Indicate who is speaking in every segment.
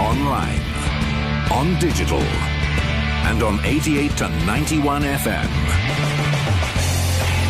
Speaker 1: online, on digital, and on 88 to 91 FM.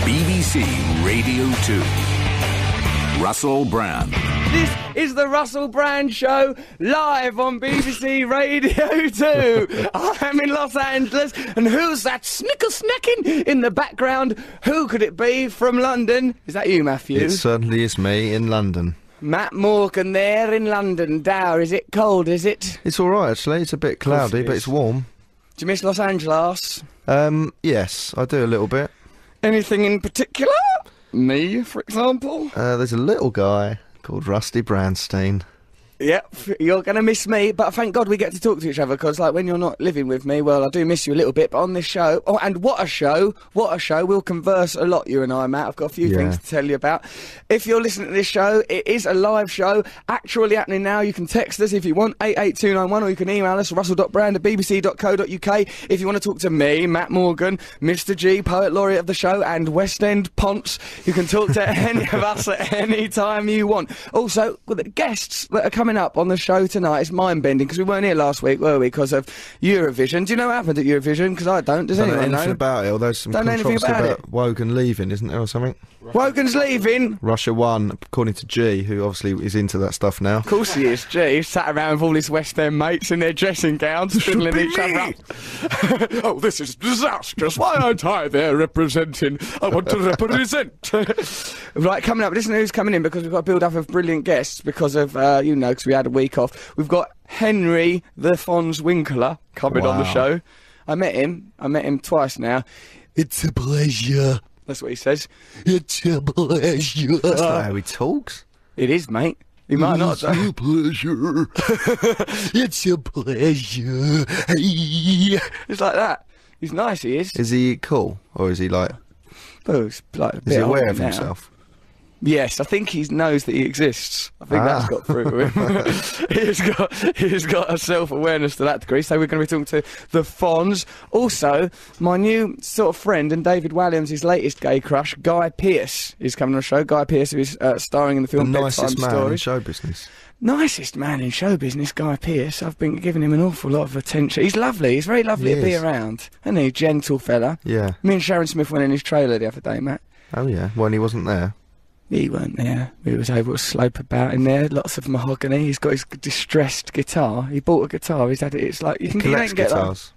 Speaker 1: BBC Radio 2. Russell Brand.
Speaker 2: This is the Russell Brand Show live on BBC Radio 2. I'm in Los Angeles, and who's that snicker snacking in the background? Who could it be from London? Is that you, Matthew?
Speaker 3: It certainly is me in London.
Speaker 2: Matt Morgan there in London. Dow, is it cold, is it?
Speaker 3: It's all right actually. It's a bit cloudy, but it's warm.
Speaker 2: Do you miss Los Angeles?
Speaker 3: Um, yes, I do a little bit.
Speaker 2: Anything in particular? Me, for example?
Speaker 3: Uh, there's a little guy called Rusty Brandstein.
Speaker 2: Yep, you're going to miss me, but thank God we get to talk to each other because, like, when you're not living with me, well, I do miss you a little bit. But on this show, oh, and what a show! What a show! We'll converse a lot, you and I, Matt. I've got a few
Speaker 3: Yeah.
Speaker 2: things to tell you about. If you're listening to this show, it is a live show, actually happening now. You can text us if you want, 88291, or you can email us, russell.brand at bbc.co.uk. If you want to talk to me, Matt Morgan, Mr. G, Poet Laureate of the show, and West End Ponce, you can talk to any of us at any time you want. Also, with the guests that are coming up on the show tonight, it's mind bending because we weren't here last week, were we? Because of Eurovision. Do you know what happened at Eurovision? Because I don't. Does
Speaker 3: Don't know
Speaker 2: anyone
Speaker 3: anything
Speaker 2: know?
Speaker 3: about it, although there's some
Speaker 2: Don't know anything
Speaker 3: controversy about,
Speaker 2: about
Speaker 3: Wogan leaving, isn't there, or something?
Speaker 2: Wogan's leaving.
Speaker 3: Russia won, according to G, who obviously is into that stuff now.
Speaker 2: Of course he is. Gee, he's sat around with all his West End mates in their dressing gowns, fiddling each other up.
Speaker 4: oh, this is disastrous. Why aren't I there representing? I want to represent.
Speaker 2: Right, coming up, listen to who's coming in because we've got a build up of brilliant guests because of, uh, you know, because we had a week off. We've got Henry the Fons Winkler coming on the
Speaker 3: Wow.
Speaker 2: show. I met him. I met him twice now. It's a pleasure. That's what he says.
Speaker 5: It's a pleasure.
Speaker 3: That's not how he talks.
Speaker 2: It is, mate. He might
Speaker 5: It's
Speaker 2: not. though.
Speaker 5: a pleasure. it's a pleasure. Hey.
Speaker 2: It's like that. He's nice, he is.
Speaker 3: Is he cool, or is he like?
Speaker 2: Well, he's like a bit
Speaker 3: Is he aware
Speaker 2: older
Speaker 3: of
Speaker 2: now.
Speaker 3: himself?
Speaker 2: Yes, I think he knows that he exists. I think that's
Speaker 3: Ah.
Speaker 2: got through to him. he's got he's got a self awareness to that degree. So we're going to be talking to the Fonz. Also, my new sort of friend and David Walliams' latest gay crush, Guy Pearce, is coming on the show. Guy Pearce, who is uh, starring in the
Speaker 3: The
Speaker 2: film
Speaker 3: nicest man
Speaker 2: Bedtime Stories.
Speaker 3: in show business.
Speaker 2: Nicest man in show business, Guy Pearce. I've been giving him an awful lot of attention. He's lovely. He's very lovely
Speaker 3: He
Speaker 2: to be
Speaker 3: is.
Speaker 2: around, and he gentle fella.
Speaker 3: Yeah.
Speaker 2: Me and Sharon Smith went in his trailer the other day, Matt.
Speaker 3: Oh yeah. When he wasn't there.
Speaker 2: He weren't there. We was able to slope about in there. Lots of mahogany. He's got his g- distressed guitar. He bought a guitar. He's had it. It's like you
Speaker 3: He
Speaker 2: can, you
Speaker 3: collects
Speaker 2: don't get that.
Speaker 3: guitars.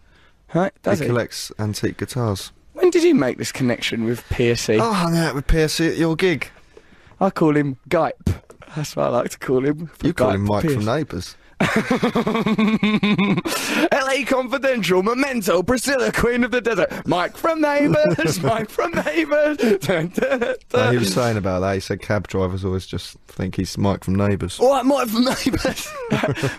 Speaker 2: Right? Does
Speaker 3: he
Speaker 2: he?
Speaker 3: collects antique guitars.
Speaker 2: When did you make this connection with Piercy?
Speaker 3: I hung Oh, out with Piercy at your gig.
Speaker 2: I call him Gype. That's what I like to call him.
Speaker 3: You call
Speaker 2: Gype
Speaker 3: him Mike
Speaker 2: Pearce.
Speaker 3: from Neighbours.
Speaker 2: LA Confidential, Memento, Priscilla, Queen of the Desert, Mike from Neighbours, Mike from Neighbours. Dun, dun, dun,
Speaker 3: No, Oh, he
Speaker 2: dun.
Speaker 3: was saying about that. He said cab drivers always just think he's Mike from Neighbours.
Speaker 2: All right, Mike from Neighbours.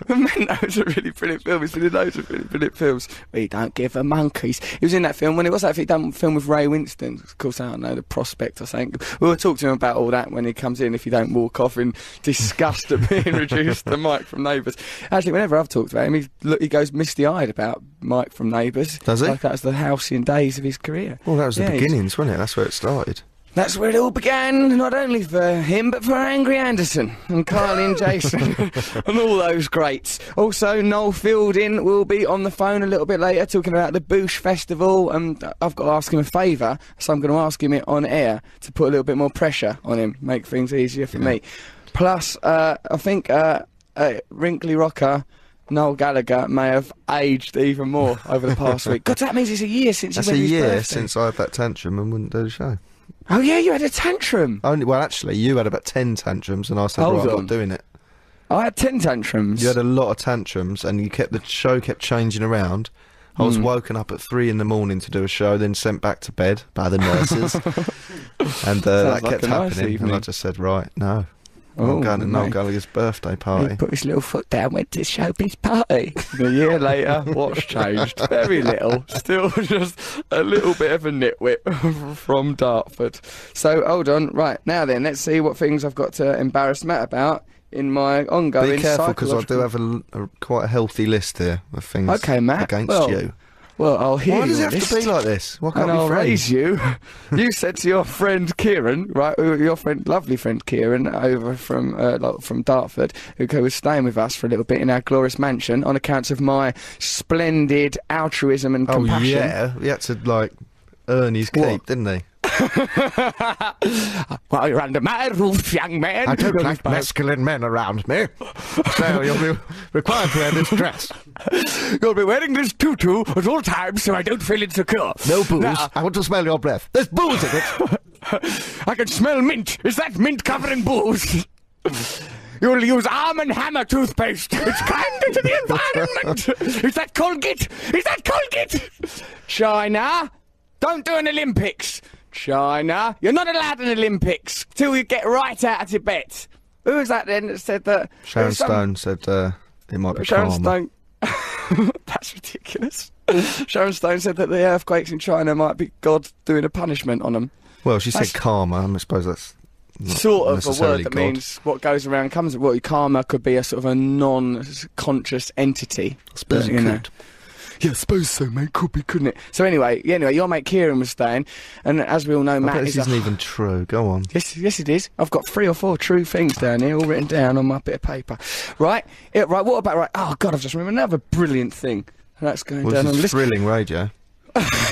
Speaker 2: Memento's a really brilliant film. He's been in loads of really brilliant films. We don't give a monkeys. He was in that film when it was that done film with Ray Winston. Of course, I don't know the prospect or something. We'll talk to him about all that when he comes in. If you don't walk off in disgust at being reduced to Mike from Neighbours. Actually, whenever I've talked about him, he look, he goes misty-eyed about Mike from Neighbours.
Speaker 3: Does he?
Speaker 2: Like that was the halcyon days of his career.
Speaker 3: Well, that was the
Speaker 2: Yeah, he's-
Speaker 3: beginnings, wasn't it? That's where it started.
Speaker 2: that's where it all began, not only for him, but for Angry Anderson and Carly and Jason and all those greats. Also, Noel Fielding will be on the phone a little bit later talking about the Boosh Festival. And I've got to ask him a favour, so I'm going to ask him it on air to put a little bit more pressure on him, make things easier for me. Plus, uh, I think uh, uh, Wrinkly Rocker. Noel Gallagher may have aged even more over the past week. God, that means it's a year since
Speaker 3: That's
Speaker 2: you
Speaker 3: a
Speaker 2: his
Speaker 3: year
Speaker 2: birthday.
Speaker 3: since I had that tantrum and wouldn't do the show.
Speaker 2: Oh yeah, you had a tantrum.
Speaker 3: Only, well, actually, you had about ten tantrums, and I said,
Speaker 2: Hold
Speaker 3: "Right, I'm
Speaker 2: on.
Speaker 3: not doing it."
Speaker 2: I had ten tantrums.
Speaker 3: You had a lot of tantrums, and you kept the show kept changing around. I
Speaker 2: Hmm.
Speaker 3: was woken up at three in the morning to do a show, then sent back to bed by the nurses, and uh,
Speaker 2: Sounds
Speaker 3: that
Speaker 2: like
Speaker 3: kept
Speaker 2: a nice
Speaker 3: happening. and I
Speaker 2: evening.
Speaker 3: just said, "Right, no,
Speaker 2: Oh,
Speaker 3: I'm going to Noel
Speaker 2: mate.
Speaker 3: Gallagher's birthday
Speaker 2: He
Speaker 3: party."
Speaker 2: put his little foot down, went to showbiz party. a year later, what's changed? Very little. Still just a little bit of a nitwit from Dartford. So hold on. Right now then, let's see what things I've got to embarrass Matt about in my ongoing.
Speaker 3: Be careful because I do
Speaker 2: psychological-
Speaker 3: have a, l- a quite a healthy list here of things
Speaker 2: Okay, Matt,
Speaker 3: against
Speaker 2: well,
Speaker 3: you.
Speaker 2: Well, I'll hear
Speaker 3: Why does
Speaker 2: you
Speaker 3: it
Speaker 2: on
Speaker 3: have
Speaker 2: this
Speaker 3: to be like this? Why can't
Speaker 2: and
Speaker 3: we
Speaker 2: I'll
Speaker 3: friends?
Speaker 2: raise you. you said to your friend Kieran, right? who- Your friend, lovely friend Kieran, over from uh, like, from Dartford, who co- was staying with us for a little bit in our glorious mansion on account of my splendid altruism and
Speaker 3: Oh
Speaker 2: compassion.
Speaker 3: yeah, he had to like earn his keep,
Speaker 2: What?
Speaker 3: didn't he?
Speaker 2: Well, you're under my roof, young man.
Speaker 3: masculine men around me, so you'll be required to wear this dress.
Speaker 2: You'll be wearing this tutu at all times so I don't feel insecure.
Speaker 3: No booze.
Speaker 2: Now,
Speaker 3: I want to smell your breath. There's booze in it.
Speaker 2: I can smell mint. Is that mint covering booze? You'll use arm and hammer toothpaste. It's kind to the environment. Is that Colgate? Is that Colgate? China, don't do an Olympics. China, you're not allowed an Olympics till you get right out of Tibet. Who was that then that said that? it
Speaker 3: Sharon
Speaker 2: was some-
Speaker 3: Stone said uh, it might be
Speaker 2: Sharon
Speaker 3: karma.
Speaker 2: Stone. That's ridiculous. Sharon Stone said that the earthquakes in China might be God doing a punishment on them.
Speaker 3: Well, she said
Speaker 2: That's-
Speaker 3: karma. I suppose that's not
Speaker 2: sort of a
Speaker 3: necessarily
Speaker 2: word that
Speaker 3: God.
Speaker 2: means what goes around comes. Well, karma could be a sort of a non-conscious entity. I
Speaker 3: suppose it could.
Speaker 2: Yeah, I suppose so, mate. Could be, couldn't it? So anyway, yeah, anyway, your mate Kieran was staying, and as we all know,
Speaker 3: I
Speaker 2: Matt
Speaker 3: bet
Speaker 2: is
Speaker 3: this
Speaker 2: a
Speaker 3: isn't even true. Go on.
Speaker 2: Yes, yes, it is. I've got three or four true things down here, all written down on my bit of paper. Right, yeah, right. What about right? Oh God, I've just remembered another brilliant thing. That's going
Speaker 3: Well,
Speaker 2: down on
Speaker 3: this
Speaker 2: the
Speaker 3: is
Speaker 2: list.
Speaker 3: thrilling radio.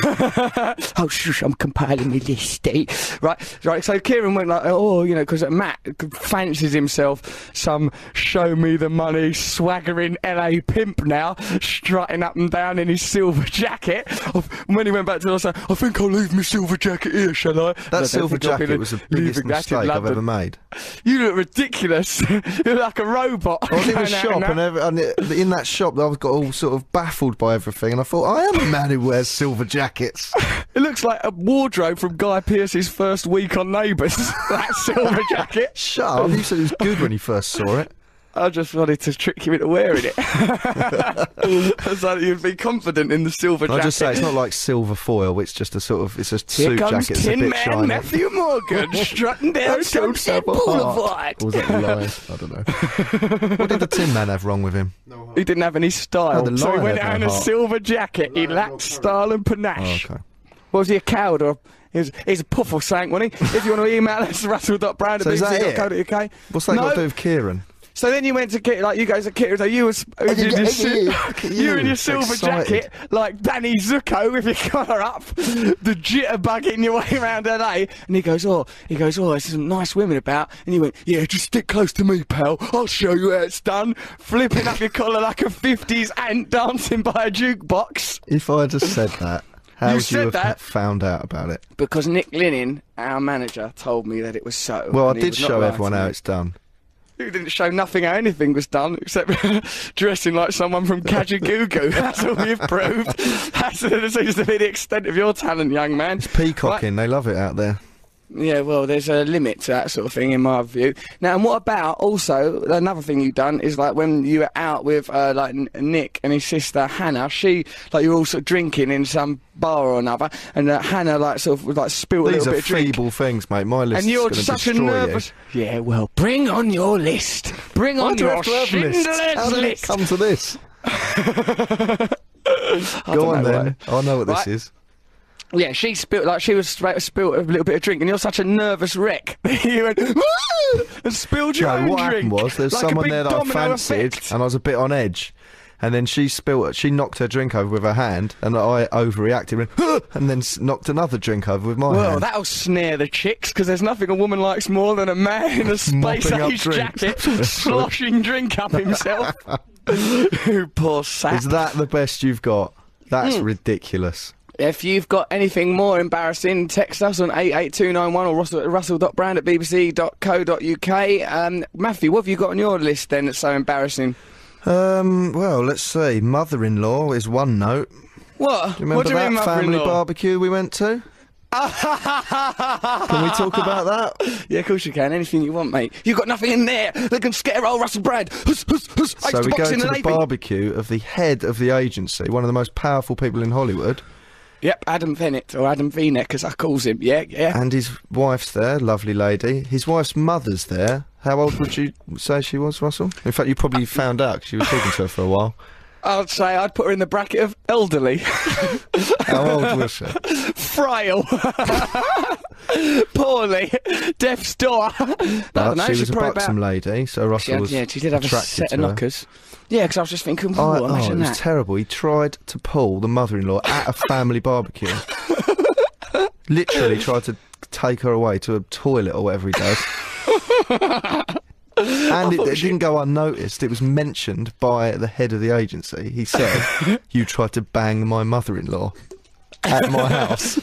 Speaker 2: oh shush, I'm compiling the list, eh? Right, right. So Kieran went like, oh, you know, because Matt fancies himself some show me the money swaggering LA pimp now, strutting up and down in his silver jacket. Oh, When he went back to the hotel, I think I'll leave my silver jacket here, shall I? I
Speaker 3: That
Speaker 2: don't
Speaker 3: silver
Speaker 2: think I'll be
Speaker 3: jacket was the
Speaker 2: leaving
Speaker 3: biggest
Speaker 2: that in
Speaker 3: mistake I've
Speaker 2: London.
Speaker 3: ever made.
Speaker 2: You look ridiculous. you look like a robot.
Speaker 3: I was in a
Speaker 2: Going out
Speaker 3: shop,
Speaker 2: and out.
Speaker 3: and, every, and it- in that shop, I got all sort of baffled by everything, and I thought, I am a man who wears silver jackets.
Speaker 2: it looks like a wardrobe from Guy Pearce's first week on Neighbours. that silver jacket.
Speaker 3: Shut up! You said it was good when you first saw it.
Speaker 2: I just wanted to trick you into wearing it. so that you'd be confident in the silver
Speaker 3: And
Speaker 2: jacket.
Speaker 3: I just say it's not like silver foil; it's just a sort of it's a
Speaker 2: Here
Speaker 3: suit
Speaker 2: comes
Speaker 3: jacket. It's a
Speaker 2: Tin
Speaker 3: bit
Speaker 2: Man
Speaker 3: shiny.
Speaker 2: Matthew Morgan strutting down
Speaker 3: That's so
Speaker 2: Sunset
Speaker 3: double heart.
Speaker 2: Boulevard.
Speaker 3: Or was that a lie? I don't know. what did the Tin Man have wrong with him?
Speaker 2: He didn't have any style,
Speaker 3: Oh, the
Speaker 2: so he
Speaker 3: lion
Speaker 2: went
Speaker 3: had
Speaker 2: out
Speaker 3: no
Speaker 2: in a
Speaker 3: heart.
Speaker 2: silver jacket. He lacked style and panache.
Speaker 3: Oh, Okay.
Speaker 2: What was he a coward or he was, he was a puff or something, wasn't he? if you want to email us, russell.brown at
Speaker 3: So is that
Speaker 2: bbc.co.uk.
Speaker 3: What's that got
Speaker 2: No.
Speaker 3: to do with Kieran?
Speaker 2: So then you went to get like you guys are kids. So you was you, in your, sil-
Speaker 3: Look at
Speaker 2: you in
Speaker 3: you,
Speaker 2: your silver
Speaker 3: excited.
Speaker 2: jacket, like Danny Zuko with your collar up, the jitterbug in your way around LA. And he goes, oh, he goes, oh, there's some nice women about. And you went, yeah, just stick close to me, pal. I'll show you how it's done. Flipping up your collar like a 50s ant dancing by a jukebox.
Speaker 3: If I had just said that, how
Speaker 2: You
Speaker 3: would you
Speaker 2: said
Speaker 3: have
Speaker 2: that?
Speaker 3: found out about it?
Speaker 2: Because Nick Linen, our manager, told me that it was so.
Speaker 3: Well, I
Speaker 2: and he
Speaker 3: did
Speaker 2: was not
Speaker 3: show
Speaker 2: lying
Speaker 3: everyone
Speaker 2: to me.
Speaker 3: how it's done.
Speaker 2: You didn't show nothing how anything was done except dressing like someone from Kajagoogoo. That's all you've proved. That's that seems to be the extent of your talent, young man.
Speaker 3: Peacocking, they love it out there.
Speaker 2: Yeah, well, there's a limit to that sort of thing, in my view. Now, and what about also another thing you've done is like when you were out with uh, like N- Nick and his sister Hannah. She like you were all sort of drinking in some bar or another, and uh, Hannah like sort of like spilled a
Speaker 3: These
Speaker 2: little
Speaker 3: are
Speaker 2: bit of drink.
Speaker 3: feeble things, mate. My list
Speaker 2: And you're
Speaker 3: is
Speaker 2: such a nervous. Yeah, well, bring on your list. Bring
Speaker 3: Why
Speaker 2: on
Speaker 3: do I
Speaker 2: your
Speaker 3: have to have
Speaker 2: Schindler's
Speaker 3: lists? How did it
Speaker 2: list.
Speaker 3: come to this?
Speaker 2: I
Speaker 3: Go
Speaker 2: don't
Speaker 3: on
Speaker 2: know
Speaker 3: then. I know what this
Speaker 2: Right.
Speaker 3: is.
Speaker 2: Yeah, she spilled like she was sp- spilled a little bit of drink, and you're such a nervous wreck. you went "Woo!" and spilled your
Speaker 3: No,
Speaker 2: own
Speaker 3: what
Speaker 2: drink.
Speaker 3: happened was there's
Speaker 2: like a
Speaker 3: someone
Speaker 2: big
Speaker 3: there that I
Speaker 2: domino
Speaker 3: fancied,
Speaker 2: effect.
Speaker 3: and I was a bit on edge. And then she spilled, she knocked her drink over with her hand, and I overreacted, went, "Huh!" and then s- knocked another drink over with my
Speaker 2: Well,
Speaker 3: hand.
Speaker 2: that'll snare the chicks because there's nothing a woman likes more than a man in a space
Speaker 3: Mopping up
Speaker 2: age
Speaker 3: drinks.
Speaker 2: jacket sloshing drink up himself. you poor sap.
Speaker 3: Is that the best you've got? That's
Speaker 2: Hmm.
Speaker 3: ridiculous.
Speaker 2: If you've got anything more embarrassing, text us on 88291 or russell, russell.brand at bbc.co.uk. Um, Matthew, what have you got on your list then that's so embarrassing?
Speaker 3: Um, well, let's see. Mother-in-law is one note.
Speaker 2: What?
Speaker 3: Remember
Speaker 2: what do you
Speaker 3: that
Speaker 2: mean,
Speaker 3: family
Speaker 2: mother-in-law?
Speaker 3: barbecue we went to? Can we talk about that?
Speaker 2: Yeah, of course you can. Anything you want, mate. You've got nothing in there that can scare old Russell Brand. Huss, huss, huss. I used
Speaker 3: so
Speaker 2: to
Speaker 3: we
Speaker 2: box
Speaker 3: go
Speaker 2: in
Speaker 3: to
Speaker 2: the
Speaker 3: the
Speaker 2: Navy.
Speaker 3: barbecue of the head of the agency, one of the most powerful people in Hollywood,
Speaker 2: Yep, Adam Bennett, or Adam V-neck, as I calls him. Yeah, yeah.
Speaker 3: and his wife's there, lovely lady. His wife's mother's there. How old would you say she was, Russell? In fact, you probably found out 'cause you were talking to her for a while.
Speaker 2: I'd say I'd put her in the bracket of elderly,
Speaker 3: How old was she?
Speaker 2: frail, poorly, death's door. I
Speaker 3: But
Speaker 2: don't know,
Speaker 3: she
Speaker 2: she's
Speaker 3: was a
Speaker 2: probably
Speaker 3: buxom
Speaker 2: about.
Speaker 3: lady, so Russell
Speaker 2: She had,
Speaker 3: was
Speaker 2: yeah, she did have a
Speaker 3: attracted
Speaker 2: set
Speaker 3: to
Speaker 2: of
Speaker 3: her.
Speaker 2: knockers. Yeah, because I was just thinking,
Speaker 3: I-
Speaker 2: oh,
Speaker 3: oh, it
Speaker 2: imagine
Speaker 3: was
Speaker 2: that.
Speaker 3: terrible. He tried to pull the mother-in-law at a family barbecue. Literally tried to take her away to a toilet or whatever he does. and
Speaker 2: Oh,
Speaker 3: it, it didn't go unnoticed. It was mentioned by the head of the agency. He said, "You tried to bang my mother-in-law at my house."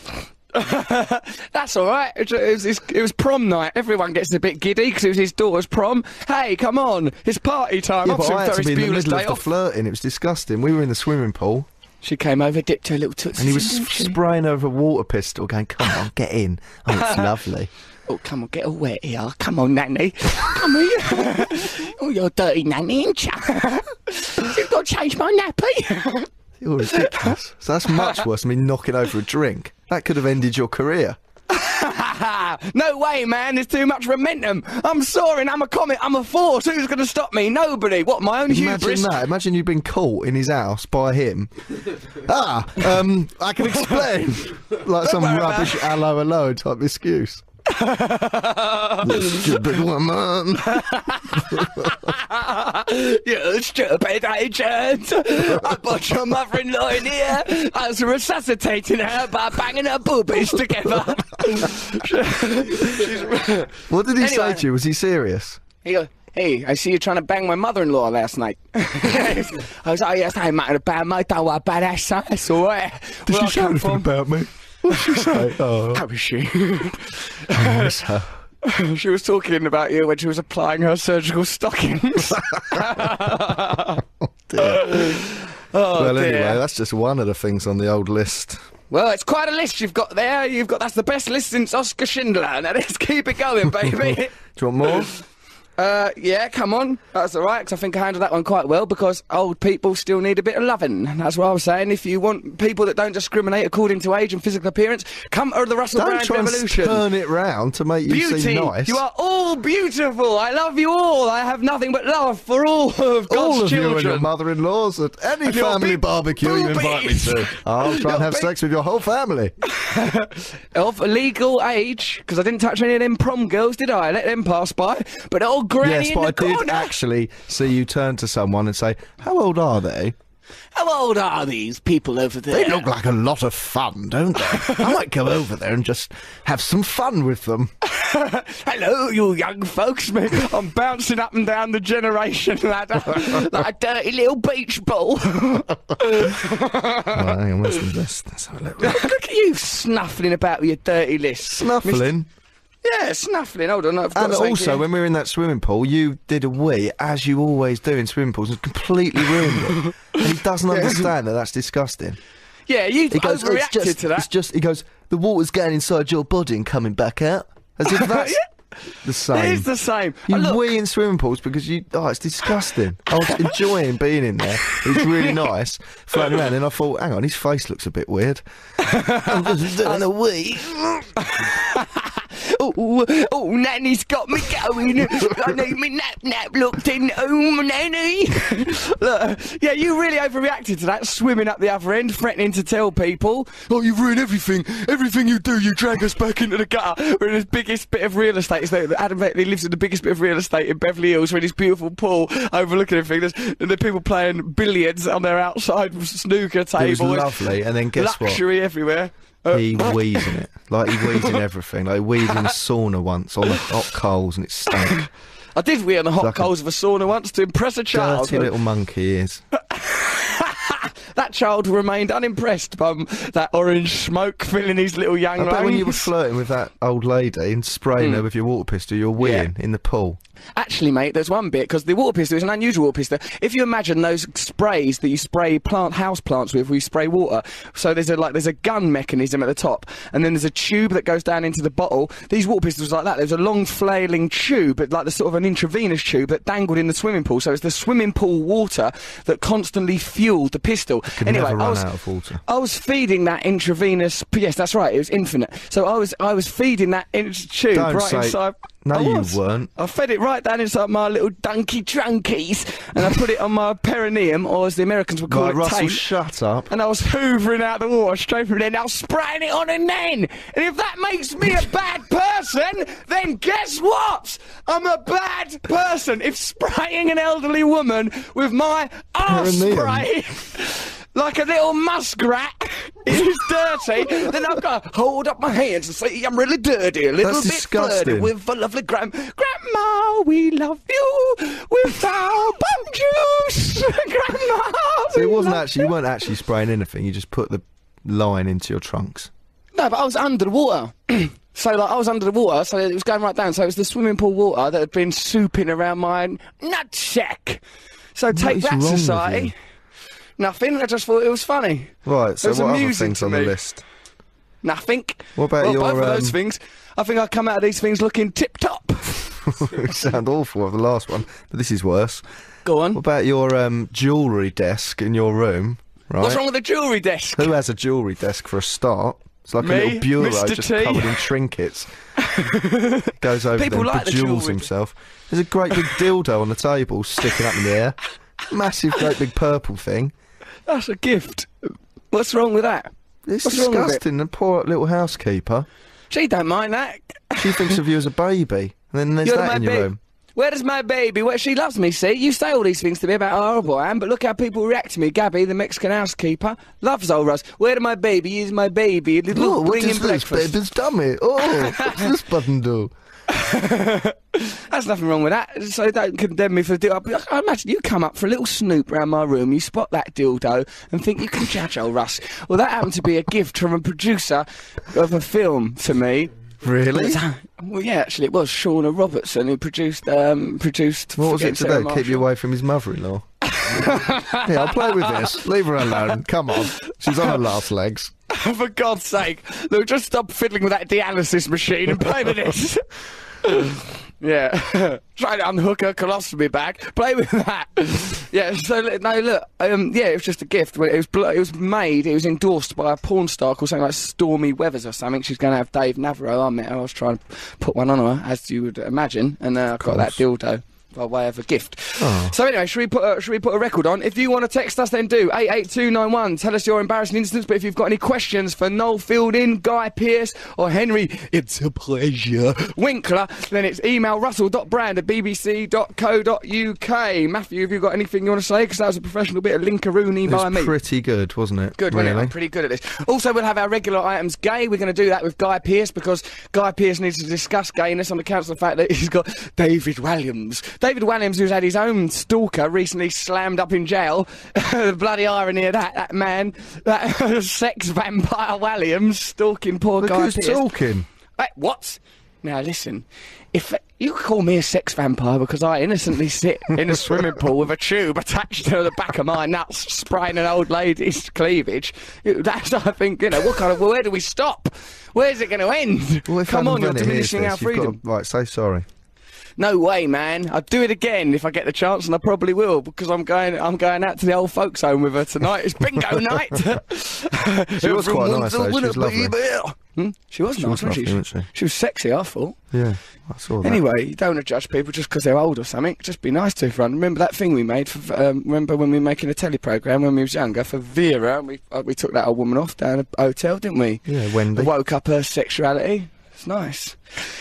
Speaker 2: That's all right. It was, it was- it was prom night. Everyone gets a bit giddy because it was his daughter's prom. Hey, come on, it's party time.
Speaker 3: yeah,
Speaker 2: I've
Speaker 3: but I had to
Speaker 2: Ferris
Speaker 3: be in the
Speaker 2: Bueller's
Speaker 3: middle
Speaker 2: day
Speaker 3: of the
Speaker 2: off.
Speaker 3: flirting. It was disgusting. We were in the swimming pool,
Speaker 2: She came over, dipped her little tootsies.
Speaker 3: and he was
Speaker 2: in, didn't she?
Speaker 3: spraying her with a water pistol, going, "Come on, get in. Oh, it's lovely."
Speaker 2: Oh, come on, get all wet here. Come on, nanny. Come here. oh, you're a dirty nanny, ain't you? You've got to change my nappy.
Speaker 3: You're ridiculous. so that's much worse than me knocking over a drink. That could have ended your career.
Speaker 2: no way, man. There's too much momentum. I'm soaring. I'm a comet. I'm a force. Who's going to stop me? Nobody. What, my own
Speaker 3: Imagine
Speaker 2: hubris?
Speaker 3: that. Imagine you've been caught in his house by him. ah, um, I can explain. like some
Speaker 2: worry
Speaker 3: rubbish hello hello type excuse. Stupid woman.
Speaker 2: You stupid agent! I put your mother-in-law in here. I was resuscitating her by banging her boobies together.
Speaker 3: What did he say
Speaker 2: Anyway.
Speaker 3: to you? Was he serious?
Speaker 2: he goes, "Hey, I see you trying to bang my mother-in-law last night." I was like, "Oh, "Yes, I might have banged my don't worry about that, son. It's all right." Where I come from?
Speaker 3: about me? What did she say? oh,
Speaker 2: How is she?
Speaker 3: I miss her.
Speaker 2: she was talking about you when she was applying her surgical stockings. oh,
Speaker 3: well,
Speaker 2: dear.
Speaker 3: anyway, that's just one of the things on the old list.
Speaker 2: Well, it's quite a list you've got there. You've got that's the best list since Oscar Schindler. Now let's keep it going, baby.
Speaker 3: Do you want more?
Speaker 2: uh, yeah, come on. That's all right, 'cause I think I handled that one quite well because old people still need a bit of loving. And That's what I was saying. If you want people that don't discriminate according to age and physical appearance, come to the Russell
Speaker 3: Don't
Speaker 2: Brand
Speaker 3: try and
Speaker 2: Revolution.
Speaker 3: turn it round to make you
Speaker 2: Beauty,
Speaker 3: seem nice.
Speaker 2: you are all beautiful. I love you all. I have nothing but love for all of God's
Speaker 3: all of
Speaker 2: children.
Speaker 3: you and your mother-in-laws at any
Speaker 2: your
Speaker 3: family
Speaker 2: big
Speaker 3: barbecue you invite me
Speaker 2: boobies.
Speaker 3: to. I'll try and have
Speaker 2: big-
Speaker 3: sex with your whole family.
Speaker 2: of legal age because I didn't touch any of them prom girls, did I? I let them pass by. But old granny
Speaker 3: yes,
Speaker 2: in the
Speaker 3: but I did
Speaker 2: corner.
Speaker 3: actually see you turn to someone and say, "How old are they?"
Speaker 2: How old are these people over there?
Speaker 3: They look like a lot of fun, don't they? I might go over there and just have some fun with them.
Speaker 2: Hello, you young folks. Me- I'm bouncing up and down the generation ladder like a dirty little beach ball. look
Speaker 3: right, hang on, where's the list? Let's have a look.
Speaker 2: at you snuffling about with your dirty list.
Speaker 3: Snuffling,
Speaker 2: Yeah, snuffling. Hold on. I've got
Speaker 3: and
Speaker 2: something
Speaker 3: also
Speaker 2: here.
Speaker 3: when we were in that swimming pool, you did a wee as you always do in swimming pools and completely ruined it. And he doesn't understand that that's disgusting.
Speaker 2: yeah, you
Speaker 3: He goes,
Speaker 2: overreacted
Speaker 3: it's just,
Speaker 2: to that.
Speaker 3: It's just, he goes, the water's getting inside your body and coming back out. As if that's the
Speaker 2: it
Speaker 3: same.
Speaker 2: is the same.
Speaker 3: you
Speaker 2: And look,
Speaker 3: wee in swimming pools because you, oh, it's disgusting. I was enjoying being in there. It was really nice floating around. And I thought, hang on, his face looks a bit weird. I'm just doing a wee.
Speaker 2: Oh, oh, Nanny's got me going. I need me nap nap looked in. Oh, Nanny. Look, yeah, you really overreacted to that, swimming up the other end, threatening to tell people. Oh, you've ruined everything. Everything you do, you drag us back into the gutter. We're in the biggest bit of real estate. It's like Adam Bentley lives in the biggest bit of real estate in Beverly Hills. We're in his beautiful pool overlooking everything. There's, and the people playing billiards on their outside snooker
Speaker 3: It was
Speaker 2: table.
Speaker 3: lovely. And then guess what?
Speaker 2: Luxury everywhere. Uh,
Speaker 3: He wheezed in it. Like he wheezed in everything. Like he wheezed in the sauna once on the hot coals and it stank.
Speaker 2: I did wee on the hot
Speaker 3: Like a-
Speaker 2: coals of a sauna once to impress a child.
Speaker 3: Dirty little monkey ears.
Speaker 2: That child remained unimpressed by m- that orange smoke filling his little young
Speaker 3: I bet when you were
Speaker 2: lungs.
Speaker 3: flirting with that old lady and spraying her with your water pistol, you were
Speaker 2: Hmm. Yeah.
Speaker 3: weeing in the pool.
Speaker 2: Actually, mate, there's one bit because the water pistol is an unusual water pistol. If you imagine those sprays that you spray plant house plants with, where you spray water. So there's a like there's a gun mechanism at the top, and then there's a tube that goes down into the bottle. These water pistols are like that. There's a long flailing tube, but like the sort of an intravenous tube that dangled in the swimming pool. So it's the swimming pool water that constantly fueled the pistol,
Speaker 3: can
Speaker 2: anyway,
Speaker 3: never
Speaker 2: I
Speaker 3: run
Speaker 2: was,
Speaker 3: out of water.
Speaker 2: I was feeding that intravenous. Yes, that's right. It was infinite. So I was I was feeding that inch tube
Speaker 3: Don't
Speaker 2: right
Speaker 3: say-
Speaker 2: inside.
Speaker 3: No,
Speaker 2: I
Speaker 3: you
Speaker 2: was.
Speaker 3: weren't.
Speaker 2: I fed it right down inside my little donkey trunkies, and I put it on my perineum, or as the Americans would call
Speaker 3: Right,
Speaker 2: it,
Speaker 3: Russell,
Speaker 2: taint.
Speaker 3: shut up.
Speaker 2: and I was hoovering out the water straight from the end. I was spraying it on and then. And if that makes me a bad person, then guess what? I'm a bad person. If spraying an elderly woman with my arse
Speaker 3: Perineum.
Speaker 2: spray like a little muskrat is dirty, then I've got to hold up my hands and say I'm really dirty, a little
Speaker 3: That's
Speaker 2: bit
Speaker 3: disgusting.
Speaker 2: flirty with a lovely gran- grandma. We love you with our bum juice, grandma.
Speaker 3: So it
Speaker 2: we
Speaker 3: wasn't
Speaker 2: love
Speaker 3: actually you weren't actually spraying anything. You just put the line into your trunks.
Speaker 2: No, but I was under the water. so like I was under the water, so it was going right down. So it was the swimming pool water that had been souping around my nutsack. So take
Speaker 3: is
Speaker 2: that
Speaker 3: wrong with you?
Speaker 2: society. Nothing. I just thought it was funny.
Speaker 3: Right. So
Speaker 2: It's
Speaker 3: what other
Speaker 2: amusing
Speaker 3: things
Speaker 2: to
Speaker 3: on the
Speaker 2: me.
Speaker 3: list?
Speaker 2: Nothing.
Speaker 3: What about
Speaker 2: well,
Speaker 3: your,
Speaker 2: both of
Speaker 3: um,
Speaker 2: those things? I think I come out of these things looking tip top.
Speaker 3: It sound awful. The last one, but this is worse.
Speaker 2: Go on.
Speaker 3: What about your um, jewellery desk in your room? Right.
Speaker 2: What's wrong with the jewellery desk?
Speaker 3: Who has a jewellery desk for a start? It's like
Speaker 2: Me,
Speaker 3: a little bureau
Speaker 2: Mr.
Speaker 3: just
Speaker 2: T.
Speaker 3: covered in trinkets. Goes over
Speaker 2: People
Speaker 3: there,
Speaker 2: like the
Speaker 3: bejewels
Speaker 2: jewellery.
Speaker 3: himself. There's a great big dildo on the table sticking up in the air. Massive, great big purple thing.
Speaker 2: That's a gift. What's wrong with that?
Speaker 3: It's
Speaker 2: What's wrong with it?
Speaker 3: disgusting. The poor little housekeeper.
Speaker 2: She don't mind that.
Speaker 3: She thinks of you as a baby. And then there's
Speaker 2: You're
Speaker 3: that
Speaker 2: my
Speaker 3: in your
Speaker 2: ba-
Speaker 3: room.
Speaker 2: Where does my baby? Where she loves me. See, you say all these things to me about how horrible I am, but look how people react to me. Gabby, the Mexican housekeeper, loves old Russ. Where do my baby? He's my baby.
Speaker 3: Oh,
Speaker 2: Little
Speaker 3: what
Speaker 2: bringing
Speaker 3: is this?
Speaker 2: breakfast.
Speaker 3: Baby's tummy. Oh, what's this button do?
Speaker 2: That's nothing wrong with that. So don't condemn me for the dildo. I, I imagine you come up for a little snoop round my room, you spot that dildo, and think you can judge old Russ. Well, that happened to be a gift from a producer of a film to me.
Speaker 3: Really?
Speaker 2: Well, yeah, actually, it was Shauna Robertson who produced um, produced.
Speaker 3: What was
Speaker 2: Forget
Speaker 3: it
Speaker 2: Sarah
Speaker 3: today? Keep you
Speaker 2: Marshall.
Speaker 3: away from his mother-in-law. yeah, I'll play with this. Leave her alone. Come on. She's on her last legs.
Speaker 2: For God's sake, look, just stop fiddling with that dialysis machine and play with this. yeah, try to unhook her colostomy bag. Play with that. yeah. So li- no, look. Um, yeah, it was just a gift. Well, It was bl- it was made. It was endorsed by a porn star called something like Stormy Weathers or something. She's going to have Dave Navarro. I met her. I was trying to put one on her, as you would imagine, and uh, I got that dildo. By way of a gift. So anyway, should we put a, should we put a record on? If you want to text us, then do eight eight two nine one. Tell us your embarrassing incidents. But if you've got any questions for Noel Fielding, Guy Pearce, or Henry
Speaker 5: It's a pleasure.
Speaker 2: Winkler, then it's email russell.brand at bbc.co.uk. Matthew, have you got anything you want to say? Because that was a professional bit of linkaroony
Speaker 3: It
Speaker 2: by me.
Speaker 3: was pretty good, wasn't it?
Speaker 2: Good, wasn't it?
Speaker 3: really.
Speaker 2: I'm pretty good at this. Also, we'll have our regular items gay. We're going to do that with Guy Pearce because Guy Pearce needs to discuss gayness on account of the fact that he's got David Walliams. David Walliams, who's had his own stalker recently slammed up in jail. the bloody irony of that, that man, that sex vampire Walliams stalking poor
Speaker 3: Look
Speaker 2: Guy
Speaker 3: who's
Speaker 2: Pearce.
Speaker 3: talking.
Speaker 2: Hey, what? Now listen, if you call me a sex vampire because I innocently sit in a swimming pool with a tube attached to the back of my nuts, spraying an old lady's cleavage, it- that's I think you know what kind of where do we stop? Where's it going to end?
Speaker 3: Well, if
Speaker 2: Come
Speaker 3: Adam
Speaker 2: on, you're
Speaker 3: Brenner hears
Speaker 2: diminishing
Speaker 3: this,
Speaker 2: our
Speaker 3: you've got
Speaker 2: freedom.
Speaker 3: to- right, say sorry.
Speaker 2: No way, man. I'd do it again if I get the chance, and I probably will because I'm going. I'm going out to the old folks' home with her tonight. It's bingo night. she
Speaker 3: was quite nice, though. She was lovely.
Speaker 2: Hmm? She was nice,
Speaker 3: was
Speaker 2: wasn't
Speaker 3: lovely, wasn't she?
Speaker 2: She was sexy. I thought.
Speaker 3: Yeah, I saw that.
Speaker 2: Anyway, you don't want to judge people just because they're old or something. Just be nice to everyone. Remember that thing we made? For, um, remember when we were making a telly program when we was younger for Vera? And we uh, we took that old woman off down a hotel, didn't we?
Speaker 3: Yeah, Wendy.
Speaker 2: Woke up her sexuality. It's nice.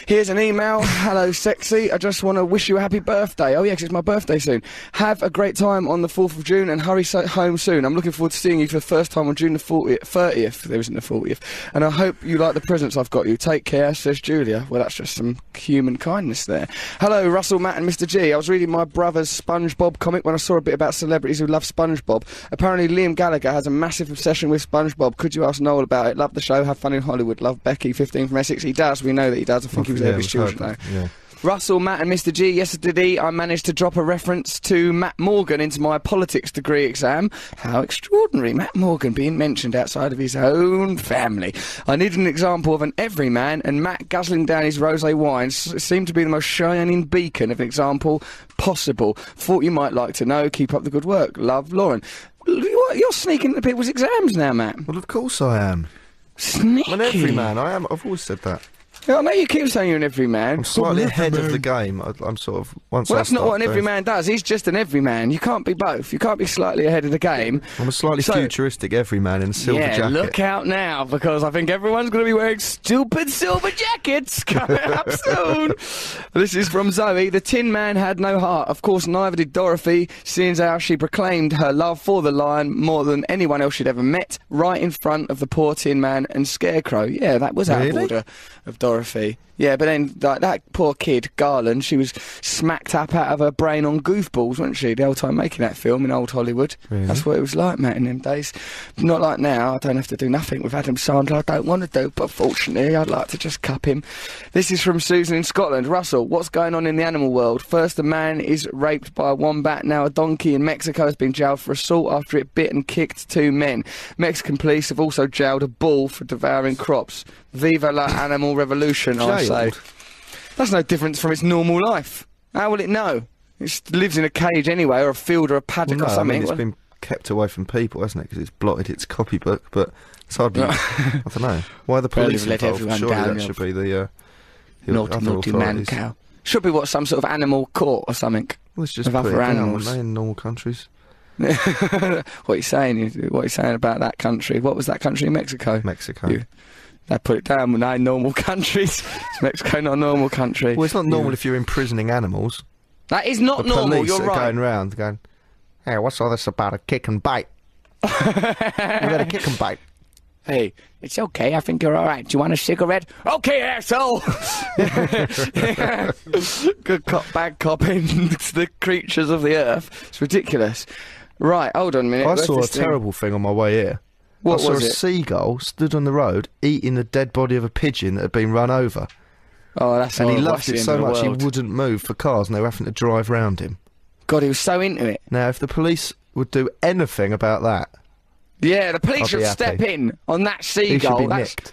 Speaker 2: Here's an email. Hello, sexy. I just want to wish you a happy birthday. Oh yeah, 'cause it's my birthday soon. Have a great time on the fourth of June and hurry so- home soon. I'm looking forward to seeing you for the first time on June the fortieth. Thirtieth. There isn't a fortieth. And I hope you like the presents I've got you. Take care, says Julia. Well, that's just some human kindness there. Hello, Russell, Matt, and Mr. G. I was reading my brother's SpongeBob comic when I saw a bit about celebrities who love SpongeBob. Apparently, Liam Gallagher has a massive obsession with SpongeBob. Could you ask Noel about it? Love the show. Have fun in Hollywood. Love Becky, 15 from Essex. He does. We know that he does. I think he was there
Speaker 3: Yeah,
Speaker 2: with his
Speaker 3: we've heard
Speaker 2: children, though.
Speaker 3: that, Yeah.
Speaker 2: Russell, Matt, and Mr. G, yesterday I managed to drop a reference to Matt Morgan into my politics degree exam. How extraordinary, Matt Morgan being mentioned outside of his own family. I needed an example of an everyman, and Matt guzzling down his rose wine s- seemed to be the most shining beacon of an example possible. Thought you might like to know. Keep up the good work. Love, Lauren. What, you're sneaking into people's exams now, Matt.
Speaker 3: Well, of course I am.
Speaker 2: Sneaky.
Speaker 3: I'm an everyman. I am. I've always said that.
Speaker 2: I know you keep saying you're an everyman.
Speaker 3: I'm slightly ahead of the game. I, I'm sort of once.
Speaker 2: Well,
Speaker 3: I
Speaker 2: that's not what
Speaker 3: start
Speaker 2: an
Speaker 3: doing-
Speaker 2: everyman does. He's just an everyman. You can't be both. You can't be slightly ahead of the game.
Speaker 3: I'm a slightly
Speaker 2: So-
Speaker 3: futuristic everyman in a silver
Speaker 2: yeah,
Speaker 3: jacket.
Speaker 2: look out now because I think everyone's going to be wearing stupid silver jackets coming up soon. This is from Zoe. The Tin Man had no heart. Of course, neither did Dorothy, seeing as how she proclaimed her love for the lion more than anyone else she'd ever met, right in front of the poor Tin Man and Scarecrow. Yeah, that was out of
Speaker 3: Really?
Speaker 2: order uh, of Dorothy. Yeah, but then like, that poor kid Garland, she was smacked up out of her brain on goofballs, wasn't she? The whole time making that film in old Hollywood. That's what it was like, Matt, in them days. Not like now. I don't have to do nothing with Adam Sandler. I don't want to do, but fortunately, I'd like to just cup him. This is from Susan in Scotland. Russell, what's going on in the animal world? First, a man is raped by a wombat. Now, a donkey in Mexico has been jailed for assault after it bit and kicked two men. Mexican police have also jailed a bull for devouring crops. Viva la animal revolution, I say.
Speaker 3: Jailed?
Speaker 2: That's no difference from its normal life. How will it know? It s- lives in a cage anyway, or a field, or a
Speaker 3: Well,
Speaker 2: paddock,
Speaker 3: no,
Speaker 2: or
Speaker 3: I
Speaker 2: something.
Speaker 3: mean it's been kept away from people, hasn't it? Because it's blotted its copybook. But it's hardly. I don't know why are the
Speaker 2: Well,
Speaker 3: police
Speaker 2: they've let
Speaker 3: involved.
Speaker 2: everyone
Speaker 3: Surely
Speaker 2: down,
Speaker 3: that
Speaker 2: yeah.
Speaker 3: should be the. Uh, the
Speaker 2: naughty,
Speaker 3: other
Speaker 2: naughty man
Speaker 3: authorities.
Speaker 2: cow. Should be what some sort of animal court or something.
Speaker 3: Well, Let's just
Speaker 2: of
Speaker 3: put
Speaker 2: other
Speaker 3: it down,
Speaker 2: animals.
Speaker 3: wouldn't they, in normal countries.
Speaker 2: what he's saying is what he's saying about that country. What was that country? Mexico.
Speaker 3: Mexico.
Speaker 2: You- They put it down with nine normal countries. Is Mexico not a normal country.
Speaker 3: Well, it's not normal if you're imprisoning animals.
Speaker 2: That is not
Speaker 3: the
Speaker 2: Oh, normal.
Speaker 3: police
Speaker 2: You're
Speaker 3: are
Speaker 2: right.
Speaker 3: going round going, hey, what's all this about a kick and bite? you got a kick and bite.
Speaker 2: Hey, it's okay. I think you're all right. Do you want a cigarette? Okay, asshole. Good cop, bad cop. In the creatures of the earth. It's ridiculous. Right, hold on a minute.
Speaker 3: I
Speaker 2: Where's
Speaker 3: saw a
Speaker 2: this thing?
Speaker 3: terrible thing on my way here.
Speaker 2: What
Speaker 3: I saw
Speaker 2: was
Speaker 3: a
Speaker 2: it?
Speaker 3: seagull stood on the road eating the dead body of a pigeon that had been run over.
Speaker 2: Oh, that's
Speaker 3: And he
Speaker 2: horrible.
Speaker 3: loved
Speaker 2: That's
Speaker 3: it
Speaker 2: the
Speaker 3: so
Speaker 2: end of
Speaker 3: much
Speaker 2: the
Speaker 3: he
Speaker 2: world.
Speaker 3: wouldn't move for cars and they were having to drive round him.
Speaker 2: God, he was so into it.
Speaker 3: Now, if the police would do anything about that,
Speaker 2: Yeah, the police
Speaker 3: I'll
Speaker 2: should
Speaker 3: be
Speaker 2: step
Speaker 3: happy.
Speaker 2: in on that
Speaker 3: he should
Speaker 2: seagull.
Speaker 3: be
Speaker 2: That's
Speaker 3: nicked.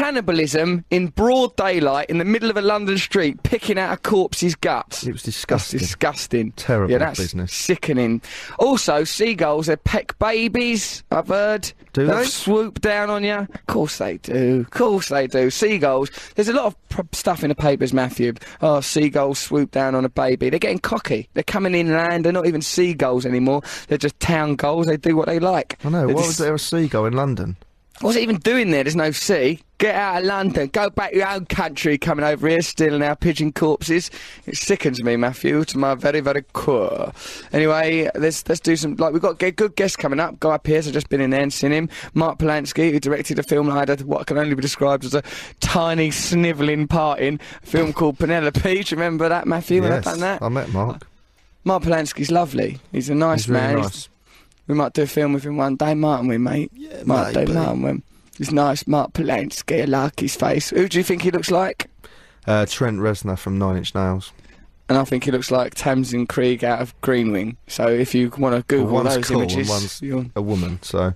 Speaker 2: cannibalism in broad daylight in the middle of a London street, picking out a corpse's guts.
Speaker 3: It was
Speaker 2: That's
Speaker 3: disgusting.
Speaker 2: disgusting.
Speaker 3: Terrible
Speaker 2: yeah, that's
Speaker 3: business.
Speaker 2: Sickening. Also, seagulls, they peck babies, I've heard.
Speaker 3: Do
Speaker 2: They'll
Speaker 3: they?
Speaker 2: swoop down on you. Of course they do. Of course they do. Seagulls. There's a lot of pr- stuff in the papers, Matthew. Oh, seagulls swoop down on a baby. They're getting cocky. They're coming inland. They're not even seagulls anymore. They're just town gulls. They do what they like.
Speaker 3: I know.
Speaker 2: They're
Speaker 3: Why
Speaker 2: just-
Speaker 3: was there a seagull in London?
Speaker 2: What's it even doing there? There's no sea. Get out of London. Go back to your own country. Coming over here, stealing our pigeon corpses. It sickens me, Matthew, to my very, very core. Anyway, let's let's do some. Like we've got a good guest coming up. Guy Pearce. I've just been in there and seen him. Mark Polanski, who directed a film I had what can only be described as a tiny snivelling part in a film called Penelope. Do you remember that, Matthew? When I done that,
Speaker 3: I met Mark.
Speaker 2: Mark Polanski's lovely. He's a nice
Speaker 3: He's
Speaker 2: man.
Speaker 3: really
Speaker 2: He's-
Speaker 3: nice.
Speaker 2: we might do a film with him one day, mightn't we, mate? Yeah, might do,
Speaker 3: maybe.
Speaker 2: mightn't we? He's nice, Mark Polanski. I like his face. Who do you think he looks like?
Speaker 3: Uh, Trent Reznor from Nine Inch Nails.
Speaker 2: And I think he looks like Tamsin Krieg out of Green Wing. So if you want to Google
Speaker 3: one's
Speaker 2: those
Speaker 3: cool and
Speaker 2: images,
Speaker 3: one's-
Speaker 2: you'll-
Speaker 3: A woman, so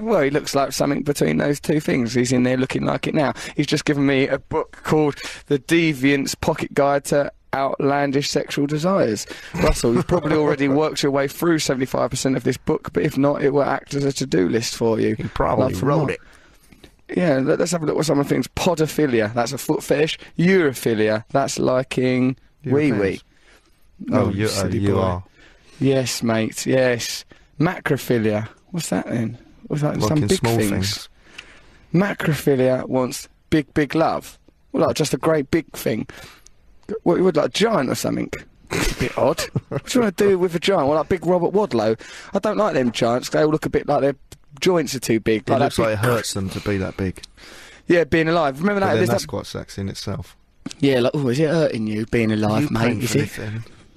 Speaker 2: well, he looks like something between those two things. He's in there looking like it now. He's just given me a book called The Deviant's Pocket Guide to Outlandish Sexual Desires. Russell, you've probably already worked your way through 75% of this book, but if not, it will act as a to-do list for you.
Speaker 3: he probably
Speaker 2: Love from
Speaker 3: wrote
Speaker 2: Mark.
Speaker 3: it.
Speaker 2: Yeah, let- let's have a look what someone thinks. Podophilia, that's a foot fetish. Europhilia, that's liking wee wee.
Speaker 3: Europeans. Oh,
Speaker 2: Oh,
Speaker 3: you, uh,
Speaker 2: silly
Speaker 3: you
Speaker 2: boy.
Speaker 3: are
Speaker 2: Yes, mate, yes. Macrophilia, what's that then? Was that some
Speaker 3: liking
Speaker 2: big
Speaker 3: small
Speaker 2: things? Oh,
Speaker 3: things.
Speaker 2: Macrophilia wants big, big love. Well, like just a great big thing. What you would like, a giant or something? It's a bit odd. What do you want to do with a giant? Well, like big Robert Wadlow. I don't like them giants. 'cause They all look a bit like their joints are too big.
Speaker 3: It
Speaker 2: Like that
Speaker 3: looks like it
Speaker 2: big-
Speaker 3: hurts them to be that big.
Speaker 2: Yeah, being alive. Remember
Speaker 3: But
Speaker 2: that?
Speaker 3: then
Speaker 2: There's
Speaker 3: that's
Speaker 2: that
Speaker 3: quite sexy in itself.
Speaker 2: Yeah, like, oh, is it hurting you being alive,
Speaker 3: you
Speaker 2: mate? Is
Speaker 3: painfully
Speaker 2: it?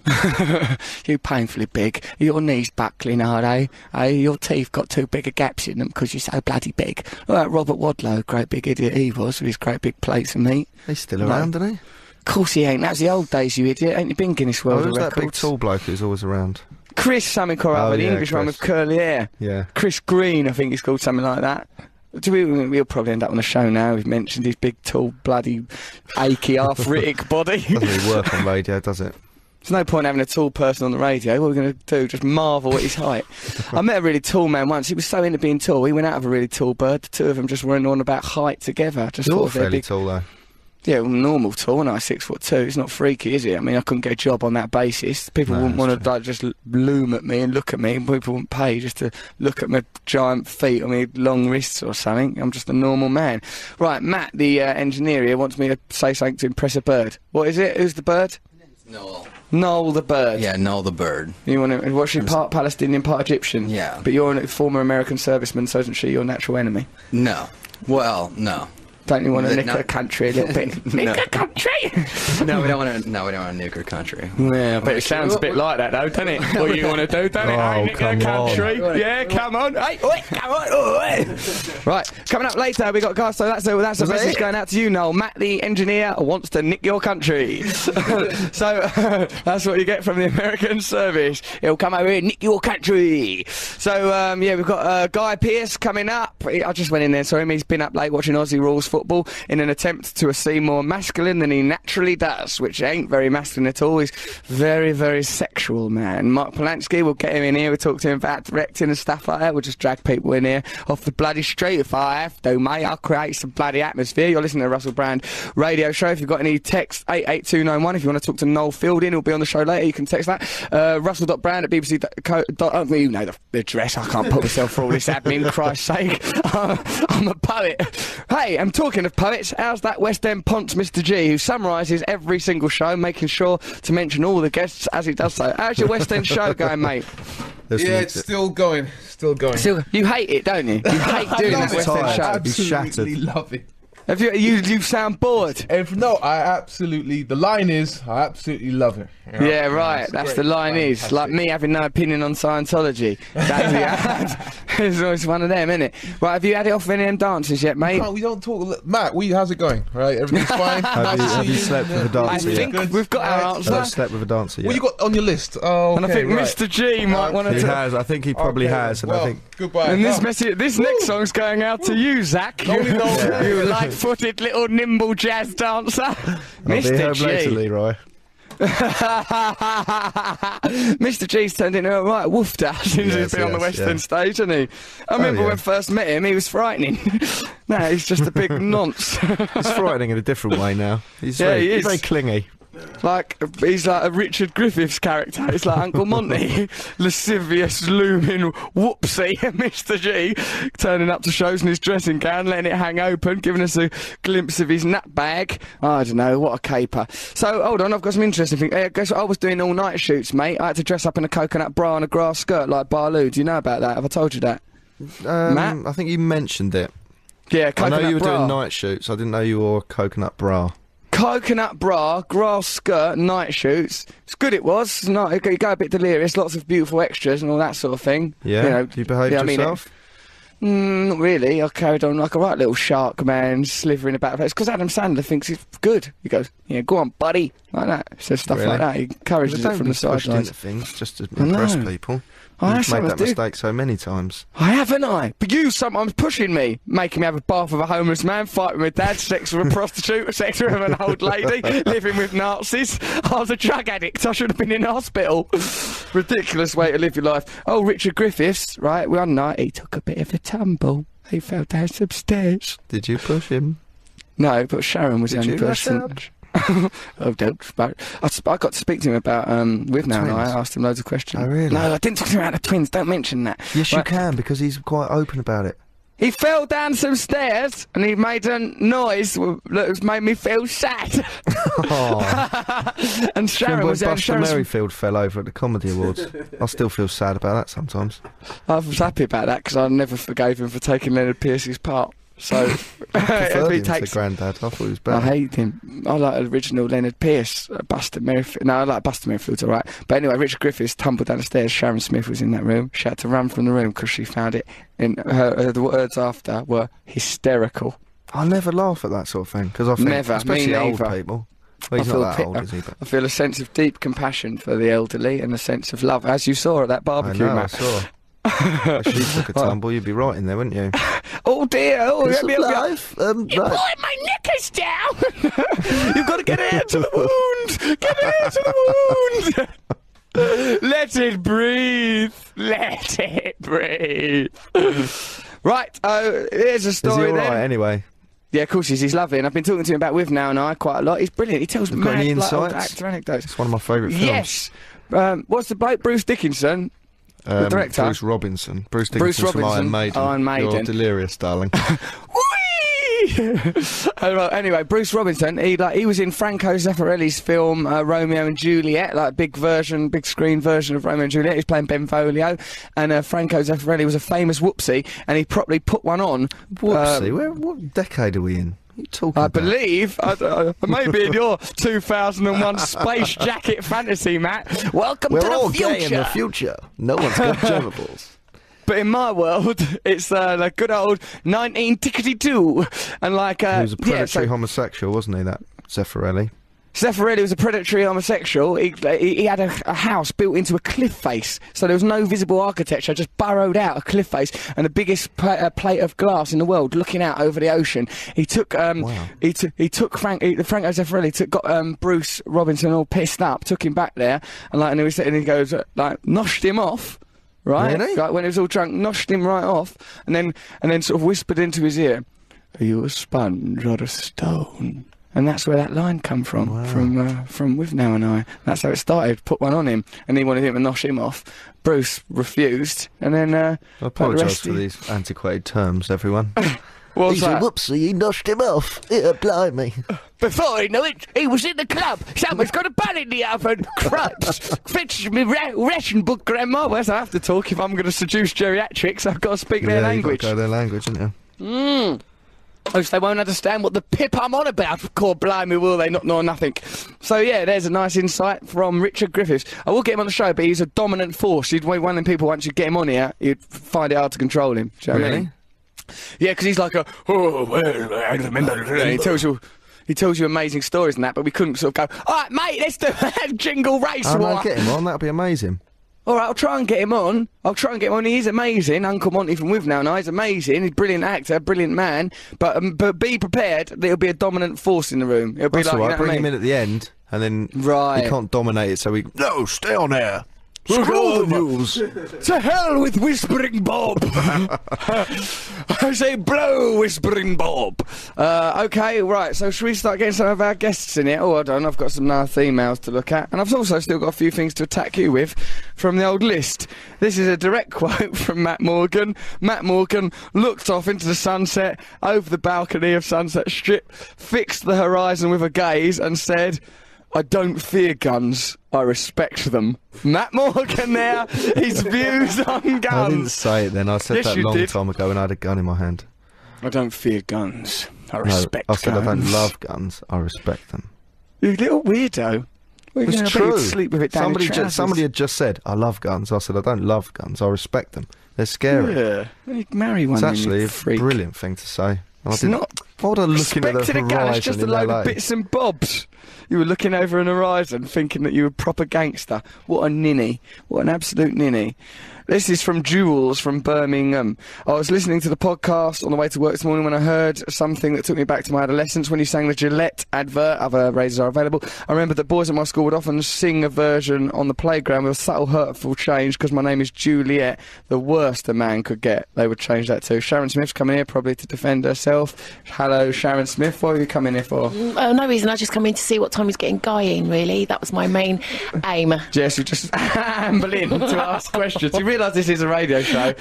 Speaker 3: thin.
Speaker 2: you painfully big. Your knees buckling, are they? Hey, your teeth got too big a gaps in them because you're so bloody big. Like Robert Wadlow, great big idiot he was with his great big plates of meat.
Speaker 3: He's still
Speaker 2: No.
Speaker 3: around, isn't he?
Speaker 2: Of course he ain't. That's the old days, you idiot. Ain't you been Guinness
Speaker 3: Oh,
Speaker 2: World
Speaker 3: who's that
Speaker 2: Records?
Speaker 3: big tall bloke who's always around?
Speaker 2: Chris something or other,
Speaker 3: Oh,
Speaker 2: the
Speaker 3: yeah,
Speaker 2: English one
Speaker 3: Chris.
Speaker 2: with curly hair.
Speaker 3: Yeah.
Speaker 2: Chris Green, I think he's called something like that. Do we, we'll probably end up on the show now. We've mentioned his big, tall, bloody, achy, arthritic body.
Speaker 3: Doesn't really work on radio, does it?
Speaker 2: There's no point having a tall person on the radio. What are we going to do? Just marvel at his height. I met a really tall man once. He was so into being tall. He went out of a really tall bird. The two of them just running on about height together. I Just
Speaker 3: You're
Speaker 2: thought they'd
Speaker 3: fairly
Speaker 2: be-
Speaker 3: tall though.
Speaker 2: Yeah, well, normal tall, and I six foot two. It's not freaky, is it? I mean, I couldn't get a job on that basis. People
Speaker 3: No,
Speaker 2: wouldn't
Speaker 3: that's
Speaker 2: want to like, just l- loom at me and look at me, and people wouldn't pay just to look at my giant feet or my long wrists or something. I'm just a normal man. Right, Matt, the uh, engineer here, wants me to say something to impress a bird. What is it? Who's the bird?
Speaker 6: No.
Speaker 2: Noel the bird.
Speaker 6: Yeah, no, the bird.
Speaker 2: You want to? What's she? Part Palestinian, part Egyptian.
Speaker 6: Yeah.
Speaker 2: But you're a former American serviceman, so isn't she your natural enemy?
Speaker 6: No. Well, no.
Speaker 2: Don't you want to
Speaker 6: They're
Speaker 2: nick
Speaker 6: not-
Speaker 2: her country a little bit?
Speaker 6: No.
Speaker 2: nick her country.
Speaker 6: No, we don't want to. No, we don't want to nuke our country.
Speaker 2: Yeah, but it sounds a bit like that though, doesn't it? What you want to do, don't it?
Speaker 3: Oh,
Speaker 2: Ain't it gonna
Speaker 3: come on.
Speaker 2: country? Yeah, come on. Hey, oi, come on. oi. Right, coming up later, we got cast. So that's a, that's a
Speaker 3: Was that
Speaker 2: message
Speaker 3: it?
Speaker 2: going out to you, Noel. Matt, the engineer, wants to nick your country. so that's what you get from the American service. He'll come over here, and nick your country. So um, yeah, we've got uh, Guy Pearce coming up. He- I just went in there, saw him. He's been up late watching Aussie rules football in an attempt to seem more masculine than he naturally does, which ain't very masculine at all. He's very, very sexual, man. Mark Polanski, we'll get him in here. We'll talk to him about directing and stuff like that. We'll just drag people in here off the bloody street if I have to, mate. I'll create some bloody atmosphere. You're listening to Russell Brand Radio Show. If you've got any text, 88291. If you want to talk to Noel Fielding, he'll be on the show later. You can text that. Uh, Russell.brand at BBC. Co- dot- oh, you know the, the address. I can't put myself through all this admin, Christ's sake. I'm a poet. Hey, I'm talking of poets. How's that West End Ponce, Mr. G, who summarises every single show, making sure to mention all the guests as he does so? How's your West End show going, mate?
Speaker 3: There's
Speaker 7: Yeah,
Speaker 3: some-
Speaker 7: it's still going. Still going.
Speaker 2: Still, you hate it, don't you? You hate doing
Speaker 7: love
Speaker 2: this
Speaker 7: it.
Speaker 2: West End
Speaker 3: Tired.
Speaker 2: show.
Speaker 3: He's
Speaker 7: absolutely
Speaker 3: shattered.
Speaker 7: love it.
Speaker 2: Have you, you, you sound bored.
Speaker 7: If no, I absolutely. The line is, I absolutely love it. You know?
Speaker 2: Yeah, right.
Speaker 7: It's
Speaker 2: That's
Speaker 7: great.
Speaker 2: the line is
Speaker 7: Fantastic.
Speaker 2: like me having no opinion on Scientology. That's the It's always one of them, isn't it? Right, have you had it off any of them dances yet, mate?
Speaker 7: No, we don't talk. Look, Matt, we how's it going? Right, everything's fine.
Speaker 3: Have you, have you slept with a
Speaker 2: I
Speaker 3: dancer yet?
Speaker 2: think
Speaker 7: Good.
Speaker 2: we've got our
Speaker 7: Right.
Speaker 2: answer.
Speaker 3: Have you slept with a dancer yet?
Speaker 7: What you got on your list? Oh,
Speaker 2: and I
Speaker 7: okay,
Speaker 2: think
Speaker 7: right.
Speaker 2: Mr. G might want
Speaker 3: He
Speaker 2: to.
Speaker 3: has. I think he probably
Speaker 7: Okay,
Speaker 3: has, and
Speaker 7: well,
Speaker 3: I think
Speaker 7: goodbye.
Speaker 2: And this
Speaker 7: No.
Speaker 2: message, this next song's going out to you, Zach. You,
Speaker 7: Only know-
Speaker 2: you light-footed little nimble jazz dancer,
Speaker 3: I'll be
Speaker 2: Mr.
Speaker 3: home
Speaker 2: G.
Speaker 3: later, Leroy.
Speaker 2: Mr. G's turned into a right wolf dad since
Speaker 3: Yes,
Speaker 2: he's been on the
Speaker 3: yes,
Speaker 2: West End
Speaker 3: yeah.
Speaker 2: stage, hasn't he? I remember
Speaker 3: yeah.
Speaker 2: when I first met him, he was frightening. now he's just a big nonce.
Speaker 3: He's frightening in a different way now. He's
Speaker 2: Yeah,
Speaker 3: very,
Speaker 2: he
Speaker 3: he's
Speaker 2: is.
Speaker 3: very clingy.
Speaker 2: like he's like a Richard Griffiths character. He's like Uncle Monty, lascivious, looming, whoopsie, Mr. G, turning up to shows in his dressing gown, letting it hang open, giving us a glimpse of his nut bag. I don't know what a caper. So hold on, I've got some interesting things. Uh, guess what I was doing all night shoots, mate. I had to dress up in a coconut bra and a grass skirt like Barloo. Do you know about that? Have I told you that?
Speaker 3: Um,
Speaker 2: Matt?
Speaker 3: I think you mentioned it.
Speaker 2: Yeah, coconut
Speaker 3: I know you were
Speaker 2: bra.
Speaker 3: doing night shoots. I didn't know you wore a coconut bra.
Speaker 2: coconut bra, grass skirt, night shoots. It's good. It was. No, you go- you go a bit delirious. Lots of beautiful extras and all that sort of thing.
Speaker 3: Yeah,
Speaker 2: You know,
Speaker 3: you behaved
Speaker 2: yeah, I mean it.
Speaker 3: yourself.
Speaker 2: Mm, not really. I carried on like a right little shark man, slithering about. It's because Adam Sandler thinks he's good. He goes, "Yeah, go on, buddy," like that. Says stuff
Speaker 3: Really?
Speaker 2: like that. He
Speaker 3: They
Speaker 2: encourages
Speaker 3: don't
Speaker 2: it from
Speaker 3: be
Speaker 2: the
Speaker 3: pushed
Speaker 2: sidelines.
Speaker 3: into things just to
Speaker 2: I
Speaker 3: impress
Speaker 2: know.
Speaker 3: people.
Speaker 2: I
Speaker 3: You've made
Speaker 2: sometimes
Speaker 3: that
Speaker 2: do.
Speaker 3: mistake so many times.
Speaker 2: I haven't I? But you sometimes pushing me, making me have a bath with a homeless man, fight with my dad, sex with a prostitute, sex with an old lady, living with Nazis. I was a drug addict. I should have been in hospital. Ridiculous way to live your life. Oh, Richard Griffiths, right? One night he took a bit of a tumble. He fell down some stairs.
Speaker 3: Did you push him?
Speaker 2: No, but Sharon was
Speaker 3: Did
Speaker 2: the
Speaker 3: you
Speaker 2: only
Speaker 3: rush
Speaker 2: person.
Speaker 3: out?
Speaker 2: oh, don't. But I, sp- I got to speak to him about um, with now. and I
Speaker 3: Twins?
Speaker 2: asked him loads of questions.
Speaker 3: Oh, really?
Speaker 2: No, I didn't talk to him about the twins. Don't mention that.
Speaker 3: Yes, you
Speaker 2: Right.
Speaker 3: can because he's quite open about it.
Speaker 2: He fell down some stairs and he made a noise w- that was- made me feel sad.
Speaker 3: Oh,
Speaker 2: and Sharon
Speaker 3: when
Speaker 2: was there. and
Speaker 3: Buster
Speaker 2: Sharon was-
Speaker 3: Merrifield fell over at the Comedy Awards. I still feel sad about that sometimes.
Speaker 2: I was happy about that because I never forgave him for taking Leonard Pierce's part. So
Speaker 3: Preferred
Speaker 2: every
Speaker 3: him to
Speaker 2: takes.
Speaker 3: Grandad. I thought he was
Speaker 2: I
Speaker 3: bad.
Speaker 2: hate him. I like original Leonard Pierce, uh, Buster Merrifield. No, I like Buster Merrifield's alright. But anyway, Richard Griffiths tumbled down the stairs. Sharon Smith was in that room. She had to run from the room because she found it. And her, uh, the words after were hysterical.
Speaker 3: I never laugh at that sort of thing because I think,
Speaker 2: Never, me
Speaker 3: especially old
Speaker 2: neither.
Speaker 3: people. Well,
Speaker 2: I
Speaker 3: he's
Speaker 2: feel
Speaker 3: not that
Speaker 2: pit-
Speaker 3: old, is he? But
Speaker 2: I feel a sense of deep compassion for the elderly and a sense of love, as you saw at that
Speaker 3: I
Speaker 2: barbecue,
Speaker 3: know. I
Speaker 2: Matt.
Speaker 3: saw. If she took a tumble, you'd be right in there, wouldn't you?
Speaker 2: Oh dear! Oh,
Speaker 3: It's
Speaker 2: let me help you.
Speaker 3: life. Um,
Speaker 2: Boy,
Speaker 3: right.
Speaker 2: my neck is down. You've got to get it out to the wound. Get it out to the wound. Let it breathe. Let it breathe. Right. Oh, here's a
Speaker 3: Is he
Speaker 2: story.
Speaker 3: all
Speaker 2: then.
Speaker 3: right anyway?
Speaker 2: Yeah, of course he's, he's lovely, and I've been talking to him about with now and I quite a lot. He's brilliant. He tells
Speaker 3: got
Speaker 2: mad
Speaker 3: any
Speaker 2: like, old
Speaker 3: insights?
Speaker 2: actor anecdotes.
Speaker 3: It's one of my favourite films.
Speaker 2: Yes. Um, what's the bloke? Bruce Dickinson.
Speaker 3: Um,
Speaker 2: director?
Speaker 3: Bruce Robinson. Bruce
Speaker 2: Bruce
Speaker 3: Dickinson from Iron
Speaker 2: Robinson,
Speaker 3: Maiden.
Speaker 2: Iron
Speaker 3: You're
Speaker 2: Maiden.
Speaker 3: delirious, darling.
Speaker 2: Whee! Oh, right, anyway, Bruce Robinson, he like he was in Franco Zeffirelli's film uh, Romeo and Juliet, like big version, big screen version of Romeo and Juliet. He's playing Benvolio, and uh, Franco Zeffirelli was a famous whoopsie, and he properly put one on. uh,
Speaker 3: Whoopsie. where, what decade are we in? What are you talking
Speaker 2: I
Speaker 3: about?
Speaker 2: believe, I, I, maybe in your 2001 space jacket fantasy, Matt. Welcome
Speaker 3: We're
Speaker 2: to
Speaker 3: all
Speaker 2: the future.
Speaker 3: gay in the future. No one's got genitals.
Speaker 2: but in my world, it's uh, like good old 1962, and like uh,
Speaker 3: He was a predatory
Speaker 2: yeah, so-
Speaker 3: homosexual, wasn't he? That Zeffirelli.
Speaker 2: Zeffirelli was a predatory homosexual. He, he, he had a, a house built into a cliff face, so there was no visible architecture, just burrowed out a cliff face and the biggest pla uh, plate of glass in the world looking out over the ocean. He took um, he, t- he took Frank he, Franco Zeffirelli took, got um, Bruce Robinson all pissed up, took him back there, and like and he was sitting and he goes uh, like noshed him off. Right,
Speaker 3: Really?
Speaker 2: like when he was all drunk, noshed him right off, and then and then sort of whispered into his ear, are you a sponge or a stone? And that's where that line come from, from uh, from With Now and I. That's how it started. Put one on him, and he wanted him to nosh him off. Bruce refused, and then uh,
Speaker 3: I
Speaker 2: like the
Speaker 3: apologise
Speaker 2: rest
Speaker 3: for
Speaker 2: he-
Speaker 3: these antiquated terms, everyone.
Speaker 2: What was
Speaker 5: He's a
Speaker 2: that?
Speaker 5: whoopsie, he noshed him off. Yeah, blimey.
Speaker 2: Before he knew it, he was in the club. Someone's got a bun in the oven. Crumbs. Fetch me ra- ration book, Grandma. Where's I have to talk if I'm going to seduce geriatrics? I've got to speak their
Speaker 3: yeah, you've got to
Speaker 2: language.
Speaker 3: go their language, isn't you?
Speaker 2: Which they won't understand what the pip I'm on about. Cor blimey, will they not know nothing? So yeah, there's a nice insight from Richard Griffiths. I will get him on the show, but he's a dominant force. He'd one of them people. Once you get him on here, you'd find it hard to control him. Do you know what I mean? Yeah, because he's like a oh well, I remember. He tells you. He tells you amazing stories and that, but we couldn't sort of go, all right, mate, let's do a jingle race
Speaker 3: Oh, no,
Speaker 2: war."
Speaker 3: get him on. That'd be amazing.
Speaker 2: All right, I'll try and get him on. I'll try and get him on. He's amazing, Uncle Monty from With Now. Now he's amazing. He's a brilliant actor, brilliant man. But um, but be prepared that he'll be a dominant force in the room. It'll be
Speaker 3: That's
Speaker 2: like
Speaker 3: all
Speaker 2: you
Speaker 3: right.
Speaker 2: know
Speaker 3: Bring
Speaker 2: what I
Speaker 3: him
Speaker 2: mean?
Speaker 3: in at the end, and then
Speaker 2: Right.
Speaker 3: he can't dominate it. So we no, stay on air.
Speaker 2: Screw the news. to hell with Whispering Bob. I say blow, Whispering Bob. Uh, okay, right. So should we start getting some of our guests in here? Oh, hold on. I've got some nice emails to look at, and I've also still got a few things to attack you with from the old list. This is a direct quote from Matt Morgan. Matt Morgan looked off into the sunset over the balcony of Sunset Strip, fixed the horizon with a gaze, and said. I don't fear guns. I respect them. Matt Morgan there. His views on
Speaker 3: I didn't
Speaker 2: guns.
Speaker 3: say it then. I
Speaker 2: Um,
Speaker 3: said
Speaker 2: yes,
Speaker 3: that
Speaker 2: you
Speaker 3: long
Speaker 2: did.
Speaker 3: time ago, and I had a gun in my hand.
Speaker 2: I don't fear guns. I
Speaker 3: No,
Speaker 2: respect
Speaker 3: I said
Speaker 2: guns.
Speaker 3: I don't love guns. I respect them.
Speaker 2: You little weirdo. We're
Speaker 3: It's
Speaker 2: going
Speaker 3: true.
Speaker 2: to sleep with it down
Speaker 3: somebody,
Speaker 2: your
Speaker 3: ju-
Speaker 2: trousers.
Speaker 3: somebody had just said, "I love guns." I said, "I don't love guns. I respect them. They're scary."
Speaker 2: Yeah. You marry one.
Speaker 3: It's
Speaker 2: then, you
Speaker 3: actually a
Speaker 2: freak.
Speaker 3: brilliant thing to say. And I
Speaker 2: It's
Speaker 3: didn't-
Speaker 2: not.
Speaker 3: Why would I look at the
Speaker 2: Respecting a gun is
Speaker 3: horizon
Speaker 2: just a
Speaker 3: in
Speaker 2: load
Speaker 3: LA?
Speaker 2: of bits and bobs. You were looking over an horizon, thinking that you were a proper gangster. What a ninny! What an absolute ninny! This is from Jules from Birmingham. I was listening to the podcast on the way to work this morning when I heard something that took me back to my adolescence when you sang the Gillette advert. Other razors are available. I remember that boys at my school would often sing a version on the playground with a subtle, hurtful change because my name is Juliet. The worst a man could get, they would change that to. Sharon Smith's coming here probably to defend herself. Hello, Sharon Smith. What are you coming here for?
Speaker 8: Oh, no reason. I just come in to see what time he's getting Guy in, really. That was my main aim.
Speaker 2: Jess, you just amble in to ask questions. You realise this is a radio show.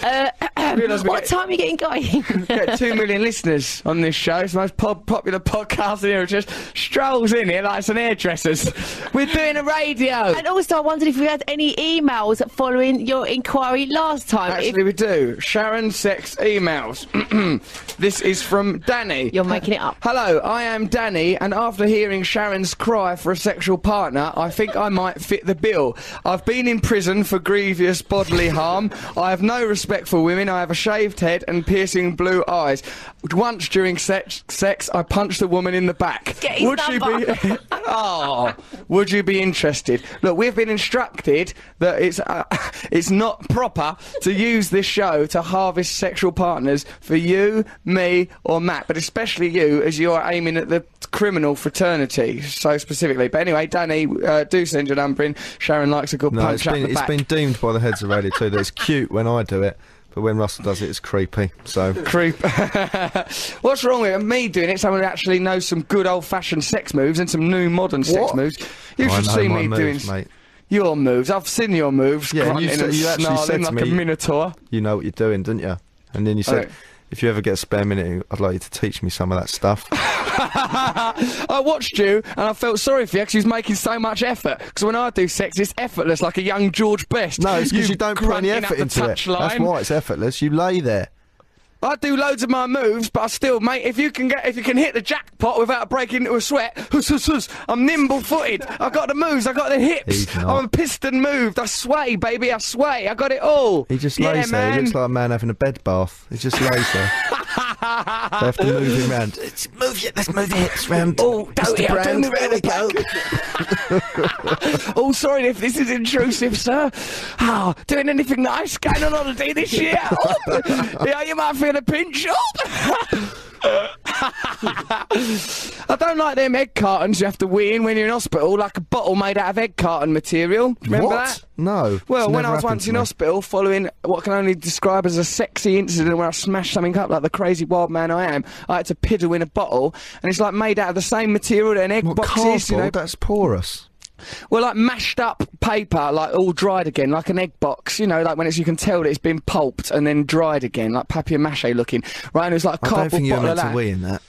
Speaker 2: You realise we
Speaker 8: what
Speaker 2: get-
Speaker 8: time are you getting Guy in?
Speaker 2: Got two million listeners on this show. It's the most pop- popular podcast in here. It just strolls in here like some hairdressers. We're doing a radio.
Speaker 8: and also, I wondered if we had any emails following your inquiry last time. If-
Speaker 2: Actually, we do. Sharon Sex emails. this is from Danny.
Speaker 8: You're making it up.
Speaker 2: Hello, I am Danny, and after hearing Sharon's cry for a sexual partner, I think I might fit the bill. I've been in prison for grievous bodily harm. arm. I have no respect for women. I have a shaved head and piercing blue eyes. Once during sex, sex I punched a woman in the back.
Speaker 8: Get his
Speaker 2: would you be?
Speaker 8: number.
Speaker 2: oh, would you be interested? Look, we've been instructed that it's uh, it's not proper to use this show to harvest sexual partners for you, me, or Matt, but especially you, as you're aiming at the criminal fraternity so specifically. But anyway, Danny, uh, do send your number in. Sharon likes a good
Speaker 3: No,
Speaker 2: punch
Speaker 3: it's
Speaker 2: up
Speaker 3: been
Speaker 2: the
Speaker 3: it's
Speaker 2: back.
Speaker 3: been deemed by the heads of radio too that it's cute when I do it, but when Russell does it, it's creepy. So
Speaker 2: Creep. What's wrong with me doing it? Someone who actually knows some good old-fashioned sex moves and some new modern sex
Speaker 3: What? Oh,
Speaker 2: moves. You
Speaker 3: I
Speaker 2: should
Speaker 3: know
Speaker 2: see
Speaker 3: my
Speaker 2: me
Speaker 3: moves,
Speaker 2: doing s-
Speaker 3: mate.
Speaker 2: your moves. I've seen your moves.
Speaker 3: Yeah, and you
Speaker 2: grunting
Speaker 3: said-
Speaker 2: and
Speaker 3: you actually
Speaker 2: snarling
Speaker 3: said to
Speaker 2: like
Speaker 3: me-
Speaker 2: a minotaur.
Speaker 3: you know what you're doing, don't you? And then you said,
Speaker 2: Oh.
Speaker 3: if you ever get a spare minute, I'd like you to teach me some of that stuff.
Speaker 2: I watched you and I felt sorry for you because you was making so much effort. Because when I do sex, it's effortless, like a young George Best.
Speaker 3: No, it's because you don't put any
Speaker 2: grunting up
Speaker 3: effort
Speaker 2: the
Speaker 3: into it. That's
Speaker 2: touchline.
Speaker 3: why it's effortless. You lay there.
Speaker 2: I do loads of my moves, but I still, mate, if you can get, if you can hit the jackpot without breaking into a sweat, huss, huss, huss, I'm nimble-footed. I got the moves, I got the hips.
Speaker 3: He's not.
Speaker 2: I'm a piston moved. I sway, baby, I sway. I got it all.
Speaker 3: He just
Speaker 2: yeah,
Speaker 3: lays there.
Speaker 2: man.
Speaker 3: He looks like a man having a bed bath. He just lays there. they have to move him round.
Speaker 5: Let's move it. Let's move the hips round. Oh,
Speaker 2: don't it, don't it,
Speaker 5: There we go.
Speaker 2: Oh, sorry if this is intrusive, sir. Ah, doing anything nice? Going on holiday this year? Oh, yeah, you might feel a pinch. Oh. I don't like them egg cartons you have to wee in when you're in hospital, like a bottle made out of egg carton material. Do you Remember
Speaker 3: what?
Speaker 2: that?
Speaker 3: No.
Speaker 2: Well,
Speaker 3: It's
Speaker 2: when
Speaker 3: never
Speaker 2: I was
Speaker 3: happened
Speaker 2: once
Speaker 3: to
Speaker 2: in
Speaker 3: me.
Speaker 2: hospital following what can only describe as a sexy incident where I smashed something up like the crazy wild man I am, I had to piddle in a bottle, and it's like made out of the same material that an egg
Speaker 3: What,
Speaker 2: box is, you know.
Speaker 3: cardboard? That's porous.
Speaker 2: Well, like mashed up paper, like all dried again, like an egg box, you know, like when it's you can tell that it's been pulped and then dried again, like papier mache looking. Right, and it was like
Speaker 3: I
Speaker 2: cardboard
Speaker 3: don't think you're
Speaker 2: bottle
Speaker 3: meant
Speaker 2: of
Speaker 3: to
Speaker 2: that.
Speaker 3: wee in that.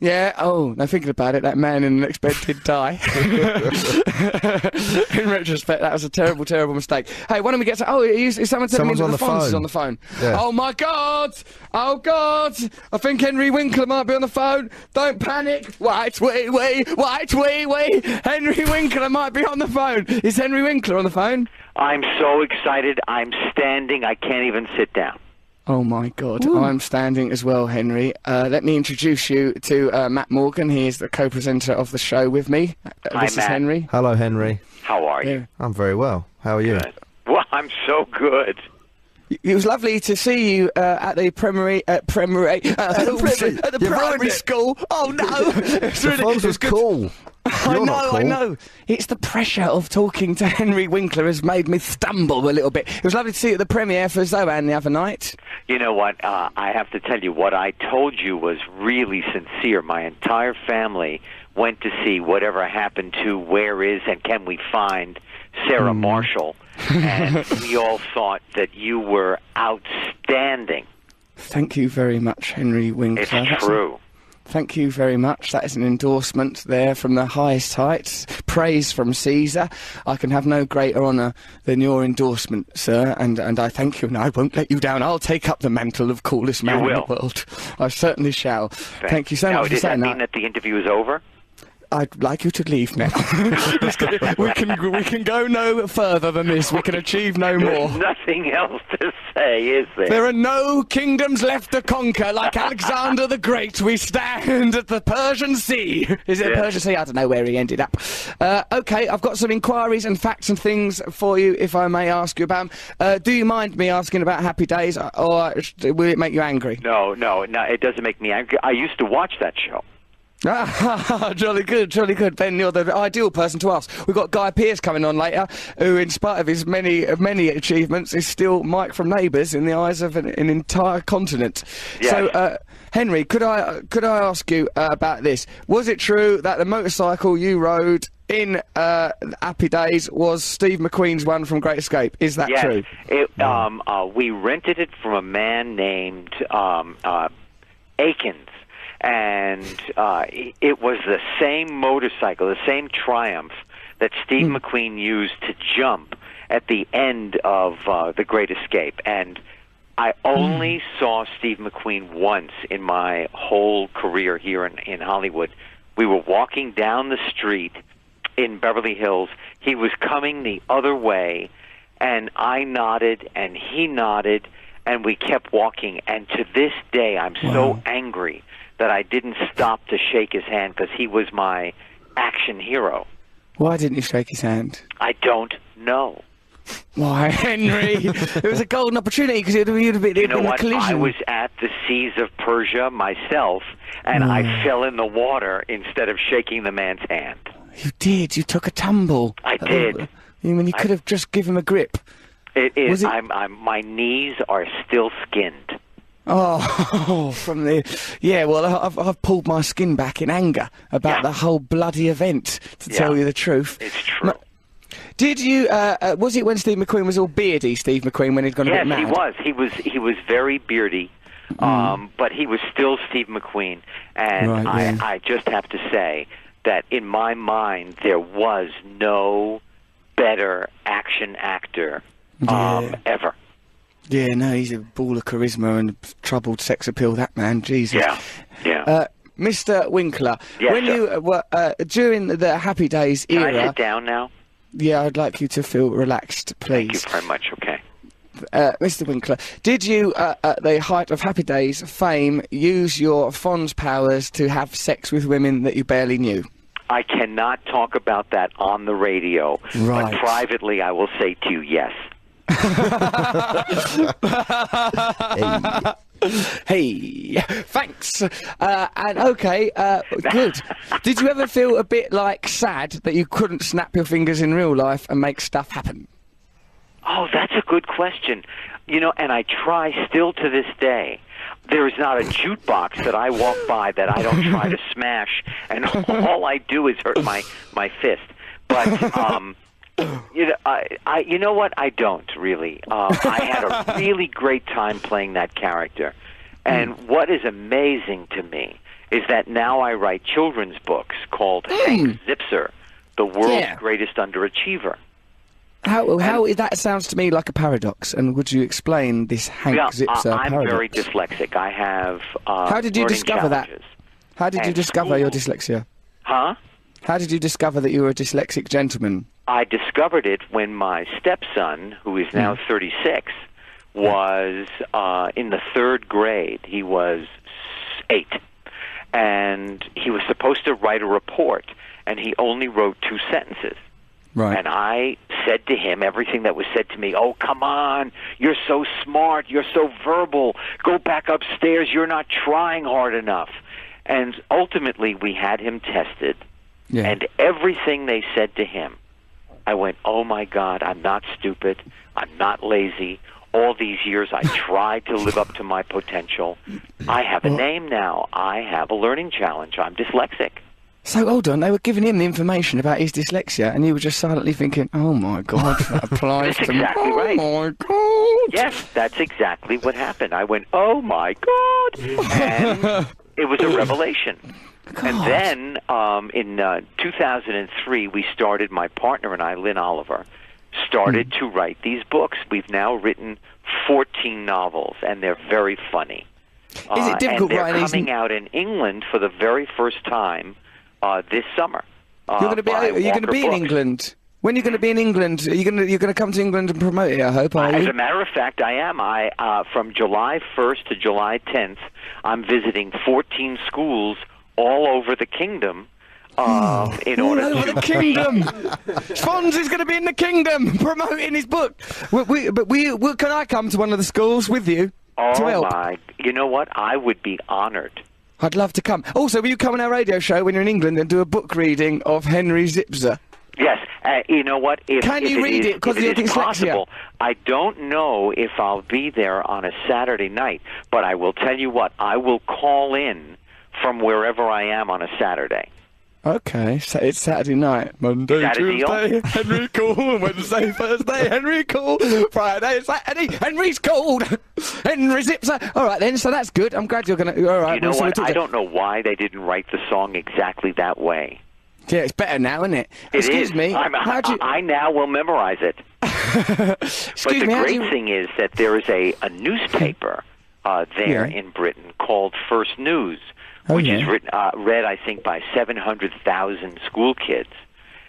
Speaker 2: Yeah, oh, now thinking about it, that man in the next bed did die. in retrospect, that was a terrible, terrible mistake. Hey, why don't we get to. Oh, is, is someone taking
Speaker 3: Someone's
Speaker 2: into
Speaker 3: on
Speaker 2: the,
Speaker 3: the
Speaker 2: Fonz is
Speaker 3: phone.
Speaker 2: on the phone?
Speaker 3: Yeah.
Speaker 2: Oh my god! Oh god! I think Henry Winkler might be on the phone. Don't panic! Wait, wee, wee! Wait, wee, wee! Henry Winkler might be on the phone! Is Henry Winkler on the phone?
Speaker 9: I'm so excited. I'm standing. I can't even sit down.
Speaker 2: Oh my God, I'm standing as well, Henry. Uh, let me introduce you to uh, Matt Morgan. He is the co-presenter of the show with me. Uh,
Speaker 9: Hi,
Speaker 2: this is
Speaker 9: Matt.
Speaker 2: Henry.
Speaker 3: Hello, Henry.
Speaker 9: How are
Speaker 2: Yeah.
Speaker 9: you?
Speaker 3: I'm very well. How are you?
Speaker 9: Well, I'm so good.
Speaker 2: It was lovely to see you uh, at the primary, uh, primary, uh,
Speaker 3: primary.
Speaker 2: at the
Speaker 3: You've
Speaker 2: primary
Speaker 3: ruined it.
Speaker 2: school. Oh no! it's
Speaker 3: The Fonz was cool.
Speaker 2: I
Speaker 3: You're
Speaker 2: know,
Speaker 3: not
Speaker 2: I
Speaker 3: cool.
Speaker 2: know. It's the pressure of talking to Henry Winkler has made me stumble a little bit. It was lovely to see you at the premiere for Zoan the other night.
Speaker 9: You know what? Uh, I have to tell you, what I told you was really sincere. My entire family went to see whatever happened to Where Is and Can We Find Sarah
Speaker 2: Hmm.
Speaker 9: Marshall. And we all thought that you were outstanding.
Speaker 2: Thank you very much, Henry Winkler.
Speaker 9: It's
Speaker 2: That's a-
Speaker 9: true.
Speaker 2: Thank you very much. That is an endorsement there from the highest heights. Praise from Caesar. I can have no greater honour than your endorsement, sir, and, and I thank you and I won't let you down. I'll take up the mantle of coolest man in the
Speaker 9: will.
Speaker 2: world. I certainly shall. Thank you so
Speaker 9: now,
Speaker 2: much for
Speaker 9: does that
Speaker 2: saying
Speaker 9: mean that the interview is over?
Speaker 2: I'd like you to leave now. This could- we, can, we can go no further than this. We can achieve no more.
Speaker 9: There's nothing else to say, is there?
Speaker 2: There are no kingdoms left to conquer. Like Alexander the Great, we stand at the Persian Sea. Is it
Speaker 9: Yeah.
Speaker 2: Persian Sea? I don't know where he ended up. Uh, okay, I've got some inquiries and facts and things for you, if I may ask you about 'em. Uh, do you mind me asking about Happy Days, or sh- will it make you angry?
Speaker 9: No, no, no. It doesn't make me angry. I used to watch that show.
Speaker 2: Ah, jolly good, jolly good. Ben, you're the ideal person to ask. We've got Guy Pearce coming on later, who, in spite of his many of many achievements, is still Mike from Neighbours in the eyes of an, an entire continent.
Speaker 9: Yes.
Speaker 2: So, uh, Henry, could I could I ask you uh, about this? Was it true that the motorcycle you rode in uh, Happy Days was Steve McQueen's one from Great Escape? Is that
Speaker 9: yes,
Speaker 2: true?
Speaker 9: It, um, uh, we rented it from a man named um, uh, Akins, and uh, i- it was the same motorcycle, the same Triumph that Steve McQueen used to jump at the end of uh, The Great Escape, and. I only saw Steve McQueen once in my whole career here in, in Hollywood. We were walking down the street in Beverly Hills. He was coming the other way, And I nodded, and he nodded, and we kept walking. And to this day, I'm so angry that I didn't stop to shake his hand because he was my action hero.
Speaker 2: Why didn't you shake his hand?
Speaker 9: I don't know.
Speaker 2: Why, Henry? it was a golden opportunity because it would have been,
Speaker 9: You know
Speaker 2: been a
Speaker 9: what?
Speaker 2: collision.
Speaker 9: I was at the seas of Persia myself, and
Speaker 2: Mm.
Speaker 9: I fell in the water instead of shaking the man's hand.
Speaker 2: You did. You took a tumble. Uh,
Speaker 9: I did.
Speaker 2: I mean, you could have just given him a grip.
Speaker 9: It is.
Speaker 2: Was it-
Speaker 9: I'm, I'm. My knees are still skinned.
Speaker 2: Oh, from the yeah. Well, I- I've, I've pulled my skin back in anger about
Speaker 9: Yeah.
Speaker 2: the whole bloody event. To
Speaker 9: Yeah.
Speaker 2: tell you the truth,
Speaker 9: It's true.
Speaker 2: Did you? Uh, uh, was it when Steve McQueen was all beardy? Steve McQueen when he'd gone a
Speaker 9: yes,
Speaker 2: bit mad. Mm.
Speaker 9: he was. He was. He was very beardy, um, but he was still Steve McQueen. And
Speaker 2: Right,
Speaker 9: I,
Speaker 2: yeah.
Speaker 9: I just have to say that in my mind, there was no better action actor um,
Speaker 2: Yeah.
Speaker 9: ever.
Speaker 2: Yeah, no, he's a ball of charisma and troubled sex appeal. That man, Jesus.
Speaker 9: Yeah. Yeah.
Speaker 2: Uh, Mr. Winkler,
Speaker 9: Yes,
Speaker 2: when
Speaker 9: sir.
Speaker 2: you uh, were uh, during the Happy Days
Speaker 9: Can
Speaker 2: era,
Speaker 9: I sit down now?
Speaker 2: yeah, I'd like you to feel relaxed,
Speaker 9: Thank you
Speaker 2: please.
Speaker 9: very much. Okay.
Speaker 2: uh, Mr. Winkler, did you, uh, at the height of Happy Days fame, use your Fonz powers to have sex with women that you barely knew?
Speaker 9: I cannot talk about that on the radio,
Speaker 2: Right.
Speaker 9: but privately, I will say to you, yes.
Speaker 2: Hey, thanks. Uh, and okay, uh, good. did you ever feel a bit like sad that you couldn't snap your fingers in real life and make stuff happen?
Speaker 9: Oh, that's a good question. You know, and I try still to this day. There is not a jukebox that I walk by that I don't try to smash, and all I do is hurt my my fist. But um, you know, I, I you know what? I don't really. Um, I had a really great time playing that character, and what is amazing to me is that now I write children's books called Hank Zipser, the world's
Speaker 2: Yeah.
Speaker 9: greatest underachiever.
Speaker 2: How, how that sounds to me like a paradox. And would you explain this Hank
Speaker 9: yeah,
Speaker 2: Zipser
Speaker 9: I, I'm
Speaker 2: paradox?
Speaker 9: very dyslexic. I have. Uh,
Speaker 2: How did you
Speaker 9: learning
Speaker 2: discover that?
Speaker 9: challenges.
Speaker 2: How did you
Speaker 9: and
Speaker 2: discover your dyslexia?
Speaker 9: Huh?
Speaker 2: How did you discover that you were a dyslexic gentleman?
Speaker 9: I discovered it when my stepson, who is now
Speaker 2: Mm.
Speaker 9: 36, was uh, in the third grade. He was s- eight, and he was supposed to write a report, and he only wrote two sentences.
Speaker 2: Right.
Speaker 9: And I said to him everything that was said to me. Oh, come on. You're so smart. You're so verbal. Go back upstairs. You're not trying hard enough. And ultimately, we had him tested.
Speaker 2: Yeah.
Speaker 9: And everything they said to him, I went, oh my God, I'm not stupid. I'm not lazy. All these years, I tried to live up to my potential. I have a name now. I have a learning challenge. I'm dyslexic.
Speaker 2: So hold on, they were giving him the information about his dyslexia, and you were just silently thinking, "Oh my god, that applies
Speaker 9: That's
Speaker 2: to me."
Speaker 9: exactly
Speaker 2: oh
Speaker 9: right.
Speaker 2: my god.
Speaker 9: Yes, that's exactly what happened. I went, oh my God. And it was a revelation. And then um, in uh, 2003, we started, my partner and I, Lynn Oliver, started
Speaker 2: Hmm.
Speaker 9: to write these books. We've now written 14 novels, and they're very funny. Uh,
Speaker 2: Is it difficult
Speaker 9: and they're
Speaker 2: writing these-
Speaker 9: coming out in England for the very first time uh, this summer. Uh,
Speaker 2: You're going to be
Speaker 9: by
Speaker 2: are you going to
Speaker 9: Walker
Speaker 2: be in
Speaker 9: Books.
Speaker 2: England? When are you going to be in England? Are you going to you're going to come to England and promote it? I hope. Are
Speaker 9: As
Speaker 2: you?
Speaker 9: a matter of fact, I am. I uh, from July 1st to July 10th, I'm visiting 14 schools all over the kingdom
Speaker 2: Hmm.
Speaker 9: um, in
Speaker 2: All
Speaker 9: order
Speaker 2: over the
Speaker 9: to.
Speaker 2: kingdom. Fonz is going to be in the kingdom promoting his book. We, we, but we, we, can I come to one of the schools with you to
Speaker 9: Oh
Speaker 2: help?
Speaker 9: my! You know what? I would be honored.
Speaker 2: I'd love to come. Also, will you come on our radio show when you're in England and do a book reading of Henry Zipser?
Speaker 9: Yes, uh, you know what? If,
Speaker 2: Can
Speaker 9: if
Speaker 2: you read
Speaker 9: is-
Speaker 2: it 'cause
Speaker 9: if
Speaker 2: you're
Speaker 9: is
Speaker 2: dyslexia?
Speaker 9: possible, I don't know if I'll be there on a Saturday night, but I will tell you what. I will call in from wherever I am on a Saturday.
Speaker 2: Okay, so it's Saturday night. Monday,
Speaker 9: Is that a deal?
Speaker 2: Tuesday, Henry called. Wednesday, Thursday, Henry called. Friday, Saturday, Henry's called. Henry Zipser. All right then, so that's good. I'm glad you're gonna. All right,
Speaker 9: You know
Speaker 2: we'll see
Speaker 9: what?
Speaker 2: we'll talk
Speaker 9: I
Speaker 2: to-
Speaker 9: don't know why they didn't write the song exactly that way.
Speaker 2: Yeah, it's better now, isn't it?
Speaker 9: It
Speaker 2: Excuse
Speaker 9: is.
Speaker 2: me.
Speaker 9: I'm,
Speaker 2: how do you?
Speaker 9: I now will memorize it. But
Speaker 2: Excuse
Speaker 9: the
Speaker 2: me. How do
Speaker 9: great
Speaker 2: you?
Speaker 9: thing is that there is a, a newspaper uh, there
Speaker 2: Yeah.
Speaker 9: in Britain called First News, which is
Speaker 2: Oh, yeah.
Speaker 9: written, uh, read, I think, by 700,000 school kids.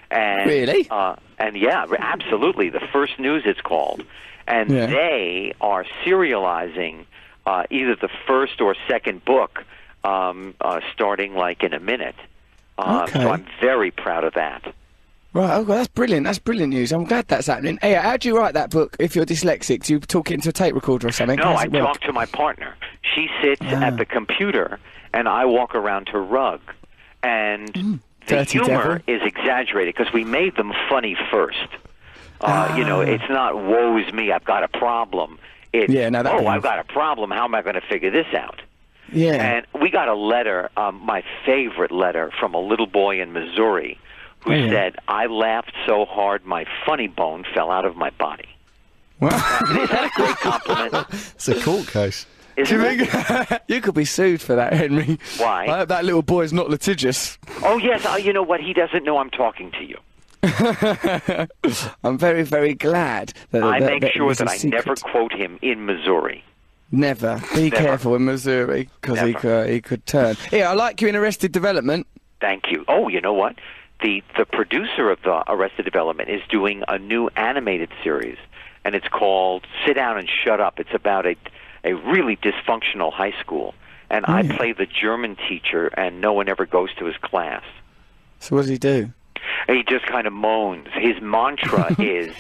Speaker 9: And,
Speaker 2: Really?
Speaker 9: Uh, and yeah, re- absolutely. The first news it's called, and
Speaker 2: Yeah.
Speaker 9: they are serializing uh, either the first or second book, um, uh, starting like in a minute. Uh,
Speaker 2: Okay.
Speaker 9: So I'm very proud of that.
Speaker 2: Right, oh, well, that's brilliant. That's brilliant news. I'm glad that's happening. Hey, how do you write that book if you're dyslexic? Do you talk into a tape recorder or something?
Speaker 9: No,
Speaker 2: How's
Speaker 9: I
Speaker 2: it work?
Speaker 9: talk to my partner. She sits at
Speaker 2: Ah.
Speaker 9: the computer, and I walk around her rug. And
Speaker 2: Hmm.
Speaker 9: the
Speaker 2: Dirty
Speaker 9: humor is exaggerated because we made them funny first. Uh, You know, it's not "woe's me, I've got a problem." It's
Speaker 2: Ah. Yeah, no, that'd
Speaker 9: "oh,
Speaker 2: be-
Speaker 9: I've got a problem. How am I going to figure this out?"
Speaker 2: Yeah.
Speaker 9: And we got a letter, um, my favorite letter, from a little boy in Missouri who
Speaker 2: Oh,
Speaker 9: said, "I laughed so hard my funny bone fell out of my body." Is that a great compliment?
Speaker 3: It's a court case.
Speaker 2: Do
Speaker 9: Isn't
Speaker 2: you
Speaker 9: it?
Speaker 2: think- you could be sued for that, Henry?
Speaker 9: Why?
Speaker 2: I hope that little boy's not litigious.
Speaker 9: Oh yes, uh, you know what? He doesn't know I'm talking to you.
Speaker 2: I'm very, very glad Uh, that
Speaker 9: I
Speaker 2: that,
Speaker 9: make
Speaker 2: that it
Speaker 9: sure
Speaker 2: was a
Speaker 9: that I
Speaker 2: secret.
Speaker 9: never quote him in Missouri.
Speaker 2: Never. Be careful in Missouri because he
Speaker 9: Never.
Speaker 2: could he could turn. Yeah, I like you in Arrested Development.
Speaker 9: Thank you. Oh, you know what? The the producer of the Arrested Development is doing a new animated series, and it's called Sit Down and Shut Up. It's about a a really dysfunctional high school, and I play the German teacher, and no one ever goes to his class.
Speaker 2: So what does he do?
Speaker 9: And he just kind of moans. His mantra is,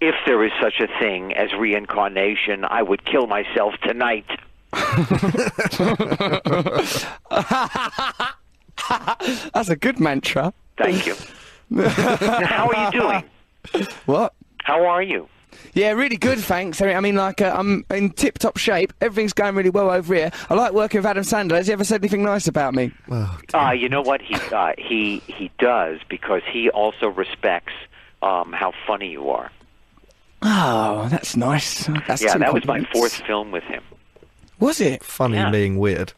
Speaker 9: "If there is such a thing as reincarnation, I would kill myself tonight."
Speaker 2: That's a good mantra.
Speaker 9: Thank you. How are you doing?
Speaker 2: What?
Speaker 9: How are you?
Speaker 2: Yeah, really good, thanks. I mean- I mean, like, uh, I'm in tip-top shape. Everything's going really well over here. I like working with Adam Sandler. Has he ever said anything nice about me?
Speaker 9: Uh, you know what he uh, he he does because he also respects um, how funny you are.
Speaker 2: Oh, that's nice. That's
Speaker 9: Yeah,
Speaker 2: two
Speaker 9: that was my
Speaker 2: compliments.
Speaker 9: fourth film with him.
Speaker 2: Was it?
Speaker 3: Funny
Speaker 9: Yeah.
Speaker 3: being weird.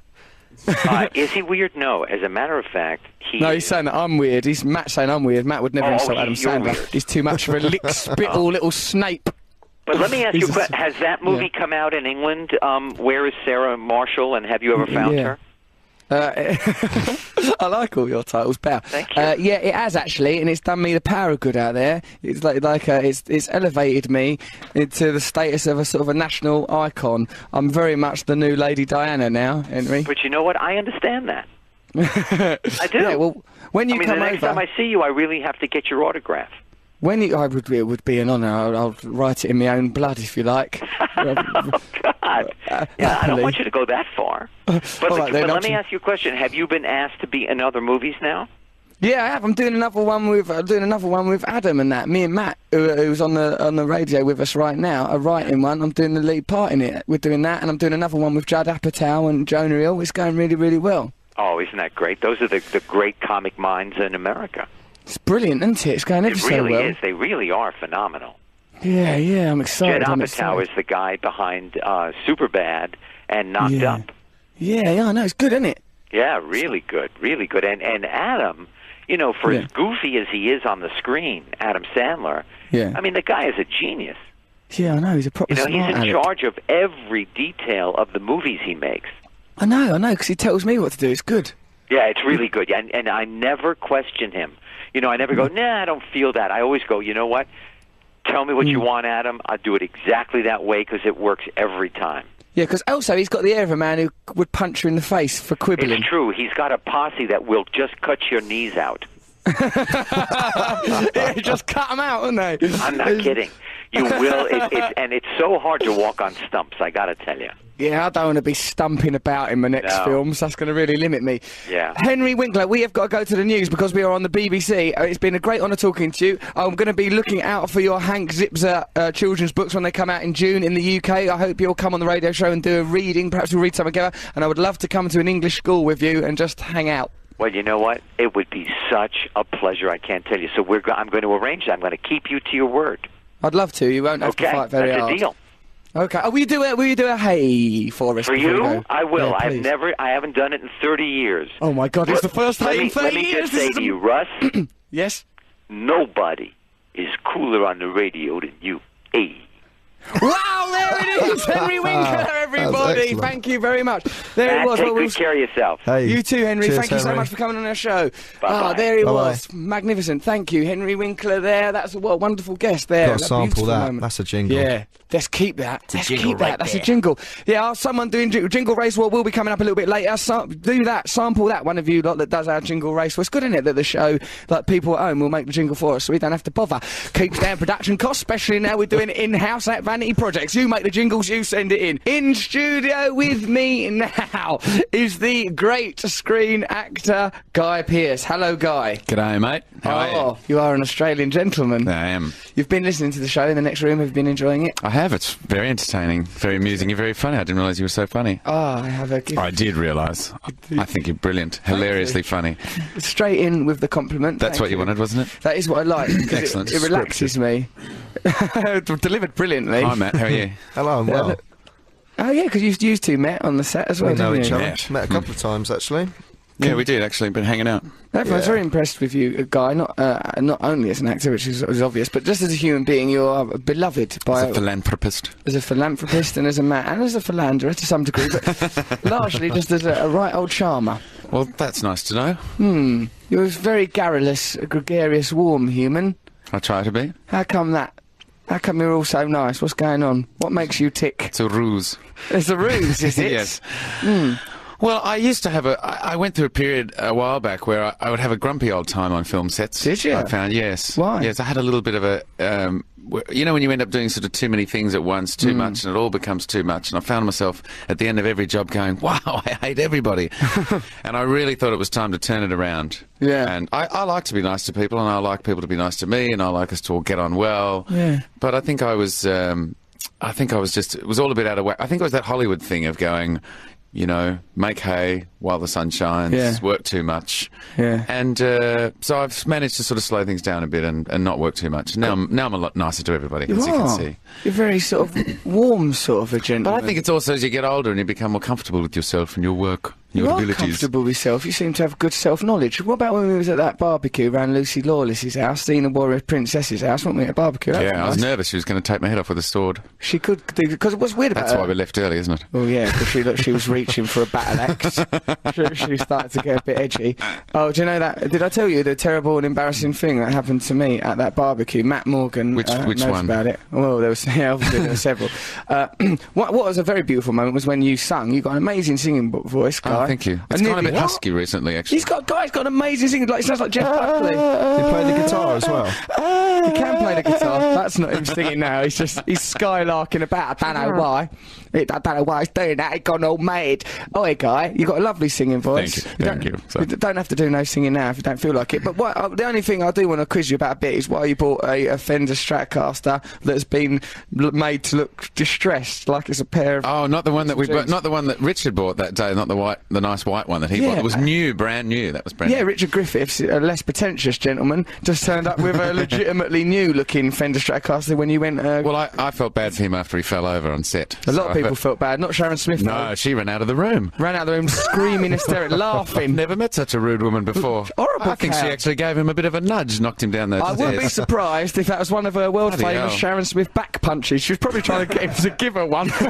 Speaker 9: Uh, is he weird? No. As a matter of fact, he.
Speaker 2: No, he's saying that I'm weird. He's Matt saying I'm weird. Matt would never
Speaker 9: Oh,
Speaker 2: insult
Speaker 9: he-
Speaker 2: Adam
Speaker 9: you're
Speaker 2: Sandler.
Speaker 9: weird.
Speaker 2: He's too much of a lick spittle little snape.
Speaker 9: But let me ask you: a
Speaker 2: he's a-
Speaker 9: question. Has that movie come out in England? Um, where is Sarah Marshall, and have you ever found
Speaker 2: yeah.
Speaker 9: her?
Speaker 2: Uh, I like all your titles, pal.
Speaker 9: Thank you.
Speaker 2: Uh, yeah, it has actually, and it's done me the power of good out there. It's like like uh, it's it's elevated me into the status of a sort of a national icon. I'm very much the new Lady Diana now, Henry.
Speaker 9: But you know what? I understand that. I do.
Speaker 2: Yeah, well, when you
Speaker 9: I mean, the
Speaker 2: come
Speaker 9: next
Speaker 2: over,
Speaker 9: time I see you, I really have to get your autograph.
Speaker 2: when you, I would it would be an honour. I'll, I'll write it in my own blood if you like.
Speaker 9: God. Yeah, I don't
Speaker 2: Happily.
Speaker 9: want you to go that far. But,
Speaker 2: Uh, All right, then,
Speaker 9: but
Speaker 2: up
Speaker 9: let
Speaker 2: to
Speaker 9: me
Speaker 2: you.
Speaker 9: ask you a question: Have you been asked to be in other movies now?
Speaker 2: Yeah, I have. I'm doing another one with I'm doing another one with Adam and that. Me and Matt, who, who's on the on the radio with us right now, are writing one. I'm doing the lead part in it. We're doing that, and I'm doing another one with Judd Apatow and Jonah Hill. It's going really, really well.
Speaker 9: Oh, isn't that great? Those are the, the great comic minds in America.
Speaker 2: It's brilliant, isn't it? It's going ever
Speaker 9: It
Speaker 2: so
Speaker 9: really
Speaker 2: well.
Speaker 9: is. They really are phenomenal.
Speaker 2: Yeah, yeah. I'm
Speaker 9: Jed
Speaker 2: excited. I'm
Speaker 9: Apatow
Speaker 2: excited.
Speaker 9: is the guy behind uh, Superbad and Knocked
Speaker 2: Yeah.
Speaker 9: Up.
Speaker 2: Yeah, yeah. I know. It's good, isn't it?
Speaker 9: Yeah, really good, really good. And and Adam, you know, for as goofy as he is on the screen, Adam Sandler.
Speaker 2: Yeah.
Speaker 9: I mean, the guy is a genius.
Speaker 2: Yeah, I know. He's a proper
Speaker 9: You know,
Speaker 2: smart
Speaker 9: he's in
Speaker 2: aleck.
Speaker 9: charge of every detail of the movies he makes.
Speaker 2: I know, I know, because he tells me what to do. It's good.
Speaker 9: Yeah, it's really good. And and I never question him. You know, I never go, nah, I don't feel that. I always go, you know what? Tell me what you want, Adam. I'll do it exactly that way because it works every time.
Speaker 2: Yeah, because also he's got the air of a man who would punch you in the face for quibbling.
Speaker 9: It's true. He's got a posse that will just cut your knees out.
Speaker 2: yeah, just cut him out, wouldn't they?
Speaker 9: I'm not kidding. You will. It, it, and it's so hard to walk on stumps, I got to tell you.
Speaker 2: Yeah, I don't want to be stumping about in my next
Speaker 9: No.
Speaker 2: film, so that's going to really limit me.
Speaker 9: Yeah.
Speaker 2: Henry Winkler, we have got to go to the news because we are on the BBC. Uh, It's been a great honour talking to you. I'm going to be looking out for your Hank Zipser uh, children's books when they come out in June in the UK. I hope you'll come on the radio show and do a reading. Perhaps we'll read some together. And I would love to come to an English school with you and just hang out.
Speaker 9: Well, you know what? It would be such a pleasure. I can't tell you. So we're. Go- I'm going to arrange that. I'm going to keep you to your word.
Speaker 2: I'd love to. You won't have
Speaker 9: Okay.
Speaker 2: to fight very
Speaker 9: That's
Speaker 2: hard.
Speaker 9: a deal.
Speaker 2: Okay. Oh, will you do a will you do a hey for us?
Speaker 9: For
Speaker 2: before we
Speaker 9: you,
Speaker 2: go?
Speaker 9: I will.
Speaker 2: Yeah,
Speaker 9: I've
Speaker 2: please.
Speaker 9: never. I haven't done it in 30 years.
Speaker 2: Oh my God! It's the first
Speaker 9: Let
Speaker 2: hey in
Speaker 9: me, let
Speaker 2: 30
Speaker 9: me
Speaker 2: years.
Speaker 9: just
Speaker 2: This
Speaker 9: say
Speaker 2: is
Speaker 9: to
Speaker 2: am-
Speaker 9: you, Russ,
Speaker 2: Yes.
Speaker 9: nobody is cooler on the radio than you. Hey.
Speaker 2: Wow, there it is, Henry Winkler, everybody.
Speaker 3: excellent.
Speaker 2: Thank you very much. There it
Speaker 9: Matt,
Speaker 2: was.
Speaker 9: take
Speaker 2: Well,
Speaker 9: good
Speaker 2: we'll-
Speaker 9: care of yourself.
Speaker 3: Hey,
Speaker 2: you too, Henry.
Speaker 3: cheers,
Speaker 2: Thank you so
Speaker 3: Henry.
Speaker 2: much for coming on our show.
Speaker 9: Bye-bye.
Speaker 2: Ah, there he
Speaker 3: Bye-bye.
Speaker 2: was. Magnificent. Thank you, Henry Winkler. There, that's what a wonderful guest there.
Speaker 3: Gotta
Speaker 2: That
Speaker 3: sample
Speaker 2: beautiful
Speaker 3: that.
Speaker 2: moment.
Speaker 3: That's a jingle.
Speaker 2: Yeah, let's keep that. let's
Speaker 5: jingle
Speaker 2: keep that.
Speaker 5: right
Speaker 2: that's a
Speaker 5: there.
Speaker 2: jingle. Yeah, our- someone doing jing- jingle race war will be coming up a little bit later. Sam- do that. Sample that. One of you lot that does our jingle race. Well, it's good, isn't it, that the show, like people at home, will make the jingle for us, so we don't have to bother. Keeps down production costs, especially now we're doing it in-house at Vanity Projects. You make the jingles, you send it in. In studio with me now is the great screen actor Guy Pearce. Hello, Guy.
Speaker 10: G'day, mate. How are you?
Speaker 2: oh, you? are an Australian gentleman.
Speaker 10: I am.
Speaker 2: You've been listening to the show in the next room. Have you been enjoying it?
Speaker 10: I have. It's very entertaining, very amusing, and very funny. I didn't realise you were so funny.
Speaker 2: Ah, I have a gift.
Speaker 10: I did realise. I think you're brilliant, hilariously funny.
Speaker 2: Straight in with the compliment.
Speaker 10: That's
Speaker 2: Thank
Speaker 10: what you wanted, wasn't it?
Speaker 2: That is what I like. 'cause it-
Speaker 10: Excellent.
Speaker 2: It, relaxes me. Delivered brilliantly.
Speaker 10: Hi, Matt. How are you?
Speaker 3: Hello, I'm well.
Speaker 2: Oh yeah, because you used to met on the set as well.
Speaker 3: We know
Speaker 2: didn't
Speaker 3: each
Speaker 2: you?
Speaker 3: other.
Speaker 10: Yeah.
Speaker 3: Met a couple of times actually.
Speaker 10: yeah, we did actually. Been hanging out.
Speaker 2: Everyone's
Speaker 3: Yeah.
Speaker 2: very impressed with you, uh, Guy. Not uh, not only as an actor, which is, is obvious, but just as a human being, you are beloved
Speaker 10: As
Speaker 2: by
Speaker 10: a philanthropist.
Speaker 2: as a philanthropist and as a man and as a philanderer to some degree, but largely just as a, a right old charmer.
Speaker 10: Well, that's nice to know.
Speaker 2: Hmm. You're a very garrulous, gregarious, warm human.
Speaker 10: I try to be.
Speaker 2: How come that? How come you're all so nice? What's going on? What makes you tick?
Speaker 10: It's a ruse.
Speaker 2: It's a ruse, is it?
Speaker 10: yes.
Speaker 2: Hmm.
Speaker 10: Well, I used to have a. I I went through a period a while back where I, I would have a grumpy old time on film sets.
Speaker 2: Did you?
Speaker 10: I found yes.
Speaker 2: Why?
Speaker 10: Yes, I had a little bit of a. Um, wh- you know when you end up doing sort of too many things at once,
Speaker 2: Hmm.
Speaker 10: too much, and it all becomes too much. And I found myself at the end of every job going, "Wow, I hate everybody," and I really thought it was time to turn it around.
Speaker 2: Yeah.
Speaker 10: And I, I like to be nice to people, and I like people to be nice to me, and I like us to all get on well.
Speaker 2: Yeah.
Speaker 10: But I think I was, um, I think I was just, it was all a bit out of whack. I think it was that Hollywood thing of going, you know, make hay while the sun shines,
Speaker 2: Yeah.
Speaker 10: work too much.
Speaker 2: Yeah.
Speaker 10: And uh, so I've managed to sort of slow things down a bit and, and not work too much. Now I'm, now I'm a lot nicer to everybody, as you can
Speaker 2: are.
Speaker 10: see.
Speaker 2: You're very sort of warm, sort of a gentleman.
Speaker 10: But I think it's also as you get older and you become more comfortable with yourself and your work, your
Speaker 2: you are
Speaker 10: abilities.
Speaker 2: comfortable with yourself. You seem to have good self-knowledge. What about when we was at that barbecue around Lucy Lawless's house, Dina Warrior Princess's house, weren't we at a barbecue? That
Speaker 10: Yeah, I was
Speaker 2: nice.
Speaker 10: nervous she was going to take my head off with a sword.
Speaker 2: She could do because what's weird about
Speaker 10: That's
Speaker 2: her,
Speaker 10: why we left early, isn't it?
Speaker 2: Oh yeah, because she looked, she was reaching for a battle axe. she, she started to get a bit edgy. Oh, do you know that? Did I tell you the terrible and embarrassing thing that happened to me at that barbecue? Matt Morgan
Speaker 10: Which-
Speaker 2: uh,
Speaker 10: which
Speaker 2: knows
Speaker 10: one?
Speaker 2: about it. Well, there was yeah, obviously there were several. Uh, what, what was a very beautiful moment was when you sung. You got an amazing singing bo- voice, guy.
Speaker 10: Oh, thank you.
Speaker 2: I
Speaker 10: It's gone a
Speaker 2: nearly-
Speaker 10: bit
Speaker 2: What?
Speaker 10: husky recently, actually.
Speaker 2: He's got guy's got an amazing singing. Like he sounds like Jeff Buckley.
Speaker 3: Did you play the guitar as well?
Speaker 2: He can play the guitar. That's not him singing now. He's just he's skylarking about. I don't know why. I don't know why he's doing that. He gone all mad. Oi, guy, you got a lovely singing voice.
Speaker 10: Thank you, thank
Speaker 2: don't,
Speaker 10: you, sir.
Speaker 2: don't have to do no singing now if you don't feel like it. But what, uh, the only thing I do want to quiz you about a bit is why you bought a, a Fender Stratocaster that's been l- made to look distressed, like it's a pair of.
Speaker 10: Oh, not the one that we,
Speaker 2: James.
Speaker 10: bought, not the one that Richard bought that day. Not the white, the nice white one that he
Speaker 2: Yeah.
Speaker 10: bought. It was new, brand new. That was brand
Speaker 2: Yeah,
Speaker 10: new.
Speaker 2: Richard Griffiths, a less pretentious gentleman, just turned up with a legitimately new-looking Fender Stratocaster when you went. Uh,
Speaker 10: Well, I, I felt bad for him after he fell over on set.
Speaker 2: a lot
Speaker 10: So
Speaker 2: of
Speaker 10: I
Speaker 2: people
Speaker 10: felt-
Speaker 2: felt bad. Not Sharon Smith. though.
Speaker 10: no, she ran out of the room.
Speaker 2: ran out of the room screaming hysterically, laughing.
Speaker 10: Never met such a rude woman before.
Speaker 2: Horrible
Speaker 10: I think she
Speaker 2: cow.
Speaker 10: actually gave him a bit of a nudge, knocked him down those
Speaker 2: I wouldn't be
Speaker 10: stairs.
Speaker 2: surprised if that was one of her world
Speaker 10: Bloody
Speaker 2: famous
Speaker 10: hell.
Speaker 2: Sharon Smith back punches. She was probably trying to get him to give her one. Poor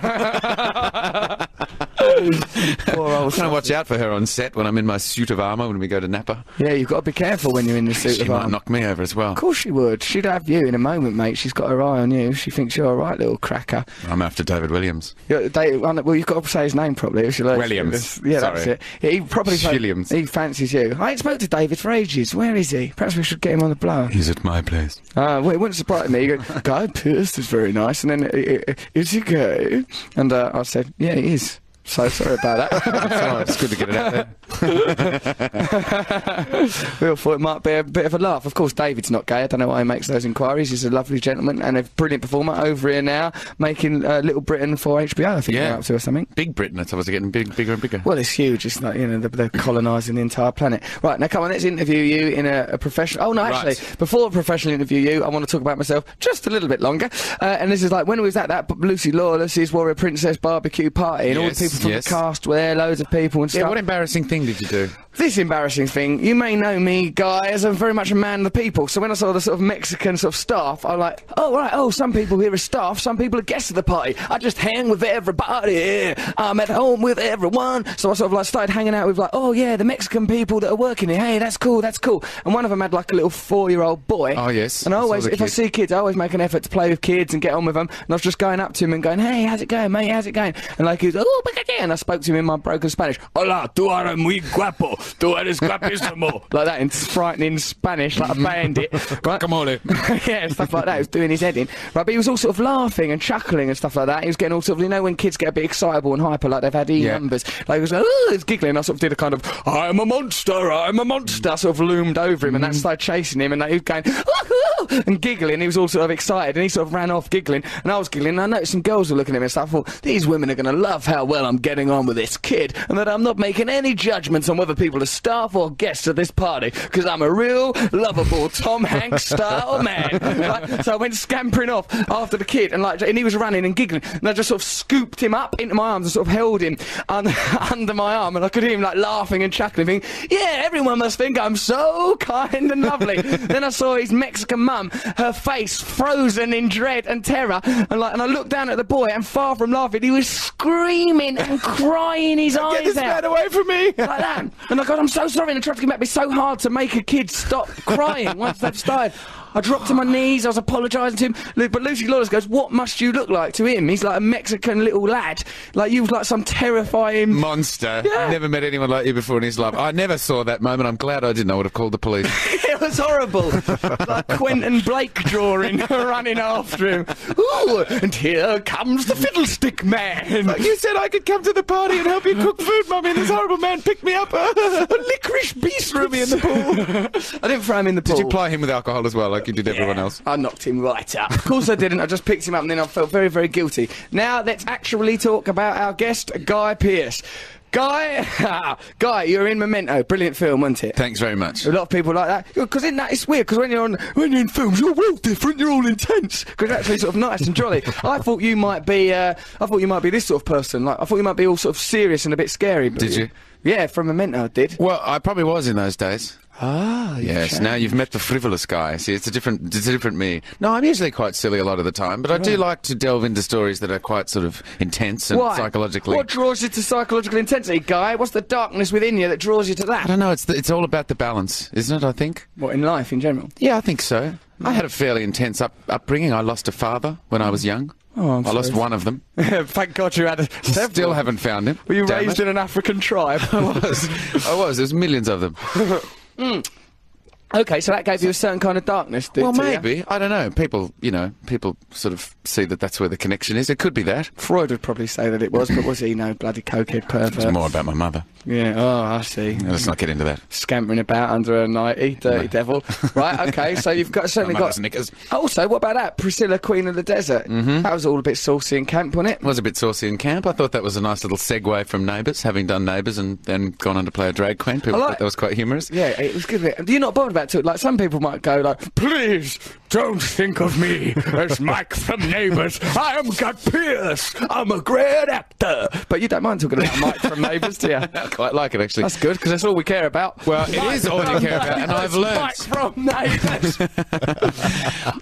Speaker 10: I'm
Speaker 2: old
Speaker 10: trying to watch out for her on set when I'm in my suit of armour when we go to Napa.
Speaker 2: Yeah, you've got to be careful when you're in the suit
Speaker 10: She
Speaker 2: of
Speaker 10: might
Speaker 2: armour.
Speaker 10: knock me over as well.
Speaker 2: Of course she would. She'd have you in a moment, mate. She's got her eye on you. She thinks you're a right little cracker.
Speaker 10: I'm after David Williams.
Speaker 2: You're, they, well, you've got to say his name properly. If you like.
Speaker 10: Williams.
Speaker 2: Yeah, that's
Speaker 10: Sorry.
Speaker 2: it. Yeah, he probably fa-
Speaker 10: Williams.
Speaker 2: He fancies you. I ain't spoke to David for ages. Where is he? Perhaps we should get him on the blower.
Speaker 10: He's at my place.
Speaker 2: Uh, well, it wouldn't surprise me. You go, Guy Pearce is very nice. And then, "I- I- is he gay? And uh, I said, yeah, he is. So sorry about that.
Speaker 10: It's all right, it's good to get it out there.
Speaker 2: we all thought it might be a bit of a laugh. Of course, David's not gay. I don't know why he makes those inquiries. He's a lovely gentleman and a brilliant performer over here now, making uh, Little Britain for HBO, I think
Speaker 10: Yeah.
Speaker 2: they're up to or something.
Speaker 10: Big Britain, it's obviously getting big, bigger and bigger.
Speaker 2: Well, it's huge. It's like, you know, they're, they're colonising the entire planet. Right, now come on, let's interview you in a, a professional. Oh, no, actually,
Speaker 10: Right.
Speaker 2: before I professionally interview you, I want to talk about myself just a little bit longer. Uh, and this is like, when was that? That B- Lucy Lawless's Warrior Princess barbecue party, and all
Speaker 10: Yes,
Speaker 2: the people from
Speaker 10: yes.
Speaker 2: the cast were there, loads of people and
Speaker 10: yeah,
Speaker 2: stuff.
Speaker 10: what embarrassing thing did you do?
Speaker 2: This embarrassing thing, you may know me, Guy, as I'm very much a man of the people. So when I saw the sort of Mexican sort of staff, I'm like, oh, right, oh, some people here are staff, some people are guests of the party. I just hang with everybody. I'm at home with everyone. So I sort of like started hanging out with like, oh, yeah, the Mexican people that are working here. Hey, that's cool, that's cool. And one of them had like a little four year old boy.
Speaker 10: Oh, yes.
Speaker 2: And I
Speaker 10: I saw
Speaker 2: always,
Speaker 10: the
Speaker 2: if I
Speaker 10: kid.
Speaker 2: see kids, I always make an effort to play with kids and get on with them. And I was just going up to him and going, hey, how's it going, mate? How's it going? And like, he was, oh, big again. And I spoke to him in my broken Spanish. Hola, tú eres muy guapo. Tú eres guapísimo. like that in frightening Spanish, like a bandit. right? yeah, stuff like that. He was doing his head in. Right, but he was all sort of laughing and chuckling and stuff like that. He was getting all sort of, you know, when kids get a bit excitable and hyper, like they've had E
Speaker 10: Yeah.
Speaker 2: numbers. Like he was like, oh, he's giggling. I sort of did a kind of, I'm a monster, I'm a monster, I sort of loomed over him and that started chasing him and like, he was going, "Woohoo!" and giggling. He was all sort of excited and he sort of ran off giggling. And I was giggling and I noticed some girls were looking at him and stuff. I thought, these women are going to love how well I'm getting on with this kid and that I'm not making any judgments on whether people are staff or guests at this party because I'm a real lovable Tom Hanks style man. Right? So I went scampering off after the kid and like, and he was running and giggling and I just sort of scooped him up into my arms and sort of held him un- under my arm and I could hear him like laughing and chuckling, thinking, yeah, everyone must think I'm so kind and lovely. then I saw his Mexican mum, her face frozen in dread and terror, and like, and I looked down at the boy and far from laughing, he was screaming and crying his eyes
Speaker 4: Get this
Speaker 2: out
Speaker 4: man away from me!
Speaker 2: like that. And I God, I'm so sorry. And I tried to get back. It's so hard to make a kid stop crying once they've started. I dropped to my knees. I was apologising to him. Lu- But Lucy Lawless goes, "What must you look like to him? He's like a Mexican little lad. Like you was like some terrifying."
Speaker 10: Monster. Never met anyone like you before in his life. I never saw that moment. I'm glad I didn't. I would have called the police.
Speaker 2: it was horrible. like Quentin Blake drawing, running after him. Ooh, and here comes the fiddlestick man.
Speaker 4: You said I could come to the party and help you cook food, Mummy, and this horrible man picked me up. A licorice beast threw me in the pool.
Speaker 2: I didn't throw him in the pool.
Speaker 10: Did you ply him with alcohol as well, like you did everyone else?
Speaker 2: I knocked him right up. Of course I didn't. I just picked him up and then I felt very, very guilty. Now let's actually talk about our guest, Guy Pearce. Guy, Guy, you're in Memento. Brilliant film, wasn't it?
Speaker 10: Thanks very much.
Speaker 2: A lot of people like that because in that it's weird because when you're on when you're in films you're all different you're all intense because you're actually sort of nice and jolly. I thought you might be uh, I thought you might be this sort of person like I thought you might be all sort of serious and a bit scary. But
Speaker 10: Did you?
Speaker 2: Yeah, from Memento I did.
Speaker 10: Well, I probably was in those days.
Speaker 2: Ah,
Speaker 10: Yes. Now you've met the frivolous guy. See, it's a different, it's a different me. No, I'm usually quite silly a lot of the time, but I do like to delve into stories that are quite sort of intense and
Speaker 2: Why?
Speaker 10: psychologically.
Speaker 2: What draws you to psychological intensity, Guy? What's the darkness within you that draws you to
Speaker 10: I
Speaker 2: that?
Speaker 10: don't know. It's the, it's all about the balance, isn't it? I think.
Speaker 2: What in life in general?
Speaker 10: Yeah, I think so. I had a fairly intense up, upbringing. I lost a father when I was young.
Speaker 2: Oh, I'm
Speaker 10: I lost
Speaker 2: sorry.
Speaker 10: one of them.
Speaker 2: Thank God you had a
Speaker 10: Still haven't found him.
Speaker 2: Were you
Speaker 10: Damn
Speaker 2: raised
Speaker 10: it.
Speaker 2: in an African tribe?
Speaker 10: I was. There's millions of them.
Speaker 2: okay, so that gave you a certain kind of darkness, did
Speaker 10: Well,
Speaker 2: to you?
Speaker 10: maybe. I don't know. People, you know, people sort of see that that's where the connection is. It could be that.
Speaker 2: Freud would probably say that it was, but was he no bloody cokehead
Speaker 10: It's
Speaker 2: pervert?
Speaker 10: more about my mother.
Speaker 2: Yeah, oh, I see.
Speaker 10: Now, Let's not get into that.
Speaker 2: Scampering about under a nighty, dirty devil. Right, okay, so you've got certainly
Speaker 10: My
Speaker 2: got.
Speaker 10: mother's knickers. Mm-hmm.
Speaker 2: Also, what about that? Priscilla, Queen of the Desert. That was all a bit saucy and camp, wasn't it?
Speaker 10: was a bit saucy in camp. I thought that was a nice little segue from Neighbours, having done Neighbours and then gone on to play a drag queen. People
Speaker 2: I like-
Speaker 10: thought that was quite humorous.
Speaker 2: Yeah, it was good. wasn't it? You're not bothered about it. Like some people might go like,
Speaker 4: Please don't think of me as Mike from Neighbours. I am Gut Pierce. I'm a great actor.
Speaker 2: but you don't mind talking about Mike from Neighbours, do you?
Speaker 10: I quite like it, actually.
Speaker 2: That's good because that's all we care about.
Speaker 10: well, it is all you care about, and I've
Speaker 2: Mike
Speaker 10: learned.
Speaker 2: from Neighbours.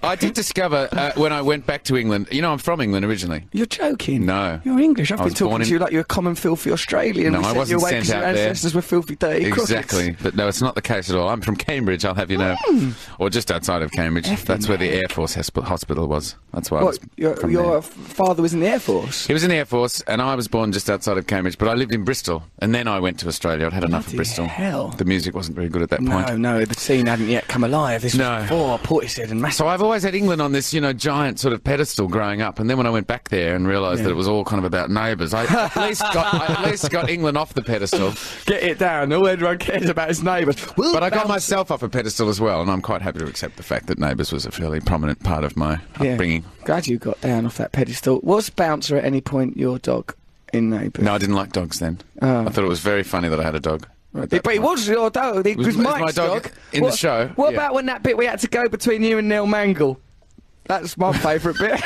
Speaker 10: I did discover uh, when I went back to England. You know, I'm from England originally.
Speaker 2: You're joking.
Speaker 10: No.
Speaker 2: You're English. I've
Speaker 10: I
Speaker 2: been
Speaker 10: was
Speaker 2: talking
Speaker 10: born
Speaker 2: to
Speaker 10: in-
Speaker 2: you like you're a common filthy Australian.
Speaker 10: No,
Speaker 2: we
Speaker 10: I
Speaker 2: sent
Speaker 10: wasn't
Speaker 2: you away
Speaker 10: sent
Speaker 2: 'cause your
Speaker 10: out there.
Speaker 2: ancestors were filthy, dirty crookeds.
Speaker 10: Exactly, but no, it's not the case at all. I'm from Cambridge, I'll have you know,
Speaker 2: Hmm.
Speaker 10: or just outside of Cambridge. That's where the Air Force hosp- hospital was. That's why I
Speaker 2: What,
Speaker 10: was
Speaker 2: your,
Speaker 10: from
Speaker 2: your
Speaker 10: there.
Speaker 2: f- father was in the Air Force?
Speaker 10: He was in the Air Force, and I was born just outside of Cambridge, but I lived in Bristol, and then I went to Australia. I'd had enough
Speaker 2: Bloody
Speaker 10: of Bristol.
Speaker 2: hell.
Speaker 10: The music wasn't very good at that point.
Speaker 2: No, no, the scene hadn't yet come alive. This
Speaker 10: No.
Speaker 2: was before Portishead and Massive.
Speaker 10: So I've always had England on this, you know, giant sort of pedestal growing up, and then when I went back there and realised that it was all kind of about neighbours, I at least got I at least got England off the pedestal,
Speaker 2: Get it down. All everyone cares about is neighbours. We'll
Speaker 10: but I got
Speaker 2: bounce-
Speaker 10: myself off a pedestal as well, and I'm quite happy to accept the fact that neighbours was a fairly prominent part of my
Speaker 2: Yeah.
Speaker 10: upbringing.
Speaker 2: Glad you got down off that pedestal. Was Bouncer at any point your dog in Neighbours?
Speaker 10: No, I didn't like dogs then.
Speaker 2: Oh.
Speaker 10: I thought it was very funny that I had a dog. at that
Speaker 2: but it
Speaker 10: point.
Speaker 2: was your dog. It
Speaker 10: was-
Speaker 2: was,
Speaker 10: it was my
Speaker 2: Mike's
Speaker 10: dog in the
Speaker 2: What-
Speaker 10: show,
Speaker 2: What
Speaker 10: yeah.
Speaker 2: about when that bit we had to go between you and Neil Mangle? That's my favourite bit.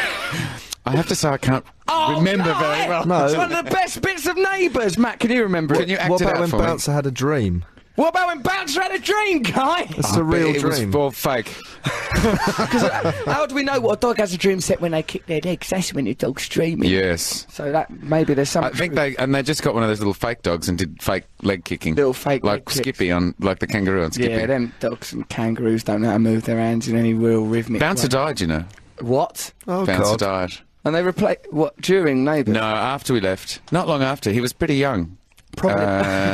Speaker 10: I have to say I can't
Speaker 2: Oh,
Speaker 10: remember
Speaker 2: no,
Speaker 10: very
Speaker 2: eh?
Speaker 10: well.
Speaker 3: No.
Speaker 2: It's one of the best bits of Neighbours. Matt, can you remember
Speaker 10: Can
Speaker 2: it?
Speaker 10: you act
Speaker 3: What
Speaker 10: it
Speaker 3: about
Speaker 10: out
Speaker 3: when
Speaker 10: for me?
Speaker 3: Bouncer had a dream?
Speaker 2: What about when Bouncer had a dream, guy?
Speaker 3: It's a real
Speaker 10: it was
Speaker 3: dream.
Speaker 10: all fake.
Speaker 2: How do we know what a dog has a dream set when they kick their legs? That's when the dog's dreaming.
Speaker 10: Yes.
Speaker 2: So that maybe there's some.
Speaker 10: I think
Speaker 2: truth.
Speaker 10: they and they just got one of those little fake dogs and did fake leg kicking.
Speaker 2: Little fake leg
Speaker 10: like
Speaker 2: kicks.
Speaker 10: Skippy on like the kangaroo on Skippy.
Speaker 2: Yeah, them dogs and kangaroos don't know how to move their hands in any real rhythmic.
Speaker 10: Bouncer
Speaker 2: way.
Speaker 10: died, you know.
Speaker 2: What?
Speaker 3: Oh
Speaker 10: Bouncer
Speaker 3: God!
Speaker 10: died.
Speaker 2: And they replay what during neighbours?
Speaker 10: No, after we left. Not long after. He was pretty young.
Speaker 2: Probably.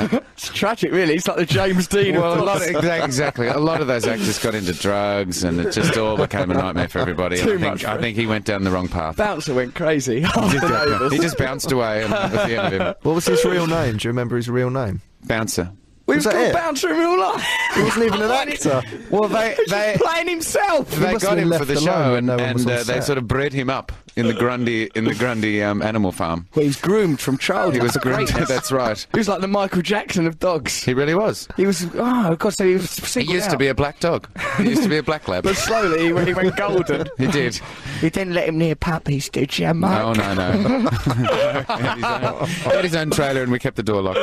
Speaker 10: Uh,
Speaker 2: It's tragic, really. It's like the James Dean.
Speaker 10: well, a
Speaker 2: of
Speaker 10: lot of, exac- exactly. A lot of those actors got into drugs, and it just all became a nightmare for everybody. And
Speaker 2: Too
Speaker 10: I think
Speaker 2: much for
Speaker 10: I
Speaker 2: it.
Speaker 10: think he went down the wrong path.
Speaker 2: Bouncer went crazy. after neighbours.
Speaker 10: He just bounced away, and that was the end of him.
Speaker 3: What was his real name? Do you remember his real name?
Speaker 10: Bouncer.
Speaker 2: we was
Speaker 3: was that
Speaker 2: called
Speaker 3: it?
Speaker 2: Bouncer in real life.
Speaker 3: He wasn't even an actor.
Speaker 10: Well, they they.
Speaker 2: He's playing himself.
Speaker 10: They
Speaker 3: must
Speaker 10: got
Speaker 3: have
Speaker 10: him
Speaker 3: been
Speaker 10: for
Speaker 3: left
Speaker 10: the
Speaker 3: alone
Speaker 10: show,
Speaker 3: when
Speaker 10: and,
Speaker 3: no one was
Speaker 10: and
Speaker 3: on
Speaker 10: uh, they
Speaker 3: set.
Speaker 10: sort of bred him up in the Grundy in the Grundy um, animal farm.
Speaker 2: Well, he was groomed from childhood.
Speaker 10: He was groomed.
Speaker 2: Greatness.
Speaker 10: That's right.
Speaker 2: He was like the Michael Jackson of dogs.
Speaker 10: He really was.
Speaker 2: He was. Oh God! So he was.
Speaker 10: He used to be a black dog. He used to be a black lab.
Speaker 2: But slowly he went, he went golden.
Speaker 10: He did.
Speaker 2: You didn't let him near puppies, did you,
Speaker 10: No,
Speaker 2: Mike?
Speaker 10: no, no. he, had his own, he had his own trailer, and we kept the door locked.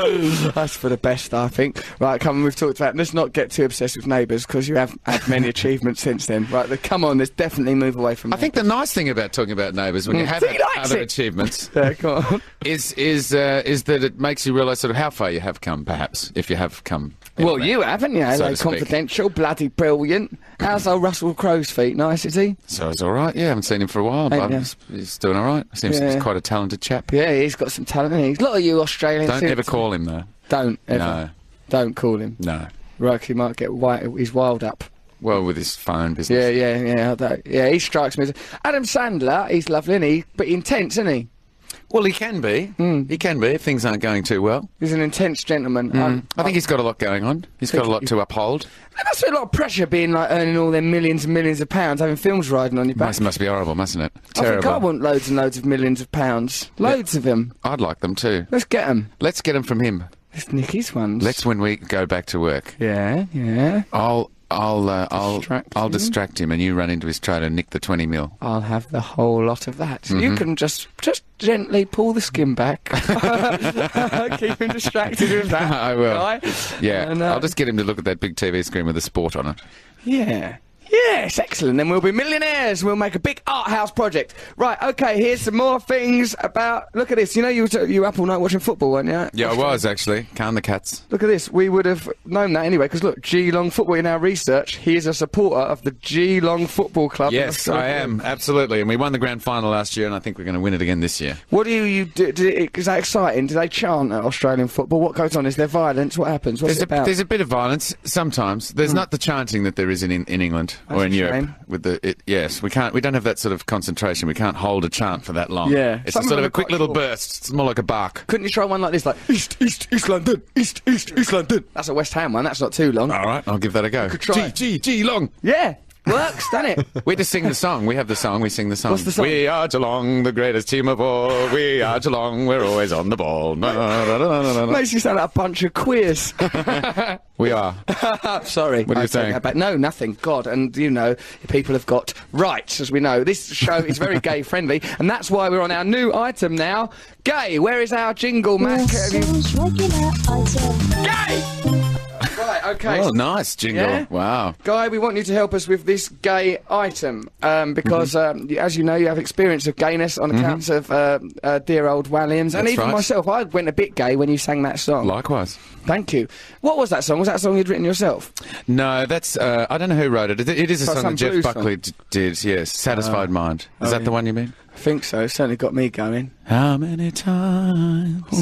Speaker 2: That's for the best, I think. Right, come on, we've talked about. Let's not get too obsessed with neighbours because you have had many achievements since then. Right, the, come on, let's definitely move away from.
Speaker 10: I think the nice thing about talking about neighbours
Speaker 3: Mm.
Speaker 10: when you have
Speaker 2: He likes
Speaker 10: other
Speaker 2: it.
Speaker 10: achievements
Speaker 2: Yeah, come on.
Speaker 10: is is uh, is that it makes you realise sort of how far you have come, perhaps, if you have come.
Speaker 2: Well, you haven't, you?
Speaker 10: So
Speaker 2: Hello,
Speaker 10: to speak.
Speaker 2: confidential, bloody brilliant. How's old Russell Crowe's feet? Nice, is he?
Speaker 10: So it's all right. Yeah, I haven't seen him for a while,
Speaker 2: Ain't
Speaker 10: but
Speaker 2: ya?
Speaker 10: he's, he's doing all right. Seems
Speaker 2: Yeah.
Speaker 10: he's quite a talented chap.
Speaker 2: Yeah, he's got some talent. Isn't he? A lot of you Australians
Speaker 10: Don't
Speaker 2: who-
Speaker 10: ever call him though.
Speaker 2: Don't ever.
Speaker 10: No,
Speaker 2: Don't call him.
Speaker 10: no.
Speaker 2: Right, 'cause he might get white. He's wild up.
Speaker 10: Well, with his phone business.
Speaker 2: Yeah, yeah, yeah. That, yeah, he strikes me as Adam Sandler. He's lovely, isn't he? But intense, isn't he?
Speaker 10: Well, he can be.
Speaker 2: Hmm.
Speaker 10: He can be if things aren't going too well.
Speaker 2: He's an intense gentleman. Um,
Speaker 10: Mm. I think he's got a lot going on. He's got a lot to uphold.
Speaker 2: There must be a lot of pressure being like earning all their millions and millions of pounds, having films riding on your back.
Speaker 10: Must, must be horrible, mustn't it?
Speaker 2: I think I
Speaker 10: Terrible.
Speaker 2: want loads and loads of millions of pounds. Loads of them.
Speaker 10: I'd like them too.
Speaker 2: Let's get them.
Speaker 10: Let's get them from him.
Speaker 2: Let's nick his ones.
Speaker 10: Let's when we go back to work.
Speaker 2: Yeah, yeah.
Speaker 10: I'll I'll uh, I'll
Speaker 2: Distract
Speaker 10: I'll
Speaker 2: him.
Speaker 10: distract him, and you run into his trailer and nick the twenty mil.
Speaker 2: I'll have the whole lot of that.
Speaker 10: Mm-hmm.
Speaker 2: You can just just gently pull the skin back. Keep him distracted with that.
Speaker 10: I will.
Speaker 2: right?
Speaker 10: Yeah,
Speaker 2: And, uh,
Speaker 10: I'll just get him to look at that big TV screen with the sport on it.
Speaker 2: Yeah. Yes, excellent. Then we'll be millionaires. We'll make a big art house project. Right, okay, here's some more things about. Look at this. You know, you were, you were up all night watching football, weren't you?
Speaker 10: Yeah, I was actually. Calm the cats.
Speaker 2: Look at this. We would have known that anyway, because look, Geelong Football, in our research, he is a supporter of the Geelong Football Club.
Speaker 10: Yes, I am absolutely. And we won the grand final last year, and I think we're going to win it again this year.
Speaker 2: What do you, you do? do it- is that exciting? Do they chant at Australian football? What goes on? Is there violence? What happens? What's
Speaker 10: There's a,
Speaker 2: it about? Hmm.
Speaker 10: there's a bit of violence sometimes. There's not the chanting that there is in, in, in England
Speaker 2: That's
Speaker 10: or in
Speaker 2: a
Speaker 10: Europe.
Speaker 2: shame.
Speaker 10: With the it, yes, we can't. We don't have that sort of concentration. We can't hold a chant for that long.
Speaker 2: Yeah.
Speaker 10: it's
Speaker 2: Some
Speaker 10: a
Speaker 2: of
Speaker 10: sort
Speaker 2: them
Speaker 10: of
Speaker 2: are
Speaker 10: a quick
Speaker 2: quite
Speaker 10: little
Speaker 2: short.
Speaker 10: burst. It's more like a bark.
Speaker 2: Couldn't you try one like this, like East, East, East London, East, East, East London? That's a West Ham one. That's not too long.
Speaker 10: All right, I'll give that a go.
Speaker 2: could try it.
Speaker 10: G G G long.
Speaker 2: Yeah, works, doesn't it?
Speaker 10: We just sing the song. We have the song. We sing the song.
Speaker 2: What's the song?
Speaker 10: We are Geelong, the greatest team of all. We are Geelong. We're always on the ball. Na, na, na, na, na, na, na.
Speaker 2: Makes you sound like a bunch of queers.
Speaker 10: We are.
Speaker 2: Sorry.
Speaker 10: What are
Speaker 2: I
Speaker 10: you
Speaker 2: take
Speaker 10: saying?
Speaker 2: that back. No, nothing. God, and you know, people have got rights, as we know. This show is very gay friendly, and that's why we're on our new item now. Gay, where is our jingle, Mac? Have you- Right, okay.
Speaker 10: Oh, nice jingle.
Speaker 2: Yeah?
Speaker 10: Wow.
Speaker 2: Guy, we want you to help us with this gay item um, because,
Speaker 10: Mm-hmm.
Speaker 2: um, y- as you know, you have experience of gayness on accounts of uh, uh, dear old Walliams, and
Speaker 10: That's
Speaker 2: even
Speaker 10: right.
Speaker 2: myself. I went a bit gay when you sang that song.
Speaker 10: Likewise.
Speaker 2: Thank you. What was that song? Was that a song you'd written yourself?
Speaker 10: No, that's uh, I don't know who wrote it. It, it is a
Speaker 2: So
Speaker 10: song
Speaker 2: some
Speaker 10: that Jeff
Speaker 2: blues song. Ah. Oh,
Speaker 10: Buckley d- did. Yes, Satisfied Mind. Is that the one you mean?
Speaker 2: I think so. Certainly got me going.
Speaker 10: How many times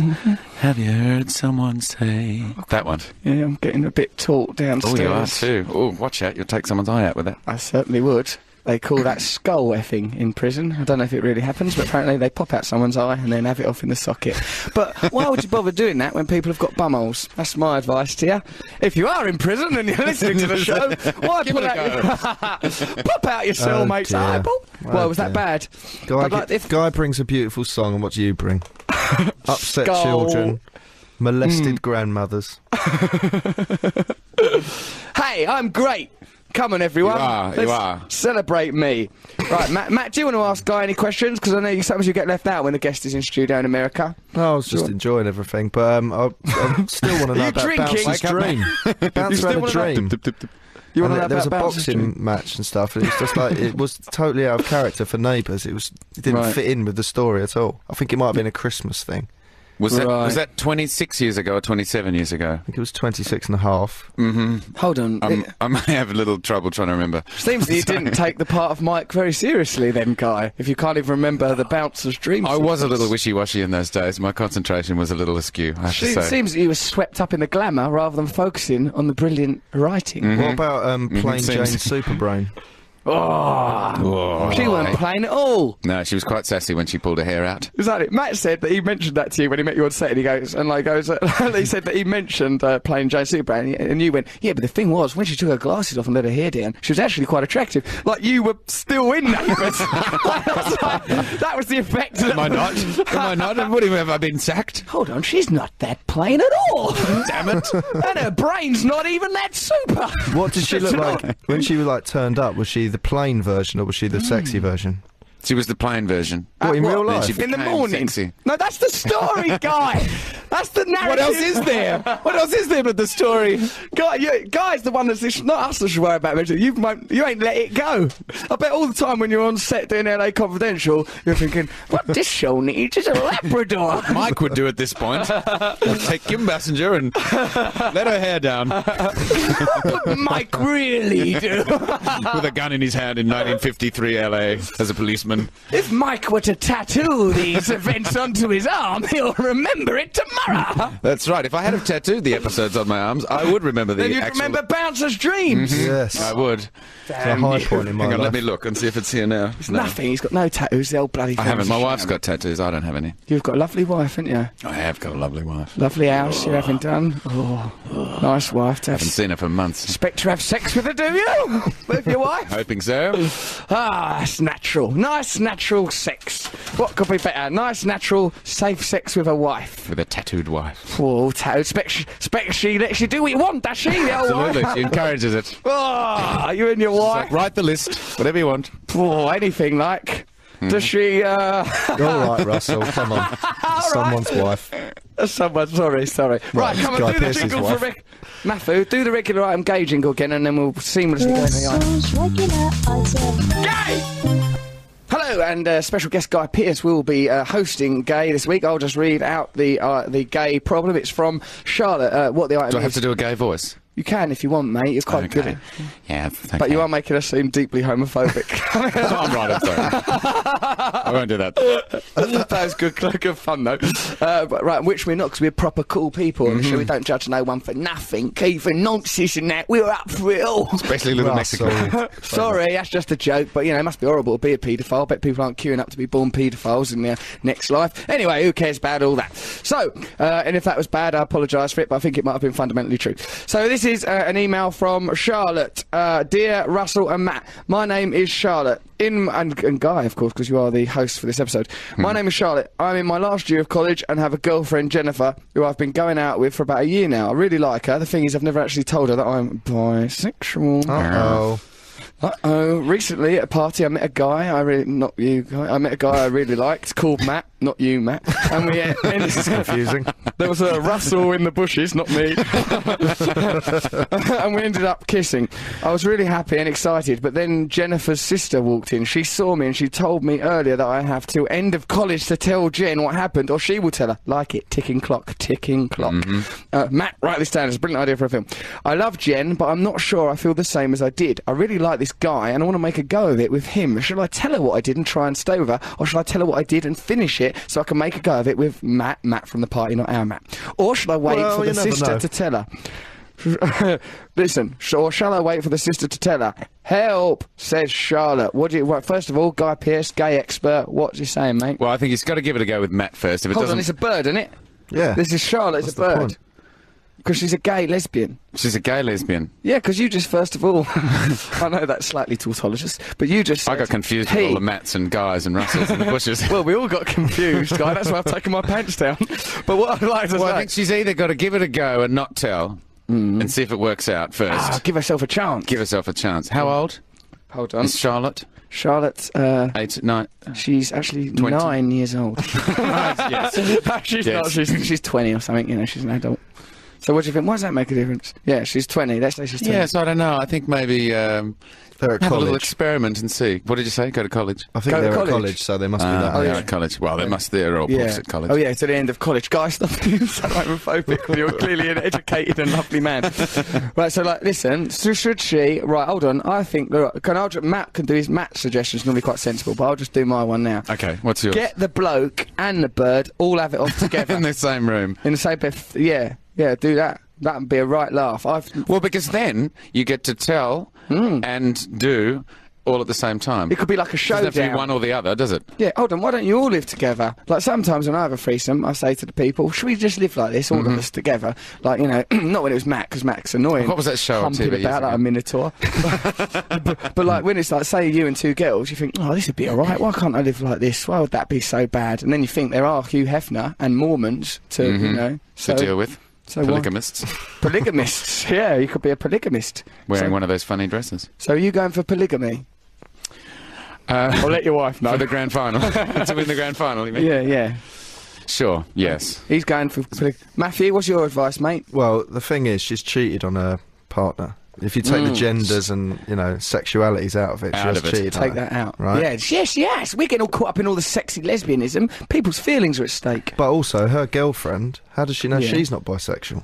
Speaker 10: have you heard someone say that one?
Speaker 2: Yeah, I'm getting a bit taut
Speaker 10: Oh,
Speaker 2: downstairs.
Speaker 10: you are too. Oh, watch out! You'll take someone's eye out with that.
Speaker 2: I certainly would. They call that skull effing in prison. I don't know if it really happens, but apparently they pop out someone's eye and then have it off in the socket. But why would you bother doing that when people have got bumholes? That's my advice to you. If you are in prison and you're listening to the show, why pull out your, pop out your cellmate's
Speaker 3: Oh, dear.
Speaker 2: eyeball? well,
Speaker 3: Oh,
Speaker 2: was that
Speaker 3: dear.
Speaker 2: bad?
Speaker 3: Guy,
Speaker 2: I'd like
Speaker 3: gi-
Speaker 2: if-
Speaker 3: Guy brings a beautiful song, and what do you bring? Upset
Speaker 2: Skull. Hmm.
Speaker 3: children, molested grandmothers.
Speaker 2: Hey, I'm great. Come on, everyone.
Speaker 10: You are, you
Speaker 2: Let's
Speaker 10: are.
Speaker 2: Celebrate me. Right, Matt, Matt, do you want to ask Guy any questions? Because I know you, sometimes you get left out when the guest is in studio in America.
Speaker 3: I was just enjoying everything, but um, I, I still want to know
Speaker 2: Oh, You
Speaker 3: about
Speaker 2: drinking?
Speaker 3: Bouncer's
Speaker 2: Wake up,
Speaker 3: Dream. Bouncer
Speaker 2: still
Speaker 3: had a
Speaker 2: wanna know-
Speaker 3: dream.
Speaker 2: You wanna
Speaker 3: And
Speaker 2: know
Speaker 3: there was a
Speaker 2: about Bouncer's
Speaker 3: boxing match and stuff, and it's just like it was totally out of character for neighbours. It was it didn't
Speaker 2: Right.
Speaker 3: fit in with the story at all. I think it might have been a Christmas thing.
Speaker 10: Was that
Speaker 2: Right.
Speaker 10: was that 26 years ago or 27 years ago?
Speaker 3: I think it was 26 and a half.
Speaker 2: Hold on.
Speaker 10: I'm,
Speaker 2: It
Speaker 10: I may have a little trouble trying to remember.
Speaker 2: seems that you didn't take the part of Mike very seriously, then, Guy. If you can't even remember the bouncer's dream.
Speaker 10: I was a little wishy-washy in those days. My concentration was a little askew. I have to
Speaker 2: It
Speaker 10: say.
Speaker 2: seems that you were swept up in the glamour rather than focusing on the brilliant writing.
Speaker 10: Mm-hmm.
Speaker 3: What about um, Plain Jane
Speaker 10: seems-
Speaker 3: Superbrain?
Speaker 10: Oh.
Speaker 2: She weren't playing at all.
Speaker 10: No, she was quite sassy when she pulled her hair out.
Speaker 2: Is that it? Matt said that he mentioned that to you when he met you on set, and he goes, and like goes, he said that he mentioned uh, playing Jane Superman, and, you- and you went, yeah, but the thing was, when she took her glasses off and let her hair down, she was actually quite attractive. Like you were still in Neighbours. Like, I was like, that was the effect.
Speaker 10: Am I not? Am I not? What have I been sacked?
Speaker 2: Hold on, she's not that plain at all.
Speaker 10: Damn it!
Speaker 2: and her brain's not even that super.
Speaker 3: What did she look like when she was like turned up? Was she the plain version or was
Speaker 10: Mm.
Speaker 3: she the sexy version?
Speaker 10: She was the plain version.
Speaker 3: What, in
Speaker 2: what?
Speaker 3: real
Speaker 10: Then
Speaker 3: life?
Speaker 10: she
Speaker 2: Uh, In the
Speaker 10: became
Speaker 2: morning.
Speaker 10: sexy.
Speaker 2: No, that's the story, guy. That's the narrative.
Speaker 10: What else is there? What else is there but the story?
Speaker 2: Guy, you, guy's the one that's it's not us that should worry about mental. You won't- you ain't let it go. I bet all the time when you're on set doing LA Confidential, you're thinking, what this show needs is a Labrador.
Speaker 10: Mike would do at this point. Take Kim Passenger and let her hair down
Speaker 2: what would Mike really do?
Speaker 10: with a gun in his hand in 1953 LA as a policeman.
Speaker 2: if Mike were to tattoo these events onto his arm, he'll remember it tomorrow.
Speaker 10: That's right. If I had have tattooed the episodes on my arms, I would remember the
Speaker 2: then you'd
Speaker 10: actual-
Speaker 2: remember Bouncer's dreams.
Speaker 3: Yes.
Speaker 10: I would.
Speaker 3: It's a high point in my
Speaker 10: Mm. Hang
Speaker 3: life.
Speaker 10: on, let me look and see if it's here now. Mm-hmm. No.
Speaker 2: Nothing. He's got no tattoos. They're all bloody.
Speaker 10: I haven't.
Speaker 2: things.
Speaker 10: My wife's got tattoos. I don't have any.
Speaker 2: You've got a lovely wife, haven't you?
Speaker 10: I have got a lovely wife.
Speaker 2: Lovely house you haven't done. Oh, nice wife to have.
Speaker 10: Haven't seen her for months.
Speaker 2: Expect to have sex with her, do you? with your wife?
Speaker 10: Hoping so.
Speaker 2: Ah, it's natural. Nice natural sex. What could be better? Nice natural safe sex with a wife.
Speaker 10: With a tattooed wife.
Speaker 2: Poor tattoo. Expect she, expect she lets you do what you want, does she? The old wife.
Speaker 10: Absolutely. She encourages it.
Speaker 2: Ah, you and your wife.
Speaker 10: Like, write the list. Whatever you want.
Speaker 2: Poor anything like. Does she? Uh,
Speaker 3: All right, Russell, come on. Someone's wife.
Speaker 2: someone. Sorry, sorry. Right,
Speaker 3: this
Speaker 2: come on,
Speaker 3: guy
Speaker 2: do the
Speaker 3: Pearce's
Speaker 2: jingle
Speaker 3: wife.
Speaker 2: for Rick. Matthew, do the regular item gay jingle again, and then we'll seamlessly go into the item. Hello, and uh, special guest Guy Pearce will be uh, hosting Gay this week. I'll just read out the uh, the Gay problem. It's from Charlotte. Uh, what the item
Speaker 10: Do I
Speaker 2: is?
Speaker 10: have to do a gay voice?
Speaker 2: You can if you want, mate. You're
Speaker 10: Oh,
Speaker 2: quite good. At,
Speaker 10: Yeah.
Speaker 2: but you are making us seem deeply homophobic.
Speaker 10: I'm right. I'm sorry. I won't do that.
Speaker 2: that was good, good fun though. Uh, but right, which we're not because we're proper cool people. I'm sure we don't judge no one for nothing, even nonsense and that. We're up for it all.
Speaker 10: Especially little
Speaker 3: Russell.
Speaker 10: Mexican.
Speaker 2: Sorry, that's just a joke, but you know, it must be horrible to be a paedophile. Bet people aren't queuing up to be born paedophiles in their next life. Anyway, who cares about all that? So, uh, and if that was bad, I apologise for it, but I think it might have been fundamentally true. So, this is uh, an email from Charlotte. Uh, Dear Russell and Matt, my name is Charlotte. In and, and Guy, of course, because you are the host for this episode. My name is Charlotte. I'm in my last year of college and have a girlfriend, Jennifer, who I've been going out with for about a year now. I really like her. The thing is, I've never actually told her that I'm bisexual.
Speaker 3: Oh, Uh-oh.
Speaker 2: Uh oh. Recently at a party, I met a guy. I really not you. Guy, I met a guy I really liked called Matt, not you, Matt. And we uh, ended,
Speaker 3: Confusing.
Speaker 2: there was a rustle in the bushes, not me. and we ended up kissing. I was really happy and excited, but then Jennifer's sister walked in. She saw me and she told me earlier that I have to end of college to tell Jen what happened, or she will tell her. Like it, ticking clock, ticking clock.
Speaker 3: Mm-hmm.
Speaker 2: Uh, Matt, write this down. It's a brilliant idea for a film. I love Jen, but I'm not sure I feel the same as I did. I really like this guy and I want to make a go of it with him. Should I tell her what I did and try and stay with her, or should I tell her what I did and finish it so I can make a go of it with Matt, Matt from the party, not our Matt? Or should I wait
Speaker 3: Well,
Speaker 2: for the
Speaker 3: you never
Speaker 2: sister
Speaker 3: know.
Speaker 2: to tell her? Listen, sh- or shall I wait for the sister to tell her? Help, says Charlotte. What do you? What, first of all, Guy Pearce, gay expert. What's he saying, mate?
Speaker 10: Well, I think he's got to give it a go with Matt first. If it
Speaker 2: Hold on,
Speaker 10: doesn't,
Speaker 2: it's a bird, isn't it?
Speaker 3: Yeah.
Speaker 2: This is Charlotte. It's
Speaker 3: What's
Speaker 2: a
Speaker 3: the
Speaker 2: bird
Speaker 3: point?
Speaker 2: because she's a gay lesbian.
Speaker 10: she's a gay lesbian.
Speaker 2: Yeah, because you just first of all, I know that's slightly tautologist, but you just
Speaker 10: I
Speaker 2: said
Speaker 10: got confused
Speaker 2: he.
Speaker 10: with all the Matts and Guys and Russells in the bushes.
Speaker 2: Well, we all got confused, guy. That's why I've taken my pants down. But what I'd like to
Speaker 10: Well, I
Speaker 2: say,
Speaker 10: think she's either got to give it a go and not tell, and see if it works out first.
Speaker 2: Ah, give herself a chance.
Speaker 10: Give herself a chance. How old
Speaker 2: Hold on.
Speaker 10: is Charlotte?
Speaker 2: Charlotte, uh,
Speaker 10: Eight, nine.
Speaker 2: she's actually
Speaker 10: 20.
Speaker 2: nine years old. she's not.
Speaker 10: Yes.
Speaker 2: She's, she's 20 or something, you know, she's an adult. So what do you think? Why does that make a difference? Yeah, she's 20. Let's say she's 20.
Speaker 10: Yes, I don't know. I think maybe um,
Speaker 3: They're at
Speaker 10: have a little
Speaker 3: college.
Speaker 10: experiment and see. What did you say? Go to college.
Speaker 3: I think
Speaker 2: Go to
Speaker 3: they're
Speaker 2: college.
Speaker 3: at college, so they must be that.
Speaker 10: Ah,
Speaker 3: age.
Speaker 10: they're at college. Well, they must. They're all
Speaker 2: Oh, Yeah.
Speaker 10: pops at college.
Speaker 2: Oh yeah, to the end of college. Guys, stop being so homophobic. You're clearly an educated and lovely man. right, so like, listen. So should she? Right, hold on. I think. right, Can I? ju- Matt can do his Matt suggestions. Normally quite sensible, but I'll just do my one now.
Speaker 10: Okay. What's yours?
Speaker 2: Get the bloke and the bird. All have it off together
Speaker 10: in the same room.
Speaker 2: in the same bit. Yeah, yeah. Do that. That would be a right laugh. I've
Speaker 10: Well, because then you get to tell and do all at the same time.
Speaker 2: Hmm. It could be like a
Speaker 10: doesn't have to be
Speaker 2: showdown.
Speaker 10: one or the other, does it?
Speaker 2: Yeah, hold on, why don't you all live together? Like sometimes when I have a threesome, I say to the people, should we just live like this, all of us together? Like, you know, not when it was Matt, because Matt's annoying.
Speaker 10: Mm-hmm. What was that show on
Speaker 2: Humping
Speaker 10: TV years
Speaker 2: about like a
Speaker 10: ago?
Speaker 2: minotaur. but, but, like when it's like, say you and two girls, you think, oh, this would be all right. Why can't I live like this? Why would that be so bad? And then you think there are Hugh Hefner and Mormons to, you know. So,
Speaker 10: to Mm-hmm. deal with.
Speaker 2: so why-
Speaker 10: polygamists
Speaker 2: polygamists. Yeah, you could be a polygamist.
Speaker 10: wearing
Speaker 2: so,
Speaker 10: one of those funny dresses.
Speaker 2: So are you going for polygamy?
Speaker 10: Uh,
Speaker 2: I'll let your wife
Speaker 10: for
Speaker 2: know.
Speaker 10: the grand final. to win the grand final, you mean?
Speaker 2: yeah, yeah.
Speaker 10: Sure. Yes.
Speaker 2: He's going for poly- Matthew, what's your advice, mate?
Speaker 3: Well, the thing is, she's cheated on her partner. If you take the genders and you know sexualities out of it,
Speaker 10: Mm. Out
Speaker 3: she
Speaker 10: of
Speaker 3: has
Speaker 10: it.
Speaker 3: cheated. on
Speaker 2: Take
Speaker 3: her,
Speaker 2: that out.
Speaker 3: right?
Speaker 2: Yeah, yes, yes. We're getting all caught up in all the sexy lesbianism. People's feelings are at stake.
Speaker 3: But also, her girlfriend. How does she know
Speaker 2: Yeah.
Speaker 3: she's not bisexual?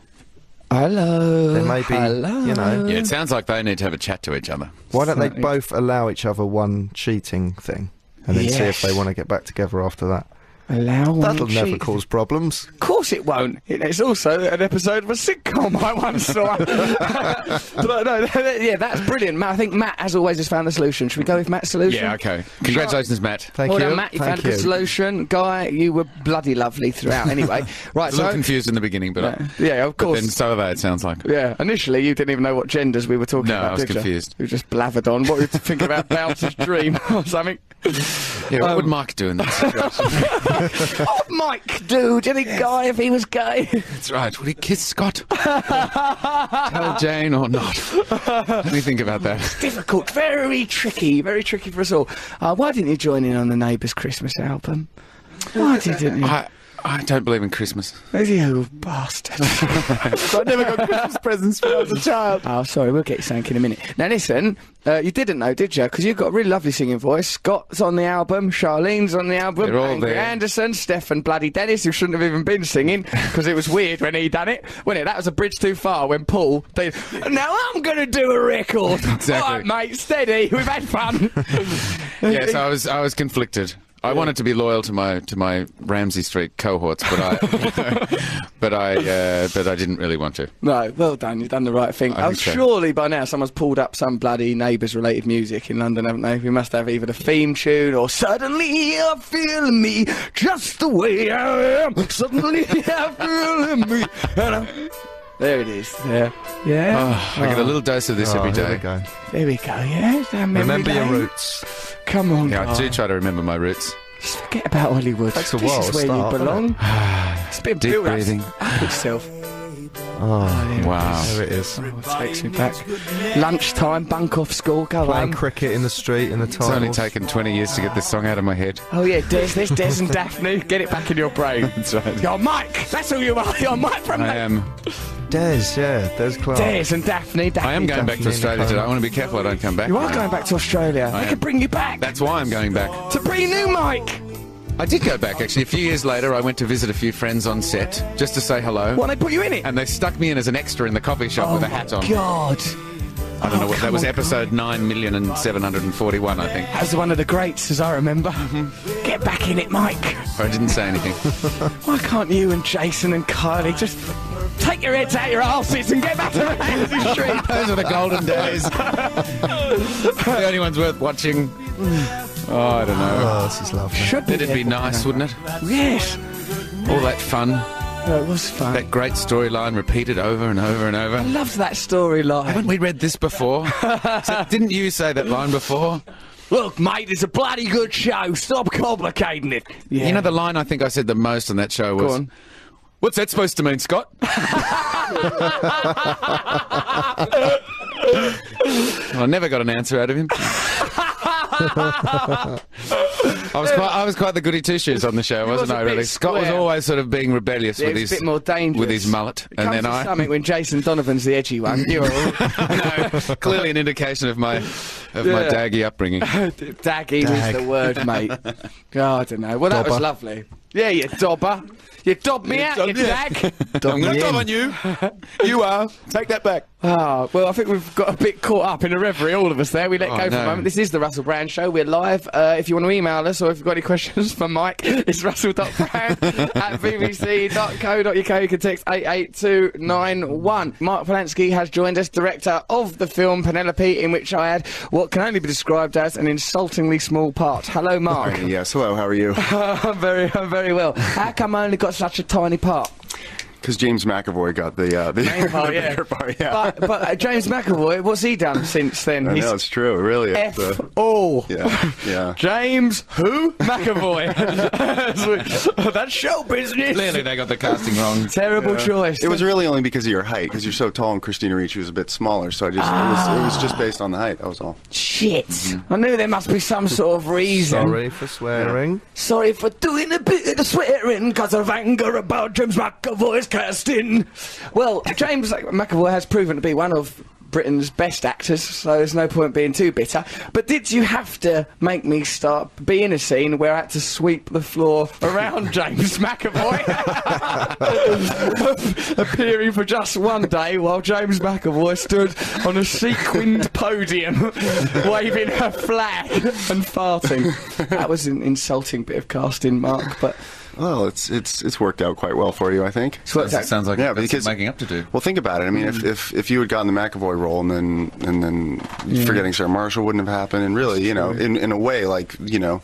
Speaker 2: Hello.
Speaker 3: There may be,
Speaker 2: Oh, Hello.
Speaker 3: you know.
Speaker 10: Yeah. It sounds like they need to have a chat to each other.
Speaker 3: Why don't they
Speaker 2: Slightly.
Speaker 3: both allow each other one cheating thing, and then see if
Speaker 2: Yes.
Speaker 3: they want to get back together after that?
Speaker 2: Allow one
Speaker 3: That'll
Speaker 2: cheat.
Speaker 3: never cause problems.
Speaker 2: Of course it won't. It- It's also an episode of a sitcom I once saw. but no, that- yeah, that's brilliant. Matt, I think Matt, as always, has found the solution. Should we go with Matt's solution?
Speaker 10: Yeah. Okay. Congratulations, Matt.
Speaker 3: Thank
Speaker 2: well
Speaker 3: you.
Speaker 2: done, Matt. You
Speaker 3: Thank
Speaker 2: found a good
Speaker 3: you.
Speaker 2: solution. Guy, you were bloody lovely throughout anyway.
Speaker 10: I
Speaker 2: right,
Speaker 10: was a little
Speaker 2: so.
Speaker 10: confused in the beginning, but I,
Speaker 2: Yeah, of
Speaker 10: but
Speaker 2: course.
Speaker 10: then so are they. It sounds like.
Speaker 2: Yeah, initially you didn't even know what genders we were talking
Speaker 10: No,
Speaker 2: about.
Speaker 10: I was
Speaker 2: did you?
Speaker 10: confused.
Speaker 2: You just blathered on. What were you thinking about Bouncer's dream or something?
Speaker 10: Yeah, what
Speaker 2: Um,
Speaker 10: would Mike do in that situation?
Speaker 2: Oh, Mike, dude, any guy if he was gay?
Speaker 10: That's right. Would he kiss Scott? Tell Jane or not? Let me think about that.
Speaker 2: Difficult, very tricky, very tricky for us all. Uh, why didn't you join in on the Neighbours Christmas album? Why didn't you?
Speaker 10: I, I don't believe in Christmas.
Speaker 2: You bastard. I never got Christmas presents when I was a child. Oh, sorry, we'll get you sank in a minute. Now, listen, uh, you didn't know, did you? Because you've got a really lovely singing voice. Scott's on the album, Charlene's on the album,
Speaker 10: They're all
Speaker 2: Angry
Speaker 10: there.
Speaker 2: Anderson, Stefan Bloody Dennis, who shouldn't have even been singing because it was weird when he done it. When it? That was a bridge too far when Paul. They, now I'm going to do a record.
Speaker 10: Exactly.
Speaker 2: All right, mate, steady. We've had fun.
Speaker 10: Yes, I was. I was conflicted. I wanted to be loyal to my to my Ramsey Street cohorts, but I, but I, uh, but I didn't really want to.
Speaker 2: No, well done. You've done the right thing.
Speaker 10: I
Speaker 2: Oh,
Speaker 10: think so.
Speaker 2: surely by now someone's pulled up some bloody neighbours-related music in London, haven't they? We must have either the theme tune or suddenly I feel me just the way I am. Suddenly I feel me. And I'm- There it is. Yeah, yeah.
Speaker 10: Oh, I get a little dose of this
Speaker 3: Oh,
Speaker 10: every
Speaker 3: here we
Speaker 10: day.
Speaker 3: go.
Speaker 2: There we go. Yeah. It's our memory
Speaker 3: Remember your
Speaker 2: lane.
Speaker 3: roots.
Speaker 2: Come on,
Speaker 10: Yeah, I
Speaker 2: guys.
Speaker 10: do try to remember my roots.
Speaker 2: Just forget about Hollywood.
Speaker 3: Takes a
Speaker 2: this
Speaker 3: while
Speaker 2: is
Speaker 3: to
Speaker 2: where
Speaker 3: start,
Speaker 2: you
Speaker 3: doesn't
Speaker 2: belong. it's been
Speaker 10: Deep
Speaker 2: built up
Speaker 10: breathing.
Speaker 2: itself.
Speaker 3: Oh,
Speaker 10: Wow.
Speaker 3: there it is.
Speaker 2: Oh, it takes me back. Lunchtime, bunk off school, go
Speaker 3: Playing
Speaker 2: home.
Speaker 3: cricket in the street in the
Speaker 10: It's only
Speaker 3: titles.
Speaker 10: taken 20 years to get this song out of my head.
Speaker 2: Oh yeah, Des, there's Des and Daphne. Get it back in your brain.
Speaker 10: That's right.
Speaker 2: You're Mike. That's who you are. You're Mike from
Speaker 10: I am.
Speaker 3: Des, yeah, Des Clark.
Speaker 2: Des and Daphne. Daphne.
Speaker 10: I am going back to
Speaker 3: Definitely
Speaker 10: Australia
Speaker 3: Nicole.
Speaker 10: today. I want to be careful I don't come back.
Speaker 2: You are going back to Australia. I,
Speaker 10: am.
Speaker 2: could bring you back
Speaker 10: That's why I'm going back.
Speaker 2: to bring new Mike.
Speaker 10: I did go back actually. A few years later, I went to visit a few friends on set just to say hello.
Speaker 2: Why they put you in it? Oh,
Speaker 10: And they stuck me in as an extra in the coffee shop with a hat on.
Speaker 2: God,
Speaker 10: I don't know what that was. Episode nine million and seven hundred and forty-one, I think.
Speaker 2: that was one of the greats, as I remember.
Speaker 10: Mm-hmm.
Speaker 2: Get back in it, Mike.
Speaker 10: Or I didn't say anything.
Speaker 2: Why can't you and Jason and Kylie just take your heads out your asses and get back to Ramsey Street?
Speaker 10: Those were the golden days. the only ones worth watching. Oh, I don't know.
Speaker 3: Oh, this is lovely.
Speaker 2: Should be.
Speaker 10: It'd be nice, wouldn't it?
Speaker 2: Yes,
Speaker 10: All that fun,
Speaker 2: no, it was fun.
Speaker 10: that great storyline repeated over and over and
Speaker 2: I
Speaker 10: over.
Speaker 2: loved that storyline.
Speaker 10: Haven't we read this before? So didn't you say that line before?
Speaker 2: Look, mate, it's a bloody good show. Stop complicating it. Yeah.
Speaker 10: You know the line I think I said the most on that show was,
Speaker 2: on.
Speaker 10: What's that supposed to mean, Scott? I never got an answer out of him. I was quite, I was quite the goody two shoes on the show,
Speaker 2: was
Speaker 10: wasn't
Speaker 2: a
Speaker 10: I?
Speaker 2: bit
Speaker 10: Really, Scott was
Speaker 2: square.
Speaker 10: always sort of being rebellious
Speaker 2: Yeah,
Speaker 10: with
Speaker 2: he was
Speaker 10: his
Speaker 2: a bit more dangerous.
Speaker 10: with his mullet,
Speaker 2: Comes
Speaker 10: and then
Speaker 2: to
Speaker 10: I
Speaker 2: something when Jason Donovan's the edgy one. You're all
Speaker 10: clearly an indication of my of my
Speaker 2: Yeah.
Speaker 10: daggy upbringing.
Speaker 2: daggy
Speaker 3: Dag.
Speaker 2: is the word, mate. God, I don't know. Well, that was
Speaker 3: Dobber.
Speaker 2: lovely. Yeah, you dobber. You dobbed me out, you dag.
Speaker 3: Dog me in.
Speaker 10: you. You are. Take that back.
Speaker 2: Ah, well, I think we've got a bit caught up in a reverie, all of us there. We let
Speaker 10: Oh,
Speaker 2: go for
Speaker 10: no.
Speaker 2: a moment. This is the Russell Brand Show. We're live. Uh, if you want to email us or if you've got any questions for Mike, it's russell.brand at bbc.co.uk. You can text 88291. Mark Polanski has joined us, director of the film Penelope, in which I had what can only be described as an insultingly small part. Hello, Mark.
Speaker 11: Yes, hello, how are you?
Speaker 2: I'm very, I'm very well. How come I only got such a tiny part?
Speaker 11: Because James McAvoy got the, uh, the,
Speaker 2: Main part,
Speaker 11: the
Speaker 2: yeah.
Speaker 11: bigger part, yeah.
Speaker 2: But, but uh, James McAvoy, what's he done since then?
Speaker 11: I
Speaker 2: He's
Speaker 11: know, it's true, really. It's,
Speaker 2: F
Speaker 11: uh,
Speaker 2: all.
Speaker 11: yeah, yeah.
Speaker 2: James who McAvoy. That's show business.
Speaker 10: Clearly, they got the casting wrong.
Speaker 2: Terrible
Speaker 11: Yeah.
Speaker 2: choice.
Speaker 11: It was really only because of your height, because you're so tall, and Christina Ricci was a bit smaller. So I just it, was, it was just based on the height. That was all.
Speaker 8: Shit.
Speaker 11: Mm-hmm.
Speaker 2: I knew there must be some sort of reason.
Speaker 3: Sorry for swearing.
Speaker 2: Sorry for doing a bit of the swearing because of anger about James McAvoy's casting. Well, James McAvoy has proven to be one of Britain's best actors, so there's no point being too bitter. But did you have to make me start being a scene where I had to sweep the floor around James McAvoy? Appearing for just one day while James McAvoy stood on a sequined podium waving her flag and farting. That was an insulting bit of casting, Mark, but
Speaker 11: Well, it's it's it's worked out quite well for you, I think.
Speaker 2: it's worked out.
Speaker 10: sounds like
Speaker 11: Yeah,
Speaker 10: that's
Speaker 11: because-
Speaker 10: making up to do.
Speaker 11: Well, think about it. I mean, if, if if you had gotten the McAvoy role and then and then forgetting Sarah Marshall wouldn't have happened, and really, you know, in in a way, like you know,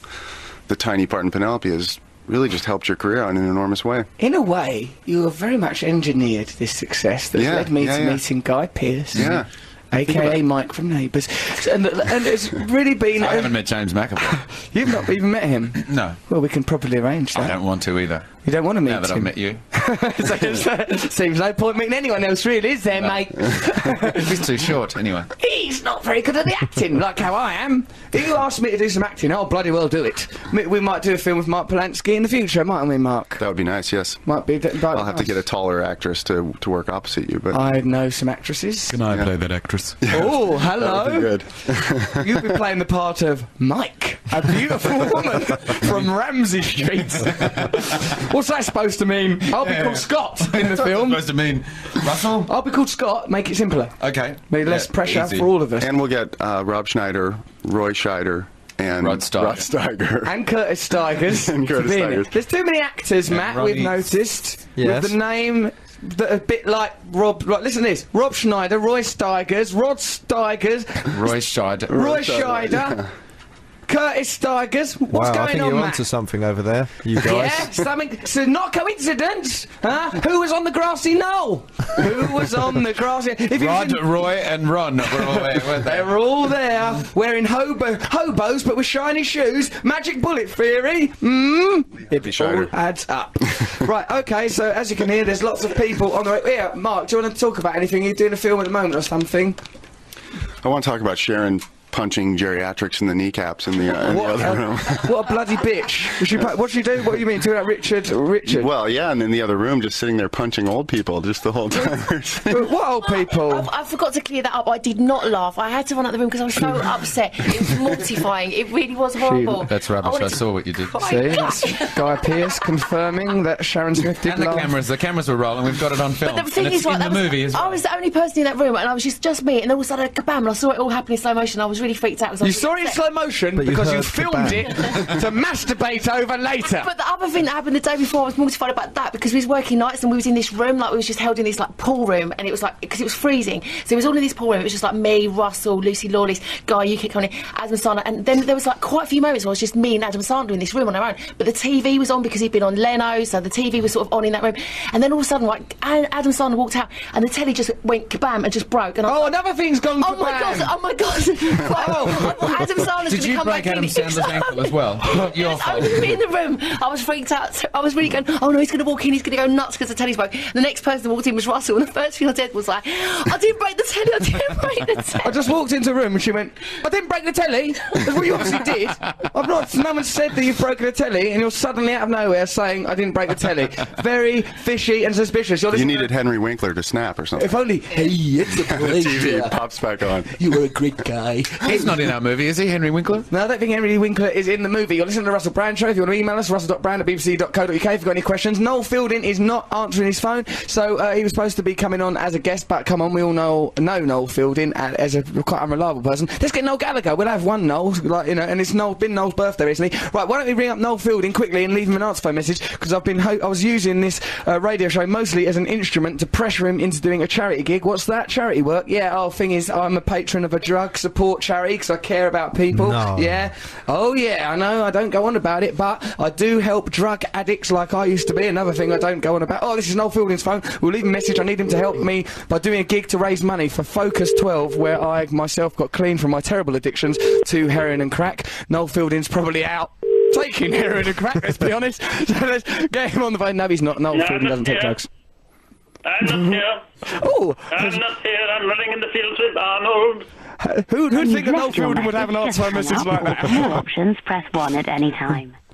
Speaker 11: the tiny part in Penelope has really just helped your career in an enormous way.
Speaker 2: In a way, you have very much engineered this success that's
Speaker 11: Yeah,
Speaker 2: led me
Speaker 11: yeah,
Speaker 2: to
Speaker 11: yeah.
Speaker 2: meeting Guy Pearce,
Speaker 11: Yeah.
Speaker 2: aka Mike from Neighbours, and, and it's really been.
Speaker 10: I haven't met James McAvoy.
Speaker 2: You've not even met him.
Speaker 10: No,
Speaker 2: Well, we can properly arrange
Speaker 10: I
Speaker 2: that.
Speaker 10: don't want to either.
Speaker 2: You don't want to meet
Speaker 10: Now that
Speaker 2: him.
Speaker 10: I've met you,
Speaker 2: So it's- seems no point meeting anyone else, really, is there, mate?
Speaker 10: he's too short. Anyway,
Speaker 2: He's not very good at the acting, like how I am. If you ask me to do some acting, I'll bloody well do it. We- We might do a film with Mark Polanski in the future, mightn't we, Mark?
Speaker 11: That would be nice. Yes.
Speaker 2: Might be.
Speaker 11: I'll have to get a taller actress to, to work opposite you, but
Speaker 10: Uh,
Speaker 2: I know some actresses.
Speaker 10: can I play that actress?
Speaker 2: Oh, hello.
Speaker 11: that'd be good.
Speaker 2: You'll be playing the part of Mike, a beautiful woman from Ramsey Street. What's that supposed to mean? I'll be called Scott in the film.
Speaker 10: supposed to mean Russell.
Speaker 2: I'll be called Scott. Make it simpler.
Speaker 10: Okay.
Speaker 2: Make less
Speaker 10: Yeah,
Speaker 2: pressure
Speaker 10: easy.
Speaker 2: for all of us.
Speaker 11: and we'll get uh, Rob Schneider, Roy Scheider, and
Speaker 10: Rod Steiger.
Speaker 11: Rod Steiger.
Speaker 2: And Curtis Stigers.
Speaker 11: And Curtis
Speaker 2: to be in
Speaker 11: Stigers.
Speaker 2: it. There's too many actors, Matt, we've
Speaker 10: Ronnie-
Speaker 2: noticed.
Speaker 3: Yes.
Speaker 2: With the name that are a bit like Rob. Right, listen to this Rob Schneider, Roy Stigers, Rod Stigers,
Speaker 10: Roy Scheider.
Speaker 2: Roy Scheider, Curtis Stigers. What's
Speaker 3: wow,
Speaker 2: going
Speaker 3: I think
Speaker 2: on,
Speaker 3: you're
Speaker 2: Matt?
Speaker 3: onto something over there, you
Speaker 2: Yeah,
Speaker 3: guys.
Speaker 2: something. So not coincidence, huh? Who was on the grassy knoll? Who was on the grassy? If you
Speaker 10: Rod,
Speaker 2: didn't-
Speaker 10: Roy, and Ron were all there, weren't
Speaker 2: they
Speaker 10: they?
Speaker 2: were all there wearing hobo hobos, but with shiny shoes. Magic bullet theory. Hmm. It all
Speaker 11: Scheider.
Speaker 2: adds up. right. Okay. So as you can hear, there's lots of people on the. Yeah, Mark. Do you want to talk about anything? You're doing a film at the moment or something?
Speaker 11: I want to talk about Sharon punching geriatrics in the kneecaps in the, uh, in the
Speaker 2: What?
Speaker 11: other room.
Speaker 2: a, what a bloody bitch. She, pu- what should you do? What do you mean? Do that, Richard? Richard.
Speaker 11: Well, yeah, and in the other room, just sitting there punching old people just the whole time.
Speaker 2: What old people?
Speaker 8: I forgot to clear that up. I did not laugh. I had to run out the room because I was so upset. It was mortifying. It really was horrible.
Speaker 10: That's rubbish. I,
Speaker 8: wanted to
Speaker 10: saw what you did.
Speaker 8: cry.
Speaker 2: See, that's Guy Pearce confirming that Sharon Smith did
Speaker 10: And the
Speaker 2: laugh.
Speaker 10: cameras. The cameras were rolling. We've got it on
Speaker 12: Oh,
Speaker 10: film.
Speaker 8: But the thing
Speaker 10: and it's
Speaker 8: is, right,
Speaker 10: in
Speaker 8: that
Speaker 10: the
Speaker 8: was,
Speaker 10: movie as
Speaker 8: I
Speaker 10: well.
Speaker 8: was the only person in that room, and I was just just me. And all of a sudden, kabam! And I saw it all happen in slow motion. I was really freaked out. 'cause I
Speaker 2: You
Speaker 8: was
Speaker 2: saw
Speaker 8: really
Speaker 2: it in
Speaker 8: upset.
Speaker 2: slow motion
Speaker 3: But you
Speaker 2: because you
Speaker 3: heard the
Speaker 2: filmed
Speaker 3: bang.
Speaker 2: it to masturbate over later.
Speaker 8: But the other thing that happened the day before, I was mortified about that because we was working nights and we was in this room, like we was just held in this like pool room, and it was like because it was freezing, so it was all in this pool room. It was just like me, Russell, Lucy Lawless, Guy, you keep coming, in, Adam Sandler, and then there was like quite a few moments where it was just me and Adam Sandler in this room on our own. But the TV was on because he'd been on Leno, so the TV was sort of on in that room, and then all of a sudden, like A- Adam Sandler walked out, and the telly just went kabam and just broke, and I.
Speaker 2: oh, another thing's gone.
Speaker 8: Oh my
Speaker 2: kabang.
Speaker 8: god! Oh my god! I thought Adam
Speaker 7: Did
Speaker 8: Sandler's going to
Speaker 7: you
Speaker 8: come
Speaker 7: break
Speaker 8: back
Speaker 7: Adam
Speaker 8: in. and-
Speaker 7: Sandler's ankle as well? Not your
Speaker 8: I
Speaker 7: fault.
Speaker 8: was in the room. I was freaked out. So I was really going, oh no, he's going to walk in. He's going to go nuts because the telly's broke. And the next person that walked in was Russell. And the first thing I did was like, I didn't break the telly. I didn't break the telly.
Speaker 2: I just walked into a room and she went, I didn't break the telly. That's what you obviously did. I've not, no one said that you've broken the telly and you're suddenly out of nowhere saying, I didn't break the telly. Very fishy and suspicious. You're
Speaker 11: You
Speaker 2: listening-
Speaker 11: needed Henry Winkler to snap or something.
Speaker 2: If only, hey, it's the
Speaker 11: the TV pops back on.
Speaker 2: You were a great guy.
Speaker 10: He's not in our movie, is he, Henry Winkler?
Speaker 2: No, I don't think Henry Winkler is in the movie. You're listening to the Russell Brand Show. If you want to email us, russell.brand at bbc.co.uk if you've got any questions. Noel Fielding is not answering his phone, so uh, he was supposed to be coming on as a guest, but come on, we all know, know Noel Fielding a- as a quite unreliable person. Let's get Noel Gallagher. We'll have one Noel, like, you know, and it's Noel, been Noel's birthday recently. Right, why don't we ring up Noel Fielding quickly and leave him an answer phone message, because I've been, ho- I was using this uh, radio show mostly as an instrument to pressure him into doing a charity gig. What's that? Charity work? Yeah, oh, thing is, I'm a patron of a drug support charity, because I care about people.
Speaker 13: No.
Speaker 2: Yeah. Yeah. Oh, yeah, I know I don't go on about it, but I do help drug addicts like I used to be. Another thing I don't go on about. Oh, this is Noel Fielding's phone. We'll leave a message. I need him to help me by doing a gig to raise money for Focus 12, where I myself got clean from my terrible addictions to heroin and crack. Noel Fielding's probably out. Taking heroin and crack, let's be honest. So let's get him on the phone. No, he's not. Noel
Speaker 14: Yeah,
Speaker 2: Fielding doesn't take
Speaker 14: yeah.
Speaker 2: drugs.
Speaker 14: I'm not here.
Speaker 2: Oh,
Speaker 14: I'm not here. I'm running in the fields with Arnold.
Speaker 2: who'd, who'd think that Noel
Speaker 14: Left your
Speaker 2: Fielding would have an
Speaker 14: message
Speaker 2: answer phone message like that?
Speaker 15: options, press 1 at any time.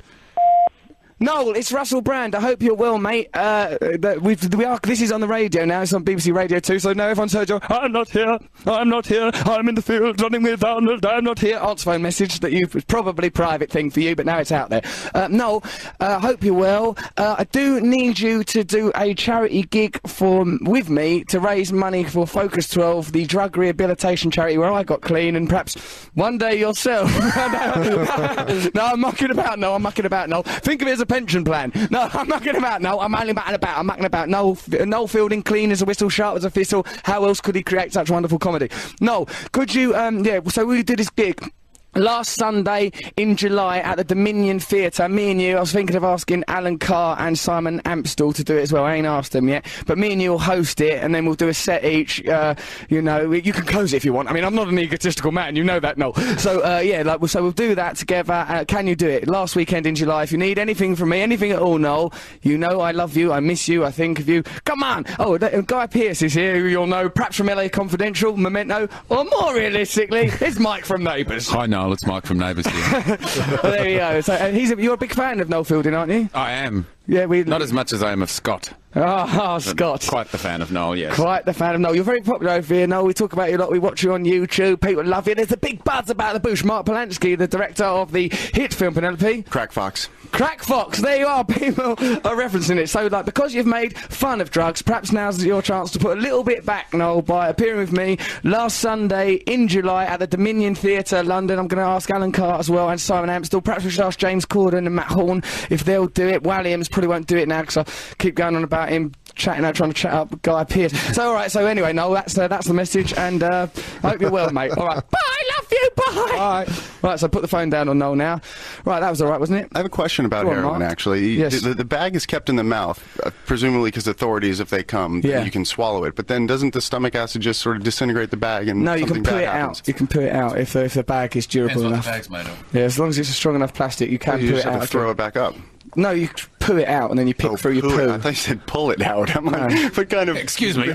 Speaker 2: Noel, it's Russell Brand. I hope you're well, mate. Uh, that we've, we are. This is on the radio now. It's on BBC Radio 2, so now everyone's heard your, I'm not here, I'm not here, I'm in the field running with Arnold, I'm not here. Answer phone message that you probably private thing for you, but now it's out there. Uh, Noel, I uh, hope you're well. Uh, I do need you to do a charity gig for with me to raise money for Focus 12, the drug rehabilitation charity where I got clean, and perhaps one day yourself. no, I'm mucking about. No, I'm mucking about. No, think of it as a pension plan. No, I'm mucking about. No, I'm only mucking about. I'm mucking about. No, no fielding clean as a whistle, sharp as a thistle. How else could he create such wonderful comedy? No, could you? Um, yeah. So we did this gig. Last Sunday in July at the Dominion Theatre, me and you, I was thinking of asking Alan Carr and Simon Amstel to do it as well. I ain't asked them yet, but me and you will host it and then we'll do a set each. Uh, you know, you can close it if you want. I mean, I'm not an egotistical man, you know that, Noel. So, uh, yeah, like, well, so we'll do that together. Uh, can you do it? Last weekend in July, if you need anything from me, anything at all, Noel, you know I love you, I miss you, I think of you. Come on! Oh, th- Guy Pearce is here, who you'll know, perhaps from LA Confidential, Memento, or more realistically, it's Mike from Neighbours.
Speaker 10: Hi, Noel. It's Mike from Neighbours here.
Speaker 2: Well, there you go. So, and he's a, you're a big fan of Noel Fielding, aren't you?
Speaker 10: I am.
Speaker 2: Yeah, we.
Speaker 10: Not as much as I am of Scott.
Speaker 2: Oh,
Speaker 10: Scott. Quite the fan of Noel, yes.
Speaker 2: Quite the fan of Noel. You're very popular over here, Noel. We talk about you a lot. We watch you on YouTube. People love you. There's a big buzz about the bush. Mark Polanski, the director of the hit film Penelope.
Speaker 11: Crack Fox.
Speaker 2: Crack Fox. There you are. People are referencing it. So, like, because you've made fun of drugs, perhaps now's your chance to put a little bit back, Noel, by appearing with me last Sunday in July at the Dominion Theatre, London. I'm going to ask Alan Carr as well and Simon Amstel. Perhaps we should ask James Corden and Matt Horn if they'll do it. Walliams probably won't do it now because I keep going on about him chatting out, trying to chat up Guy Pearce. So, all right. So, anyway, Noel, that's uh, that's the message, and uh, I hope you're well, mate. All right. Bye. Love you. Bye. Bye. Right. So, put the phone down on Noel now. Right. That was all right, wasn't it?
Speaker 11: I have a question about
Speaker 2: Go on,
Speaker 11: heroin,
Speaker 2: Mark.
Speaker 11: actually. You-
Speaker 2: Yes.
Speaker 11: The, the bag is kept in the mouth, uh, presumably because authorities, if they come,
Speaker 2: Yeah.
Speaker 11: you can swallow it. But then doesn't the stomach acid just sort of disintegrate the bag and
Speaker 2: No, you can
Speaker 11: something
Speaker 2: pull
Speaker 11: bad
Speaker 2: it
Speaker 11: happens?
Speaker 2: out. You can pull it out if the, if the bag is durable enough. Yeah, as long as it's a strong enough plastic, you can
Speaker 11: You
Speaker 2: pull
Speaker 11: just
Speaker 2: it
Speaker 11: have
Speaker 2: out.
Speaker 11: to throw it back up.
Speaker 2: No, you poo it out and then you pick through your
Speaker 11: Pull
Speaker 2: poo.
Speaker 11: it. I thought you said pull it out. I'm like, what kind of. Excuse
Speaker 10: me.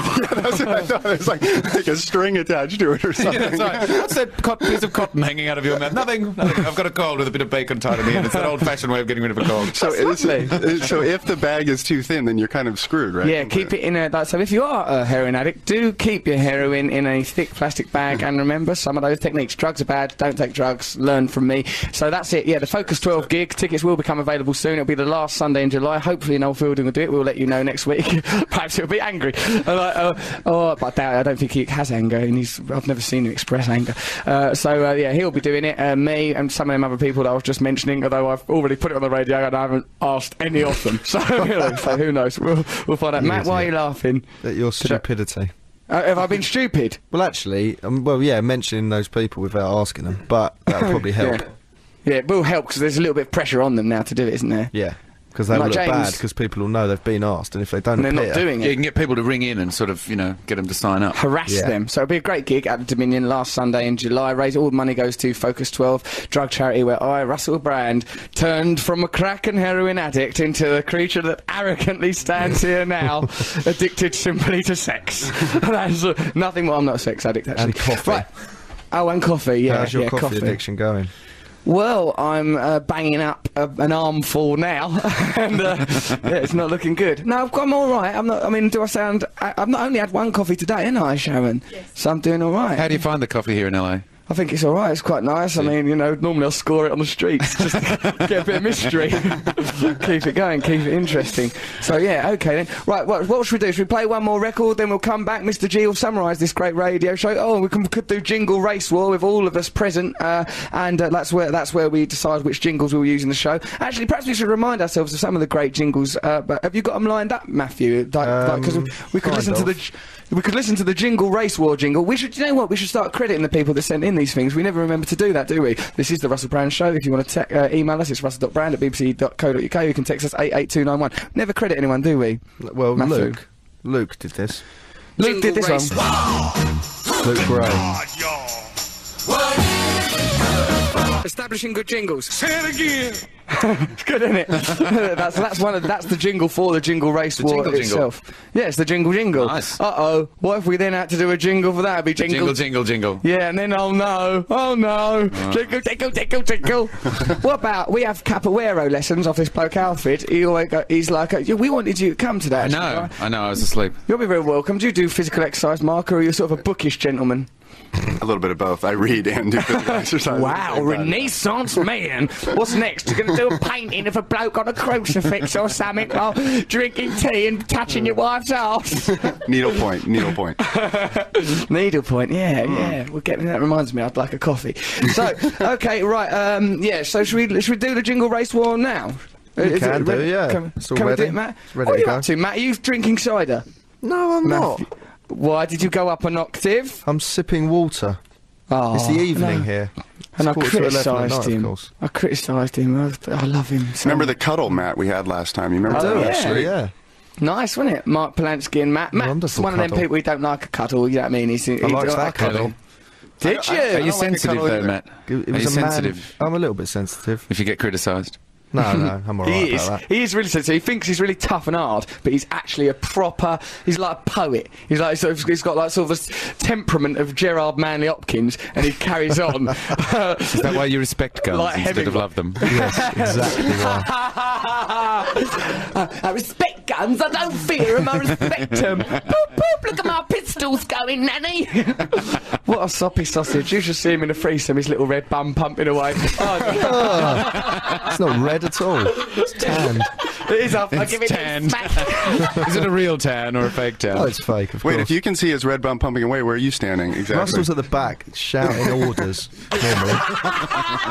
Speaker 11: that's what I thought. It was like, like a string attached to it or something.
Speaker 10: Yeah, that's right. What's that cot- piece of cotton hanging out of your mouth? Nothing. nothing. I've got a cold with a bit of bacon tied in me, and it's that old-fashioned way of getting rid of a cold.
Speaker 11: So, it's- so if the bag is too thin, then you're kind of screwed, right?
Speaker 2: Yeah, keep it in a. Like, so if you are a heroin addict, do keep your heroin in a thick plastic bag and remember some of those techniques. Drugs are bad, don't take drugs, learn from me. So that's it. Yeah, the Focus 12 gig tickets will become available soon. It'll be the last Sunday in July. Hopefully, Noel Fielding will do it. We'll let you know next week. Perhaps he'll be angry. And I- uh, oh, but I doubt it. I don't think he has anger, and he's, I've never seen him express anger. Uh, so uh, yeah, he'll be doing it. Uh, me and some of them other people that I was just mentioning, although I've already put it on the radio and I haven't asked any of them. So, you know, so who knows? We'll, we'll find out.
Speaker 3: You
Speaker 2: Matt, why are you
Speaker 3: idiot.
Speaker 2: laughing?
Speaker 3: That your stupidity.
Speaker 2: Uh, have I been stupid?
Speaker 3: Well, actually, um, well, yeah, mentioning those people without asking them, but that'll probably help.
Speaker 2: Yeah, it will help because there's a little bit of pressure on them now to do it, isn't there?
Speaker 3: Yeah. because they
Speaker 10: Like
Speaker 3: will look
Speaker 10: James.
Speaker 3: bad because people will know they've been asked, and if they don't, appear-
Speaker 10: Yeah, you can get people to ring in and sort of, you know, get them to sign up.
Speaker 2: harass them. So it'll be a great gig at the Dominion last Sunday in July. Raise all the money goes to Focus 12 drug charity, where I, Russell Brand, turned from a crack and heroin addict into the creature that arrogantly stands here now, addicted simply to sex. That's uh, nothing more. I'm not a sex addict actually.
Speaker 3: And coffee.
Speaker 2: Right. Oh, and coffee. Yeah,
Speaker 3: How's your
Speaker 2: yeah,
Speaker 3: coffee, addiction going?
Speaker 2: Well, I'm uh, banging up a, an armful now, and uh, yeah, it's not looking good. No, I've got- I'm all right. I'm not. I mean, do I sound? I, I've not only had one coffee today, ain't I, Sharon? So I'm doing all right.
Speaker 10: How do you find the coffee here in LA?
Speaker 2: I think it's all right. It's quite nice. I mean, you know, normally I'll score it on the streets, just get a bit of mystery, keep it going, keep it interesting. So yeah, okay then. Right, what, what should we do? Should we play one more record? Then we'll come back. Mr. G will summarise this great radio show. Oh, we can, could do Jingle Race War with all of us present, uh, and uh, that's where that's where we decide which jingles we'll use in the show. Actually, perhaps we should remind ourselves of some of the great jingles. Uh, but have you got them lined up, Matthew? Because
Speaker 3: Um,
Speaker 2: we, we could
Speaker 3: kind
Speaker 2: listen to
Speaker 3: of.
Speaker 2: the. j- we could listen to the jingle race war jingle. We should, you know what? We should start crediting the people that sent in these things. We never remember to do that, do we? This is the Russell Brand Show. If you want to te- uh, email us, it's russell.brand at bbc.co.uk. You can text us 88291. Never credit anyone, do we?
Speaker 3: Well,
Speaker 2: Matthew.
Speaker 3: Luke, Luke did this.
Speaker 2: Luke did this
Speaker 3: Jingle
Speaker 2: one.
Speaker 3: Luke Gray.
Speaker 2: Establishing good jingles. Say it again. it's good, isn't it? that's that's one of that's the jingle for the jingle race war
Speaker 10: jingle jingle.
Speaker 2: itself. Yeah, it's the jingle jingle. Nice. Uh oh. What if we then had to do a jingle for that? It'd be
Speaker 10: The
Speaker 2: jingle
Speaker 10: jingle, jingle, jingle.
Speaker 2: Yeah, and then oh no, oh no,
Speaker 10: Right.
Speaker 2: tickle, tickle, tickle, tickle. what about we have capoeira lessons off this bloke Alfred? He always go, he's like, uh, "Yeah, we wanted you to come to that.
Speaker 10: I
Speaker 2: actually,
Speaker 10: know,
Speaker 2: right?
Speaker 10: I know, I was asleep.
Speaker 2: You'll be very welcome. Do you do physical exercise, Mark, or are you sort of a bookish gentleman?
Speaker 11: A little bit of both. I read and do physical exercise.
Speaker 2: Wow, Renaissance man. What's next? You're going to do a painting of a bloke on a crucifix or something while drinking tea and touching your wife's arse.
Speaker 11: Needlepoint, needlepoint.
Speaker 2: Needlepoint, yeah,
Speaker 3: Hmm.
Speaker 2: yeah. Well, get, that reminds me, I'd like a coffee. So, okay, right, um, yeah, so should we, should we do the jingle race war now?
Speaker 3: We
Speaker 2: Is it
Speaker 3: can do,
Speaker 2: ready?
Speaker 3: yeah.
Speaker 2: Can,
Speaker 3: It's all
Speaker 2: can we do
Speaker 3: ready.
Speaker 2: it, Matt?
Speaker 3: It's ready
Speaker 2: what are
Speaker 3: to
Speaker 2: you
Speaker 3: go.
Speaker 2: up to, Matt? Are you drinking cider?
Speaker 3: No, I'm
Speaker 2: not. Why did you go up an octave?
Speaker 3: I'm sipping water.
Speaker 2: Oh,
Speaker 3: it's the evening
Speaker 2: no.
Speaker 3: here.
Speaker 2: And I
Speaker 3: It's quarter to 11 at
Speaker 2: criticised
Speaker 3: night, of
Speaker 2: him.
Speaker 3: course.
Speaker 2: I criticised him. I, I love him. So
Speaker 11: Remember the cuddle, Matt, we had last time? You remember
Speaker 2: Oh,
Speaker 11: that?
Speaker 2: yeah.
Speaker 11: actually?
Speaker 2: Yeah. Nice, wasn't it? Mark Polanski and Matt. Matt's
Speaker 11: Wonderful
Speaker 2: one of them
Speaker 11: cuddle.
Speaker 2: people who don't like a cuddle. You know what I mean? He's,
Speaker 3: I liked that cuddle.
Speaker 2: Did you?
Speaker 10: Are you sensitive though, Matt?
Speaker 3: It, it
Speaker 10: Are
Speaker 3: was
Speaker 10: you
Speaker 3: a
Speaker 10: sensitive?
Speaker 3: Man, I'm a little bit sensitive.
Speaker 10: If you get criticised.
Speaker 3: No, no, I'm all right
Speaker 2: he is.
Speaker 3: about that.
Speaker 2: He is really sensitive. He thinks he's really tough and hard, but he's actually a proper. He's like a poet. He's like sort of, he's got like sort of this temperament of Gerard Manley Hopkins, and he carries on. is
Speaker 10: Is that why you respect girls
Speaker 2: Like
Speaker 10: instead of
Speaker 2: heavyweight.
Speaker 10: love them?
Speaker 3: exactly right.
Speaker 5: I, I respect guns. I don't fear 'em, I respect 'em. Boop, boop, look at my pistols going, Nanny.
Speaker 2: What a soppy sausage! You should see him in a threesome. His little red bum pumping away. Oh,
Speaker 3: It's not red at all. It's tan.
Speaker 2: it is up. I
Speaker 10: It's
Speaker 2: give it
Speaker 10: tanned.
Speaker 2: a smack.
Speaker 10: Is it a real tan or a fake tan?
Speaker 3: Oh, it's fake, of
Speaker 11: Wait,
Speaker 3: course.
Speaker 11: if you can see his red bum pumping away, where are you standing? Exactly.
Speaker 3: Russell's at the back shouting orders normally.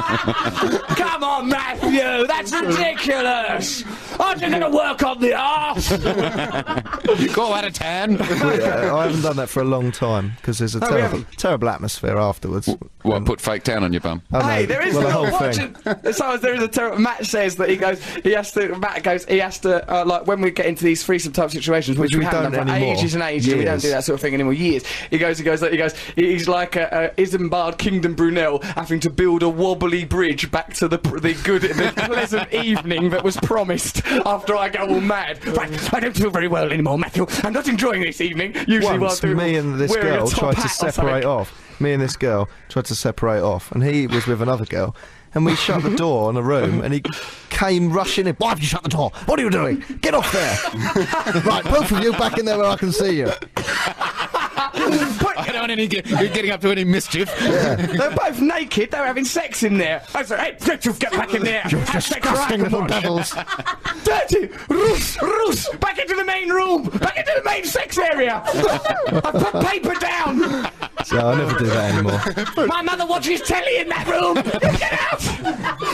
Speaker 5: Come on, Matthew, that's ridiculous. Aren't you going to work on the arse?
Speaker 10: you call that a tan?
Speaker 3: Yeah, I haven't done that for a long time because there's a
Speaker 2: we
Speaker 3: terrible,
Speaker 2: haven't.
Speaker 3: terrible atmosphere afterwards.
Speaker 10: What, put fake tan on your bum?
Speaker 3: Oh, no,
Speaker 2: Hey, there is
Speaker 3: well, the
Speaker 2: no
Speaker 3: whole
Speaker 2: watching.
Speaker 3: thing.
Speaker 2: Sometimes there is a terrible. Matt says that he goes. He has to. Matt goes. He has to. Uh, like when we get into these threesome type situations, which,
Speaker 3: Which we
Speaker 2: haven't
Speaker 3: don't
Speaker 2: done for
Speaker 3: anymore.
Speaker 2: ages and ages. We don't do
Speaker 3: Years.
Speaker 2: that sort of thing anymore. Years. He goes. He goes. He goes. He's like a, a Isambard Kingdom Brunel having to build a wobbly bridge back to the pr- the good, the pleasant evening that was promised. After I go all mad. Right. I don't feel very well anymore, Matthew. I'm not enjoying this evening. Usually,
Speaker 3: Once
Speaker 2: while I'm doing-
Speaker 3: me and this
Speaker 2: wearing a
Speaker 3: girl
Speaker 2: top
Speaker 3: tried to
Speaker 2: hat or something.
Speaker 3: separate off. Me and this girl tried to separate off, and he was with another girl. And we shut the door on a room, and he came rushing in. Why have you shut the door? What are you doing? Get off there! right, both of you back in there where I can see you.
Speaker 10: I don't any, get- you're getting up to any mischief.
Speaker 2: They're both naked. They were having sex in there. I said, "Hey, Gertrude, get back in there. Have sex right
Speaker 3: little
Speaker 2: and watch."
Speaker 3: devils.
Speaker 2: Dirty, roos, roos, back into the main room, back into the main sex area. I put paper down.
Speaker 3: So I never do that anymore.
Speaker 2: My mother watches telly in that room. You Get out.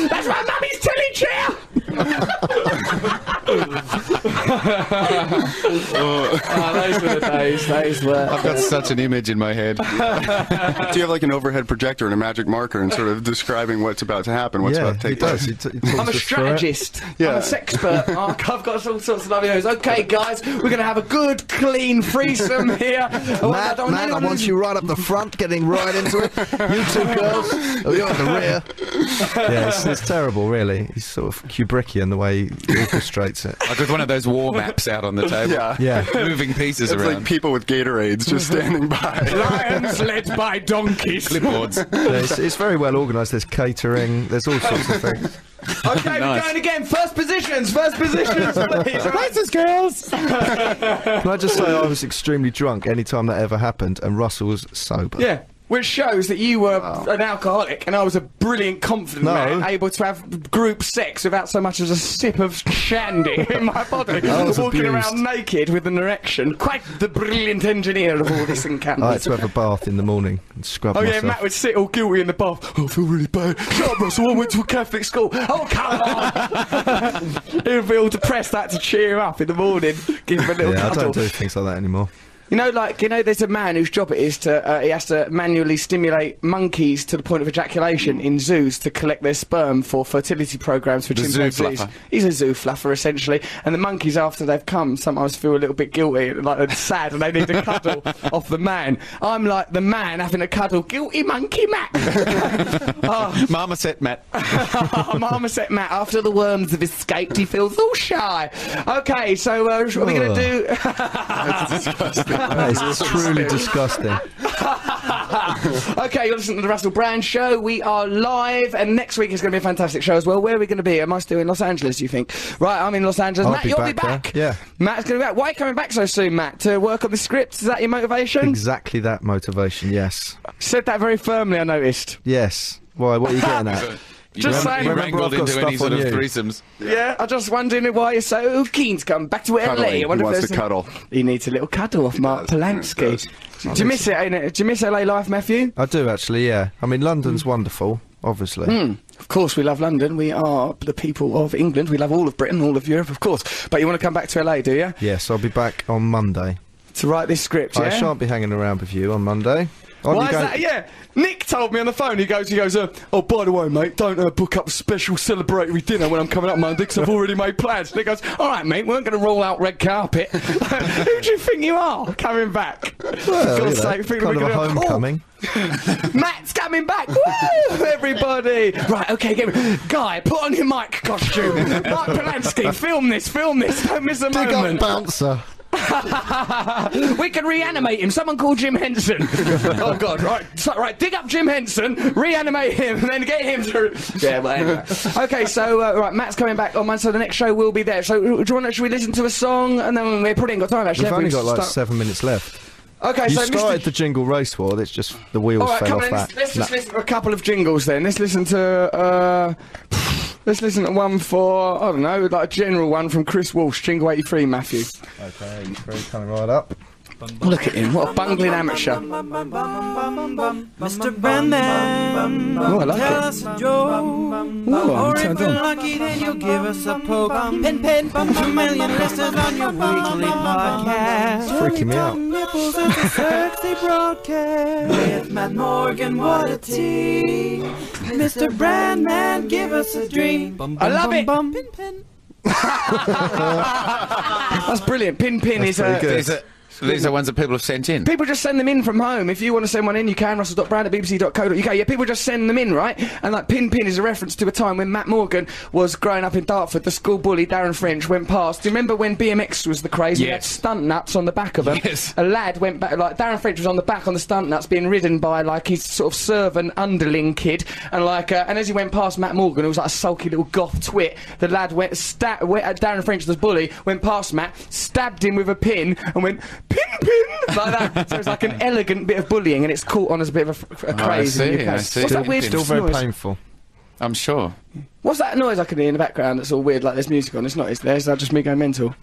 Speaker 2: That's my mummy's telly chair. Oh, those were the days. Those were.
Speaker 11: I've got such an image in my head. Do you have like an overhead projector and a magic marker and sort of describing what's about to happen, what's
Speaker 3: Yeah,
Speaker 11: about to
Speaker 3: he
Speaker 11: take
Speaker 3: does.
Speaker 11: place?
Speaker 3: He t- he
Speaker 2: I'm a strategist. I'm
Speaker 11: Yeah.
Speaker 2: a sexpert. Oh, I've got all sorts of videos. Okay, guys, we're going to have a good, clean threesome here. Oh,
Speaker 3: Matt,
Speaker 2: don't
Speaker 3: Matt, I
Speaker 2: anyone
Speaker 3: want
Speaker 2: who's-
Speaker 3: you right up the front, getting right into it. You two girls, oh, you're at the rear. yeah, it's, it's terrible, really. He's sort of Kubrickian the way he orchestrates it.
Speaker 10: Like with one of those war maps out on the table.
Speaker 11: Yeah.
Speaker 3: Yeah.
Speaker 10: Moving pieces
Speaker 11: It's
Speaker 10: around.
Speaker 11: like people with Gatorades just standing by.
Speaker 4: Lions led by donkeys.
Speaker 3: Yeah, it's, it's very well organised. There's catering. There's all sorts of things.
Speaker 2: Okay, we're
Speaker 3: Nice.
Speaker 2: going again. First positions. First positions, please. Places, girls.
Speaker 3: Can I just say I was extremely drunk any time that ever happened, and Russell was sober.
Speaker 2: Yeah. Which shows that you were an alcoholic and I was a brilliant, confident
Speaker 3: Oh. No.
Speaker 2: man, able to have group sex without so much as a sip of shandy in my body,
Speaker 3: I was
Speaker 2: walking around
Speaker 3: abused.
Speaker 2: naked with an erection. Quite the brilliant engineer of all this encounter.
Speaker 3: I had to have Oh, a bath in the morning and scrub
Speaker 2: Oh yeah,
Speaker 3: myself.
Speaker 2: Matt would sit all guilty in the bath. Oh, I feel really bad. Shut up, Russell. I went to a Catholic school. Oh, come on. He'd be all depressed. That to cheer him up in the morning, give him a little
Speaker 3: yeah, I
Speaker 2: cuddle.
Speaker 3: don't do things like that anymore.
Speaker 2: You know, like you know, there's a man whose job it is to uh, he has to manually stimulate monkeys to the point of ejaculation in zoos to collect their sperm for fertility programs for
Speaker 10: The zoo
Speaker 2: chimpanzees.
Speaker 10: fluffer.
Speaker 2: He's a zoo fluffer essentially, and the monkeys after they've come sometimes feel a little bit guilty, like and sad, and they need a cuddle off the man. I'm like the man having a cuddle, guilty monkey Matt. oh,
Speaker 10: Marmoset, Matt.
Speaker 2: Marmoset Matt, after the worms have escaped, he feels all shy. Okay, so uh, what are we going to do?
Speaker 3: That is truly disgusting.
Speaker 2: okay, you're listening to the Russell Brand Show. We are live, and next week is going to be a fantastic show as well. Where are we going to be? Am I still in Los Angeles, do you think? Right, I'm in Los Angeles.
Speaker 3: I'll
Speaker 2: Matt,
Speaker 3: be
Speaker 2: you'll
Speaker 3: back
Speaker 2: be
Speaker 3: there.
Speaker 2: back.
Speaker 3: Yeah.
Speaker 2: Matt's going to be back. Why are you coming back so soon, Matt? To work on the script? Is that your motivation?
Speaker 3: Exactly that motivation. Yes.
Speaker 2: Said that very firmly, I noticed.
Speaker 3: Yes. Why? What are you getting
Speaker 10: So,
Speaker 3: at?
Speaker 10: you
Speaker 2: Just
Speaker 10: haven't
Speaker 2: saying.
Speaker 10: been
Speaker 2: Remember,
Speaker 10: wrangled
Speaker 3: I've got
Speaker 10: into any
Speaker 3: stuff
Speaker 10: sort
Speaker 3: on
Speaker 10: of
Speaker 3: you.
Speaker 10: threesomes.
Speaker 2: Yeah, I'm just wondering why you're so keen to come back to LA. I
Speaker 11: Cuddling.
Speaker 2: wonder
Speaker 11: He
Speaker 2: if
Speaker 11: wants
Speaker 2: there's
Speaker 11: to
Speaker 2: a-
Speaker 11: cuddle.
Speaker 2: He needs a little cuddle off Mark Polanski. Do you miss it, ain't it? Do you miss LA life, Matthew?
Speaker 3: I do actually. Yeah. I mean, London's wonderful, obviously.
Speaker 2: Hmm. Of course, we love London. We are the people of England. We love all of Britain, all of Europe, of course. But you want to come back to LA, do you?
Speaker 3: Yes, I'll be back on Monday.
Speaker 2: To write this script, yeah?
Speaker 3: I shan't be hanging around with you on Monday. On
Speaker 2: Why
Speaker 3: you
Speaker 2: is
Speaker 3: go-
Speaker 2: that? Yeah, Nick told me on the phone. He goes, he goes. Uh, oh, by the way, mate, don't uh, book up special celebratory dinner when I'm coming up Monday because I've already made plans. Nick goes, all right, mate, we weren't going to roll out red carpet. Who do you think you are coming back?
Speaker 3: Well,
Speaker 2: For
Speaker 3: you
Speaker 2: God's
Speaker 3: know,
Speaker 2: sake, think
Speaker 3: kind of
Speaker 2: we're
Speaker 3: a
Speaker 2: gonna- Oh,
Speaker 3: homecoming.
Speaker 2: Matt's coming back! Woo! Everybody! Right, okay, get me. Guy, put on your mic costume. Mark Polanski, film this, film this. Don't miss a
Speaker 3: Dig up
Speaker 2: moment.
Speaker 3: bouncer.
Speaker 2: we can reanimate him. Someone call Jim Henson. oh God! Right, so, right. Dig up Jim Henson, reanimate him, and then get him to. Yeah, but anyway. okay, so uh, right, Matt's coming back on Monday, so the next show will be there. So, do you want? to- Should we listen to a song, and then we probably ain't got time actually.
Speaker 3: We've
Speaker 2: have we?
Speaker 3: only got like
Speaker 2: Start-
Speaker 3: seven minutes left.
Speaker 2: Okay,
Speaker 3: you
Speaker 2: so
Speaker 3: started
Speaker 2: Mr.
Speaker 3: the jingle race war. It's just the wheels
Speaker 2: All right,
Speaker 3: fell
Speaker 2: come
Speaker 3: off
Speaker 2: on. Let's,
Speaker 3: that.
Speaker 2: let's just
Speaker 3: Nah.
Speaker 2: listen to a couple of jingles then. Let's listen to. Uh, let's listen to one for I don't know, like a general one from Chris Walsh, Jingle 83, Matthew.
Speaker 3: Okay, he's very coming right up.
Speaker 2: Look at him! What a bungling amateur.
Speaker 13: Mr. Brandman,
Speaker 2: Oh, I like
Speaker 13: tell
Speaker 2: it.
Speaker 13: us a joke.
Speaker 2: Ooh,
Speaker 13: or
Speaker 2: I'm
Speaker 13: if
Speaker 2: turned
Speaker 13: we're
Speaker 2: on.
Speaker 13: lucky, then you'll give us a poke. Pen, pen, two million listeners on your weekly podcast.
Speaker 3: It's freaking me out.
Speaker 13: Nipples at the sexy broadcast. With Matt Morgan, what a tea. Mr. Brandman, give us a drink.
Speaker 2: I love it.
Speaker 13: Pen, pen.
Speaker 2: That's brilliant. Pin pin
Speaker 10: That's
Speaker 2: is a.
Speaker 10: pretty good. These are- These are ones that people have sent in.
Speaker 2: People just send them in from home. If you want to send one in, you can. Russell.brand at bbc.co.uk. Yeah, people just send them in, right? And like Pin Pin is a reference to a time when Matt Morgan was growing up in Dartford. The school bully, Darren French, went past. Do you remember when BMX was the craze? We had
Speaker 10: Yes.
Speaker 2: stunt nuts on the back of them.
Speaker 10: Yes.
Speaker 2: A lad went back, like Darren French was on the back on the stunt nuts, being ridden by like his sort of servant underling kid. And like, uh, and as he went past Matt Morgan, who was like a sulky little goth twit, the lad went, sta- went uh, Darren French, the bully, went past Matt, stabbed him with a pin, and went, pin, pin, like that. so it's like an elegant bit of bullying, and it's caught on as a bit of a, a
Speaker 10: Oh, I
Speaker 2: craze. in
Speaker 10: see,
Speaker 2: the UK.
Speaker 10: I see.
Speaker 2: What's
Speaker 10: Still-
Speaker 2: that weird
Speaker 10: still very
Speaker 2: noise?
Speaker 3: Painful.
Speaker 10: I'm sure.
Speaker 2: What's that noise I can hear in the background that's all weird, like there's music on? It's not, it's there, is that just me going mental?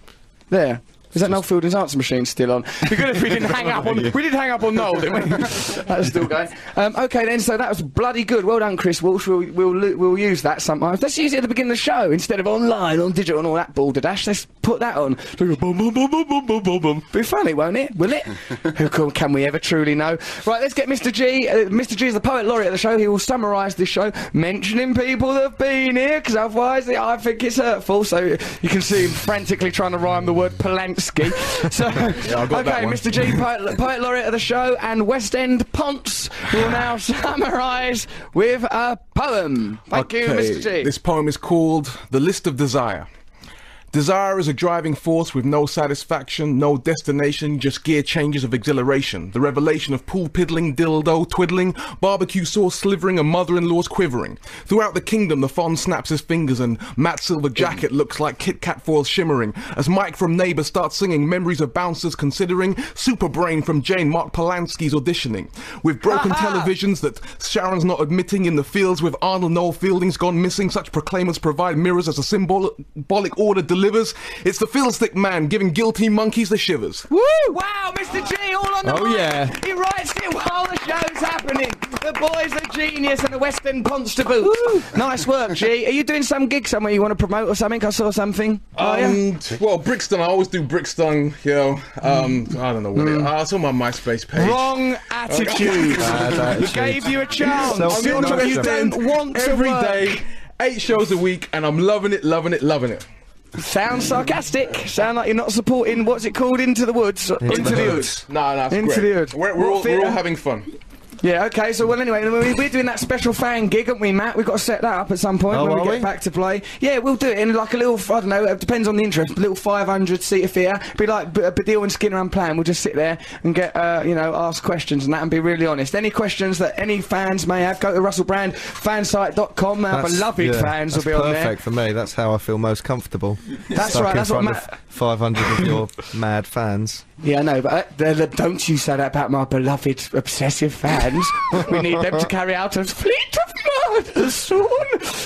Speaker 2: There. Is that Noel Fielding's answer machine still on? Be good if we didn't hang up on. We did hang up on Noel, didn't we? That's still going. Um, okay then, so that was bloody good. Well done, Chris Walsh. We'll, we'll lo- we'll use that sometimes. Let's use it at the beginning of the show instead of online, on digital, and all that balderdash. Let's put that on. Boom, boom, boom, boom, boom, boom, boom, boom. Be funny, won't it? Will it? Who can, can we ever truly know? Right, let's get Mr. G. Uh, Mr. G is the poet laureate of the show. He will summarise this show, mentioning people that have been here, because otherwise I think it's hurtful. So you can see him frantically trying to rhyme the word Polanski. So,
Speaker 12: I got that
Speaker 2: okay,
Speaker 12: one.
Speaker 2: Mr. G, poet, poet laureate of the show, and West End Ponce will now summarise with a poem. Thank you,
Speaker 12: Okay,
Speaker 2: Mr. G.
Speaker 12: This poem is called The List of Desire. Desire is a driving force with no satisfaction, no destination, just gear changes of exhilaration. The revelation of pool piddling, dildo twiddling, barbecue sauce slivering, and mother in law's quivering. Throughout the kingdom, the fond snaps his fingers, and Matt's silver jacket looks like Kit Kat foil shimmering. As Mike from Neighbour starts singing, memories of bouncers considering, super brain from Jane Mark Polanski's auditioning. With broken televisions that Sharon's not admitting in the fields with Arnold Noel Fielding's gone missing. Such proclaimers provide mirrors as a symbol- symbolic order delivers. It's the fiddlestick man giving guilty monkeys the shivers.
Speaker 2: Woo! Wow, Mr. G, all on the
Speaker 12: Oh,
Speaker 2: mic.
Speaker 12: yeah.
Speaker 2: He writes it while the show's happening. The boy's a genius and a West End Ponce to boot. nice work, G. Are you doing some gig somewhere you want to promote or something? I saw something. Are ya?
Speaker 12: Um, well, Brixton, I always do Brixton, you know. Um, I don't know what it is. Uh, it's on my MySpace
Speaker 2: Mm.
Speaker 12: page.
Speaker 2: Wrong attitude.
Speaker 3: uh,
Speaker 12: Bad
Speaker 2: we
Speaker 12: attitude.
Speaker 2: gave you a chance.
Speaker 12: I'm
Speaker 2: you
Speaker 12: doing
Speaker 2: don't- you
Speaker 12: Brixton
Speaker 2: don't want to
Speaker 12: every
Speaker 2: work.
Speaker 12: day, eight shows a week, and I'm loving it, loving it, loving it.
Speaker 2: Sounds sarcastic. Sound like you're not supporting what's it called? Into the woods. Into, the hood.
Speaker 12: No, no, it's
Speaker 2: Into
Speaker 12: great.
Speaker 2: the hood. What
Speaker 12: We're, we're, all, we're all
Speaker 2: theatre?
Speaker 12: having fun.
Speaker 2: Yeah, okay, so well, anyway, we- we're doing that special fan gig, aren't we, Matt? We've got to set that up at some point
Speaker 12: Oh,
Speaker 2: when we
Speaker 12: are
Speaker 2: get
Speaker 12: we?
Speaker 2: back to play. Yeah, we'll do it in like a little, I don't know, it depends on the interest, a little 500 seater theatre. Be like B- Badil and Skinner and Plan. We'll just sit there and get, uh, you know, ask questions and that and be really honest. Any questions that any fans may have, go to russellbrandfansite.com. Our
Speaker 3: That's-
Speaker 2: beloved
Speaker 3: yeah,
Speaker 2: fans will
Speaker 3: that's
Speaker 2: be on there.
Speaker 3: Perfect for me. That's how I feel most comfortable.
Speaker 2: That's
Speaker 3: Stuck
Speaker 2: right,
Speaker 3: In
Speaker 2: that's what
Speaker 3: front of 500 of your mad fans.
Speaker 2: Yeah, I know, but uh, the- the- don't you say that about my beloved obsessive fans. we need them to carry out a fleet of murders soon.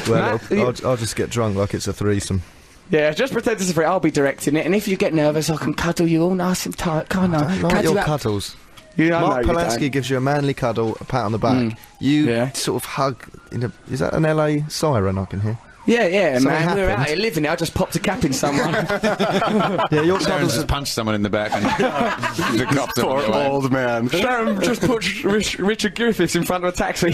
Speaker 3: Well,
Speaker 2: Matt,
Speaker 3: I'll, I'll, I'll just get drunk like it's a threesome.
Speaker 2: Yeah, just pretend it's a free. I'll be directing it, and if you get nervous, I can cuddle you all nice and tight, can't Uh, I?
Speaker 3: Like
Speaker 2: cuddle
Speaker 3: your
Speaker 2: up.
Speaker 3: cuddles.
Speaker 2: Yeah, I
Speaker 3: Mark
Speaker 2: know you
Speaker 3: Polanski
Speaker 2: don't. Mm.
Speaker 3: gives you a manly cuddle, a pat on the back. You sort of hug. In a, is that an LA siren I can hear?
Speaker 2: Yeah, yeah,
Speaker 3: Something
Speaker 2: man. We're out
Speaker 3: happened.
Speaker 2: here living. it. I just popped a cap in someone.
Speaker 3: yeah, your
Speaker 10: Sharon just punched someone in the back and the cops don't
Speaker 11: Poor
Speaker 10: know why.
Speaker 11: old man.
Speaker 2: Sharon just put Rich, Richard Griffiths in front of a taxi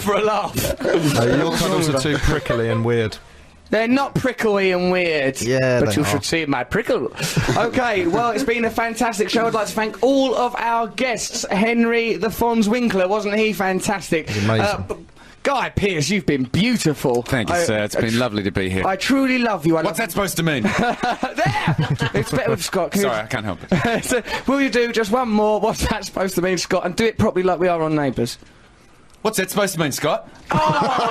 Speaker 2: for a laugh.
Speaker 3: No, your cuddles are too prickly and weird.
Speaker 2: They're not prickly and weird.
Speaker 3: Yeah,
Speaker 2: but
Speaker 3: they
Speaker 2: you
Speaker 3: are.
Speaker 2: should see my prickle. okay, well, it's been a fantastic show. I'd like to thank all of our guests. Henry the Fonz Winkler, wasn't he fantastic?
Speaker 10: amazing.
Speaker 2: b- Guy Pierce, you've been beautiful.
Speaker 10: Thank you,
Speaker 2: I-
Speaker 10: sir. It's
Speaker 2: I
Speaker 10: been lovely to be here.
Speaker 2: I truly love you. I
Speaker 10: What's
Speaker 2: love
Speaker 10: that supposed to mean?
Speaker 2: It's better with Scott. Can you-
Speaker 10: Sorry, I can't help it.
Speaker 2: so, will you do just one more? What's that supposed to mean, Scott? And do it properly like we are on Neighbours.
Speaker 10: What's that supposed to mean, Scott?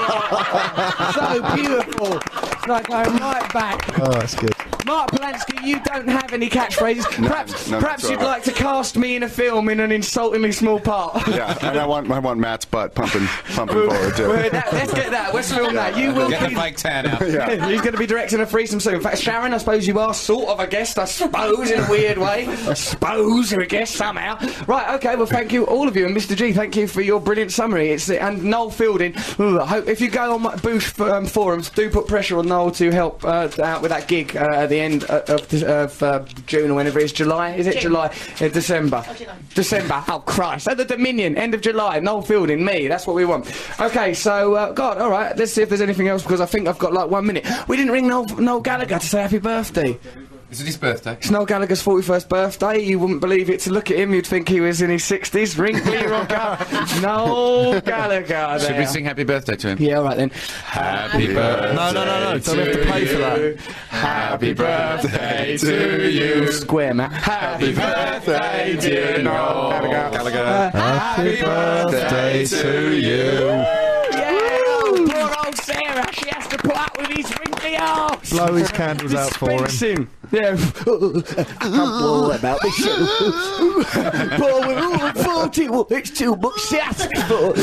Speaker 2: Oh! so beautiful. It's like going right back.
Speaker 3: Oh, that's good.
Speaker 2: Mark Polanski, you don't have any catchphrases.
Speaker 11: No,
Speaker 2: perhaps
Speaker 11: no,
Speaker 2: perhaps
Speaker 11: that's
Speaker 2: you'd
Speaker 11: all
Speaker 2: like
Speaker 11: right.
Speaker 2: to cast me in a film in an insultingly small part.
Speaker 11: yeah, and I want I want Matt's butt pumping pumping forward too.
Speaker 2: Well, that- let's get that. Let's film that. You will be.
Speaker 10: tan
Speaker 11: yeah.
Speaker 2: He's going to be directing a threesome soon. In fact, Sharon, I suppose you are sort of a guest, I suppose, in a weird way. I suppose you're a guest somehow. Right, okay, well, thank you, all of you. And Mr. G, thank you for your brilliant summary. It's uh, And Noel Fielding, ooh, I hope if you go on my Boosh um, forums, do put pressure on Noel to help uh, out with that gig uh, at the end uh, of, this- of uh, June or whenever it is. July? Is it
Speaker 12: June.
Speaker 2: July? Uh, December. December. Oh, Christ. At the Dominion, end of July. Noel Fielding, me. That's what we want. Okay, so, uh, God, all right. Let's see if there's anything else because I think I've got like one minute. We didn't ring Noel, Noel Gallagher to say happy birthday.
Speaker 10: Is it his birthday?
Speaker 2: It's Noel Gallagher's 41st birthday. You wouldn't believe it. To look at him, you'd think he was in his 60s. Wrinkly, rock up. Noel Gallagher.
Speaker 10: Should we
Speaker 2: There.
Speaker 10: sing happy birthday to him?
Speaker 2: Yeah, all right then. birthday
Speaker 10: Happy birthday.
Speaker 2: No, no, no, no, don't we have to pay for that?
Speaker 10: you. Happy birthday to you.
Speaker 2: Square, Matt.
Speaker 10: Happy birthday, dear Noel. Gallagher.
Speaker 3: Happy
Speaker 10: birthday to you.
Speaker 2: Yeah, poor old Sarah. She has to to put up with his wrinkly arse.
Speaker 3: Blow his candles out for him.
Speaker 2: Dispense him. Yeah. I'm worried about this. but we're all at 40. Well, it's too much to ask for.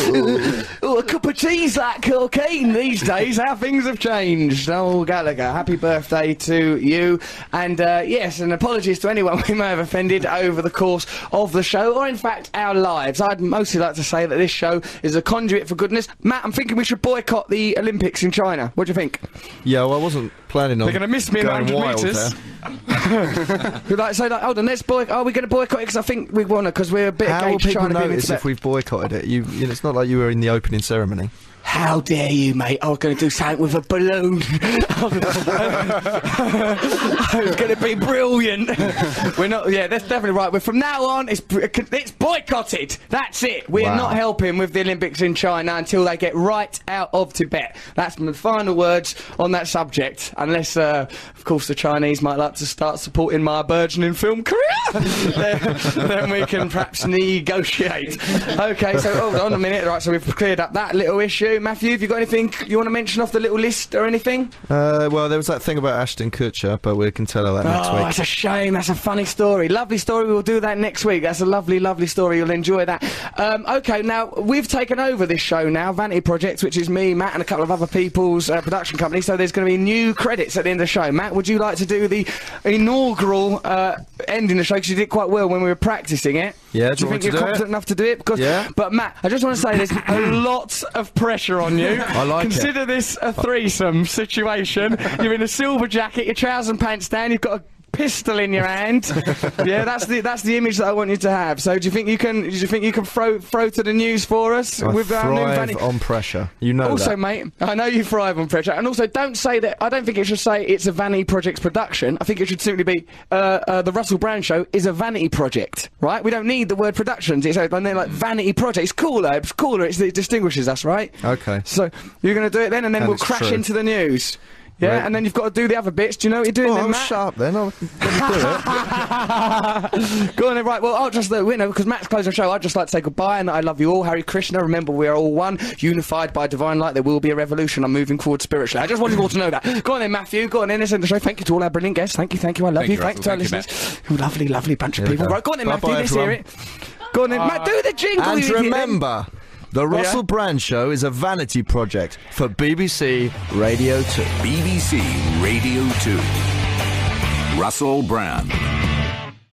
Speaker 2: oh, a cup of tea's like cocaine these days. How things have changed. Noel Gallagher, happy birthday to you. And uh, yes, and apologies to anyone we may have offended over the course of the show, or in fact, our lives. I'd mostly like to say that this show is a conduit for goodness. Matt, I'm thinking we should boycott the Olympics in China. What do you think?
Speaker 3: Yeah, well, I wasn't planning on.
Speaker 2: They're gonna miss me in
Speaker 3: going
Speaker 2: 100
Speaker 3: wild
Speaker 2: metres.
Speaker 3: there.
Speaker 2: We'd like to say, like, hold on, let's boycott. Are we going to boycott it? Because I think we want to, because we're a bit
Speaker 3: How will
Speaker 2: against
Speaker 3: people
Speaker 2: China being
Speaker 3: notice
Speaker 2: into
Speaker 3: if we've boycotted it? You, you know, it's not like you were in the opening ceremony.
Speaker 2: How dare you, mate? I was going to do something with a balloon. it's going to be brilliant. We're not. Yeah, that's definitely right. We're from now on. It's br- it's boycotted. That's it. We're
Speaker 16: Wow.
Speaker 2: not helping with the Olympics in China until they get right out of Tibet. That's my final words on that subject. Unless, uh, of course, the Chinese might like to start supporting my burgeoning film career. then, then we can perhaps negotiate. Okay, so hold on a minute. Right, so we've cleared up that little issue. Matthew, have you got anything you want to mention off the little list or anything?
Speaker 3: Uh, well, there was that thing about Ashton Kutcher, but we can tell her that next
Speaker 2: oh,
Speaker 3: week.
Speaker 2: that's a shame. That's a funny story. Lovely story. We'll do that next week. That's a lovely, lovely story. You'll enjoy that. Um, okay, now we've taken over this show now, Vanity Project, which is me, Matt, and a couple of other people's uh, production company. So there's going to be new credits at the end of the show. Matt, would you like to do the inaugural uh, ending of the show? Because you did quite well when we were practicing it.
Speaker 3: Yeah,
Speaker 2: do
Speaker 3: do you
Speaker 2: you
Speaker 3: want
Speaker 2: think
Speaker 3: me
Speaker 2: you're
Speaker 3: to do it?
Speaker 2: competent enough to do it? Because,
Speaker 3: Yeah.
Speaker 2: but Matt, I just want to say there's a lot of pressure on you.
Speaker 3: I like it.
Speaker 2: Consider Consider this a threesome situation. You're in a silver jacket, your trousers and pants down, you've got a pistol in your hand. yeah, that's the that's the image that I want you to have. So do you think you can do you think you can throw throw to the news for us uh,
Speaker 3: I thrive
Speaker 2: Vanny-
Speaker 3: on pressure. You know
Speaker 2: um, also,
Speaker 3: that.
Speaker 2: mate, I know you thrive on pressure, and also don't say that. I don't think it should say it's a Vanity Project's production. I think it should simply be uh, uh, the Russell Brand Show is a Vanity Project, right? We don't need the word productions. It's and they're like Vanity Project. It's cooler. It's cooler. It's, it distinguishes us, right?
Speaker 3: Okay.
Speaker 2: So you're going to do it then, and then
Speaker 3: And
Speaker 2: we'll
Speaker 3: it's
Speaker 2: crash
Speaker 3: true.
Speaker 2: into the news. Yeah,
Speaker 3: Right.
Speaker 2: and then you've got to do the other bits. Do you know what you're doing
Speaker 3: Oh,
Speaker 2: then,
Speaker 3: I was
Speaker 2: Matt?
Speaker 3: sharp then. I was-
Speaker 2: Go on, then, right. Well, I'll just let you know because Matt's closing the show. I'd just like to say goodbye and I love you all, Harry Krishna. Remember, we are all one, unified by divine light. There will be a revolution. I'm moving forward spiritually. I just want you all to know that. Go on, then, Matthew. Go on, then. This end the show. Thank you to all our brilliant guests. Thank you, thank you. I love
Speaker 16: Thank
Speaker 2: you.
Speaker 16: you,
Speaker 2: Thanks to our
Speaker 16: Russell.
Speaker 2: listeners.
Speaker 16: Thank
Speaker 2: You lovely, lovely bunch of
Speaker 3: Here we
Speaker 2: people.
Speaker 3: go.
Speaker 2: Right, go on, then, Matthew.
Speaker 3: Bye-bye,
Speaker 2: Let's hear it.
Speaker 3: everyone.
Speaker 2: Go on, then, Matt. Do the jingle.
Speaker 3: And
Speaker 2: you Oh, idiot, then.
Speaker 3: remember, the Russell Brand Show is a vanity project for BBC Radio 2.
Speaker 1: BBC Radio 2. Russell Brand.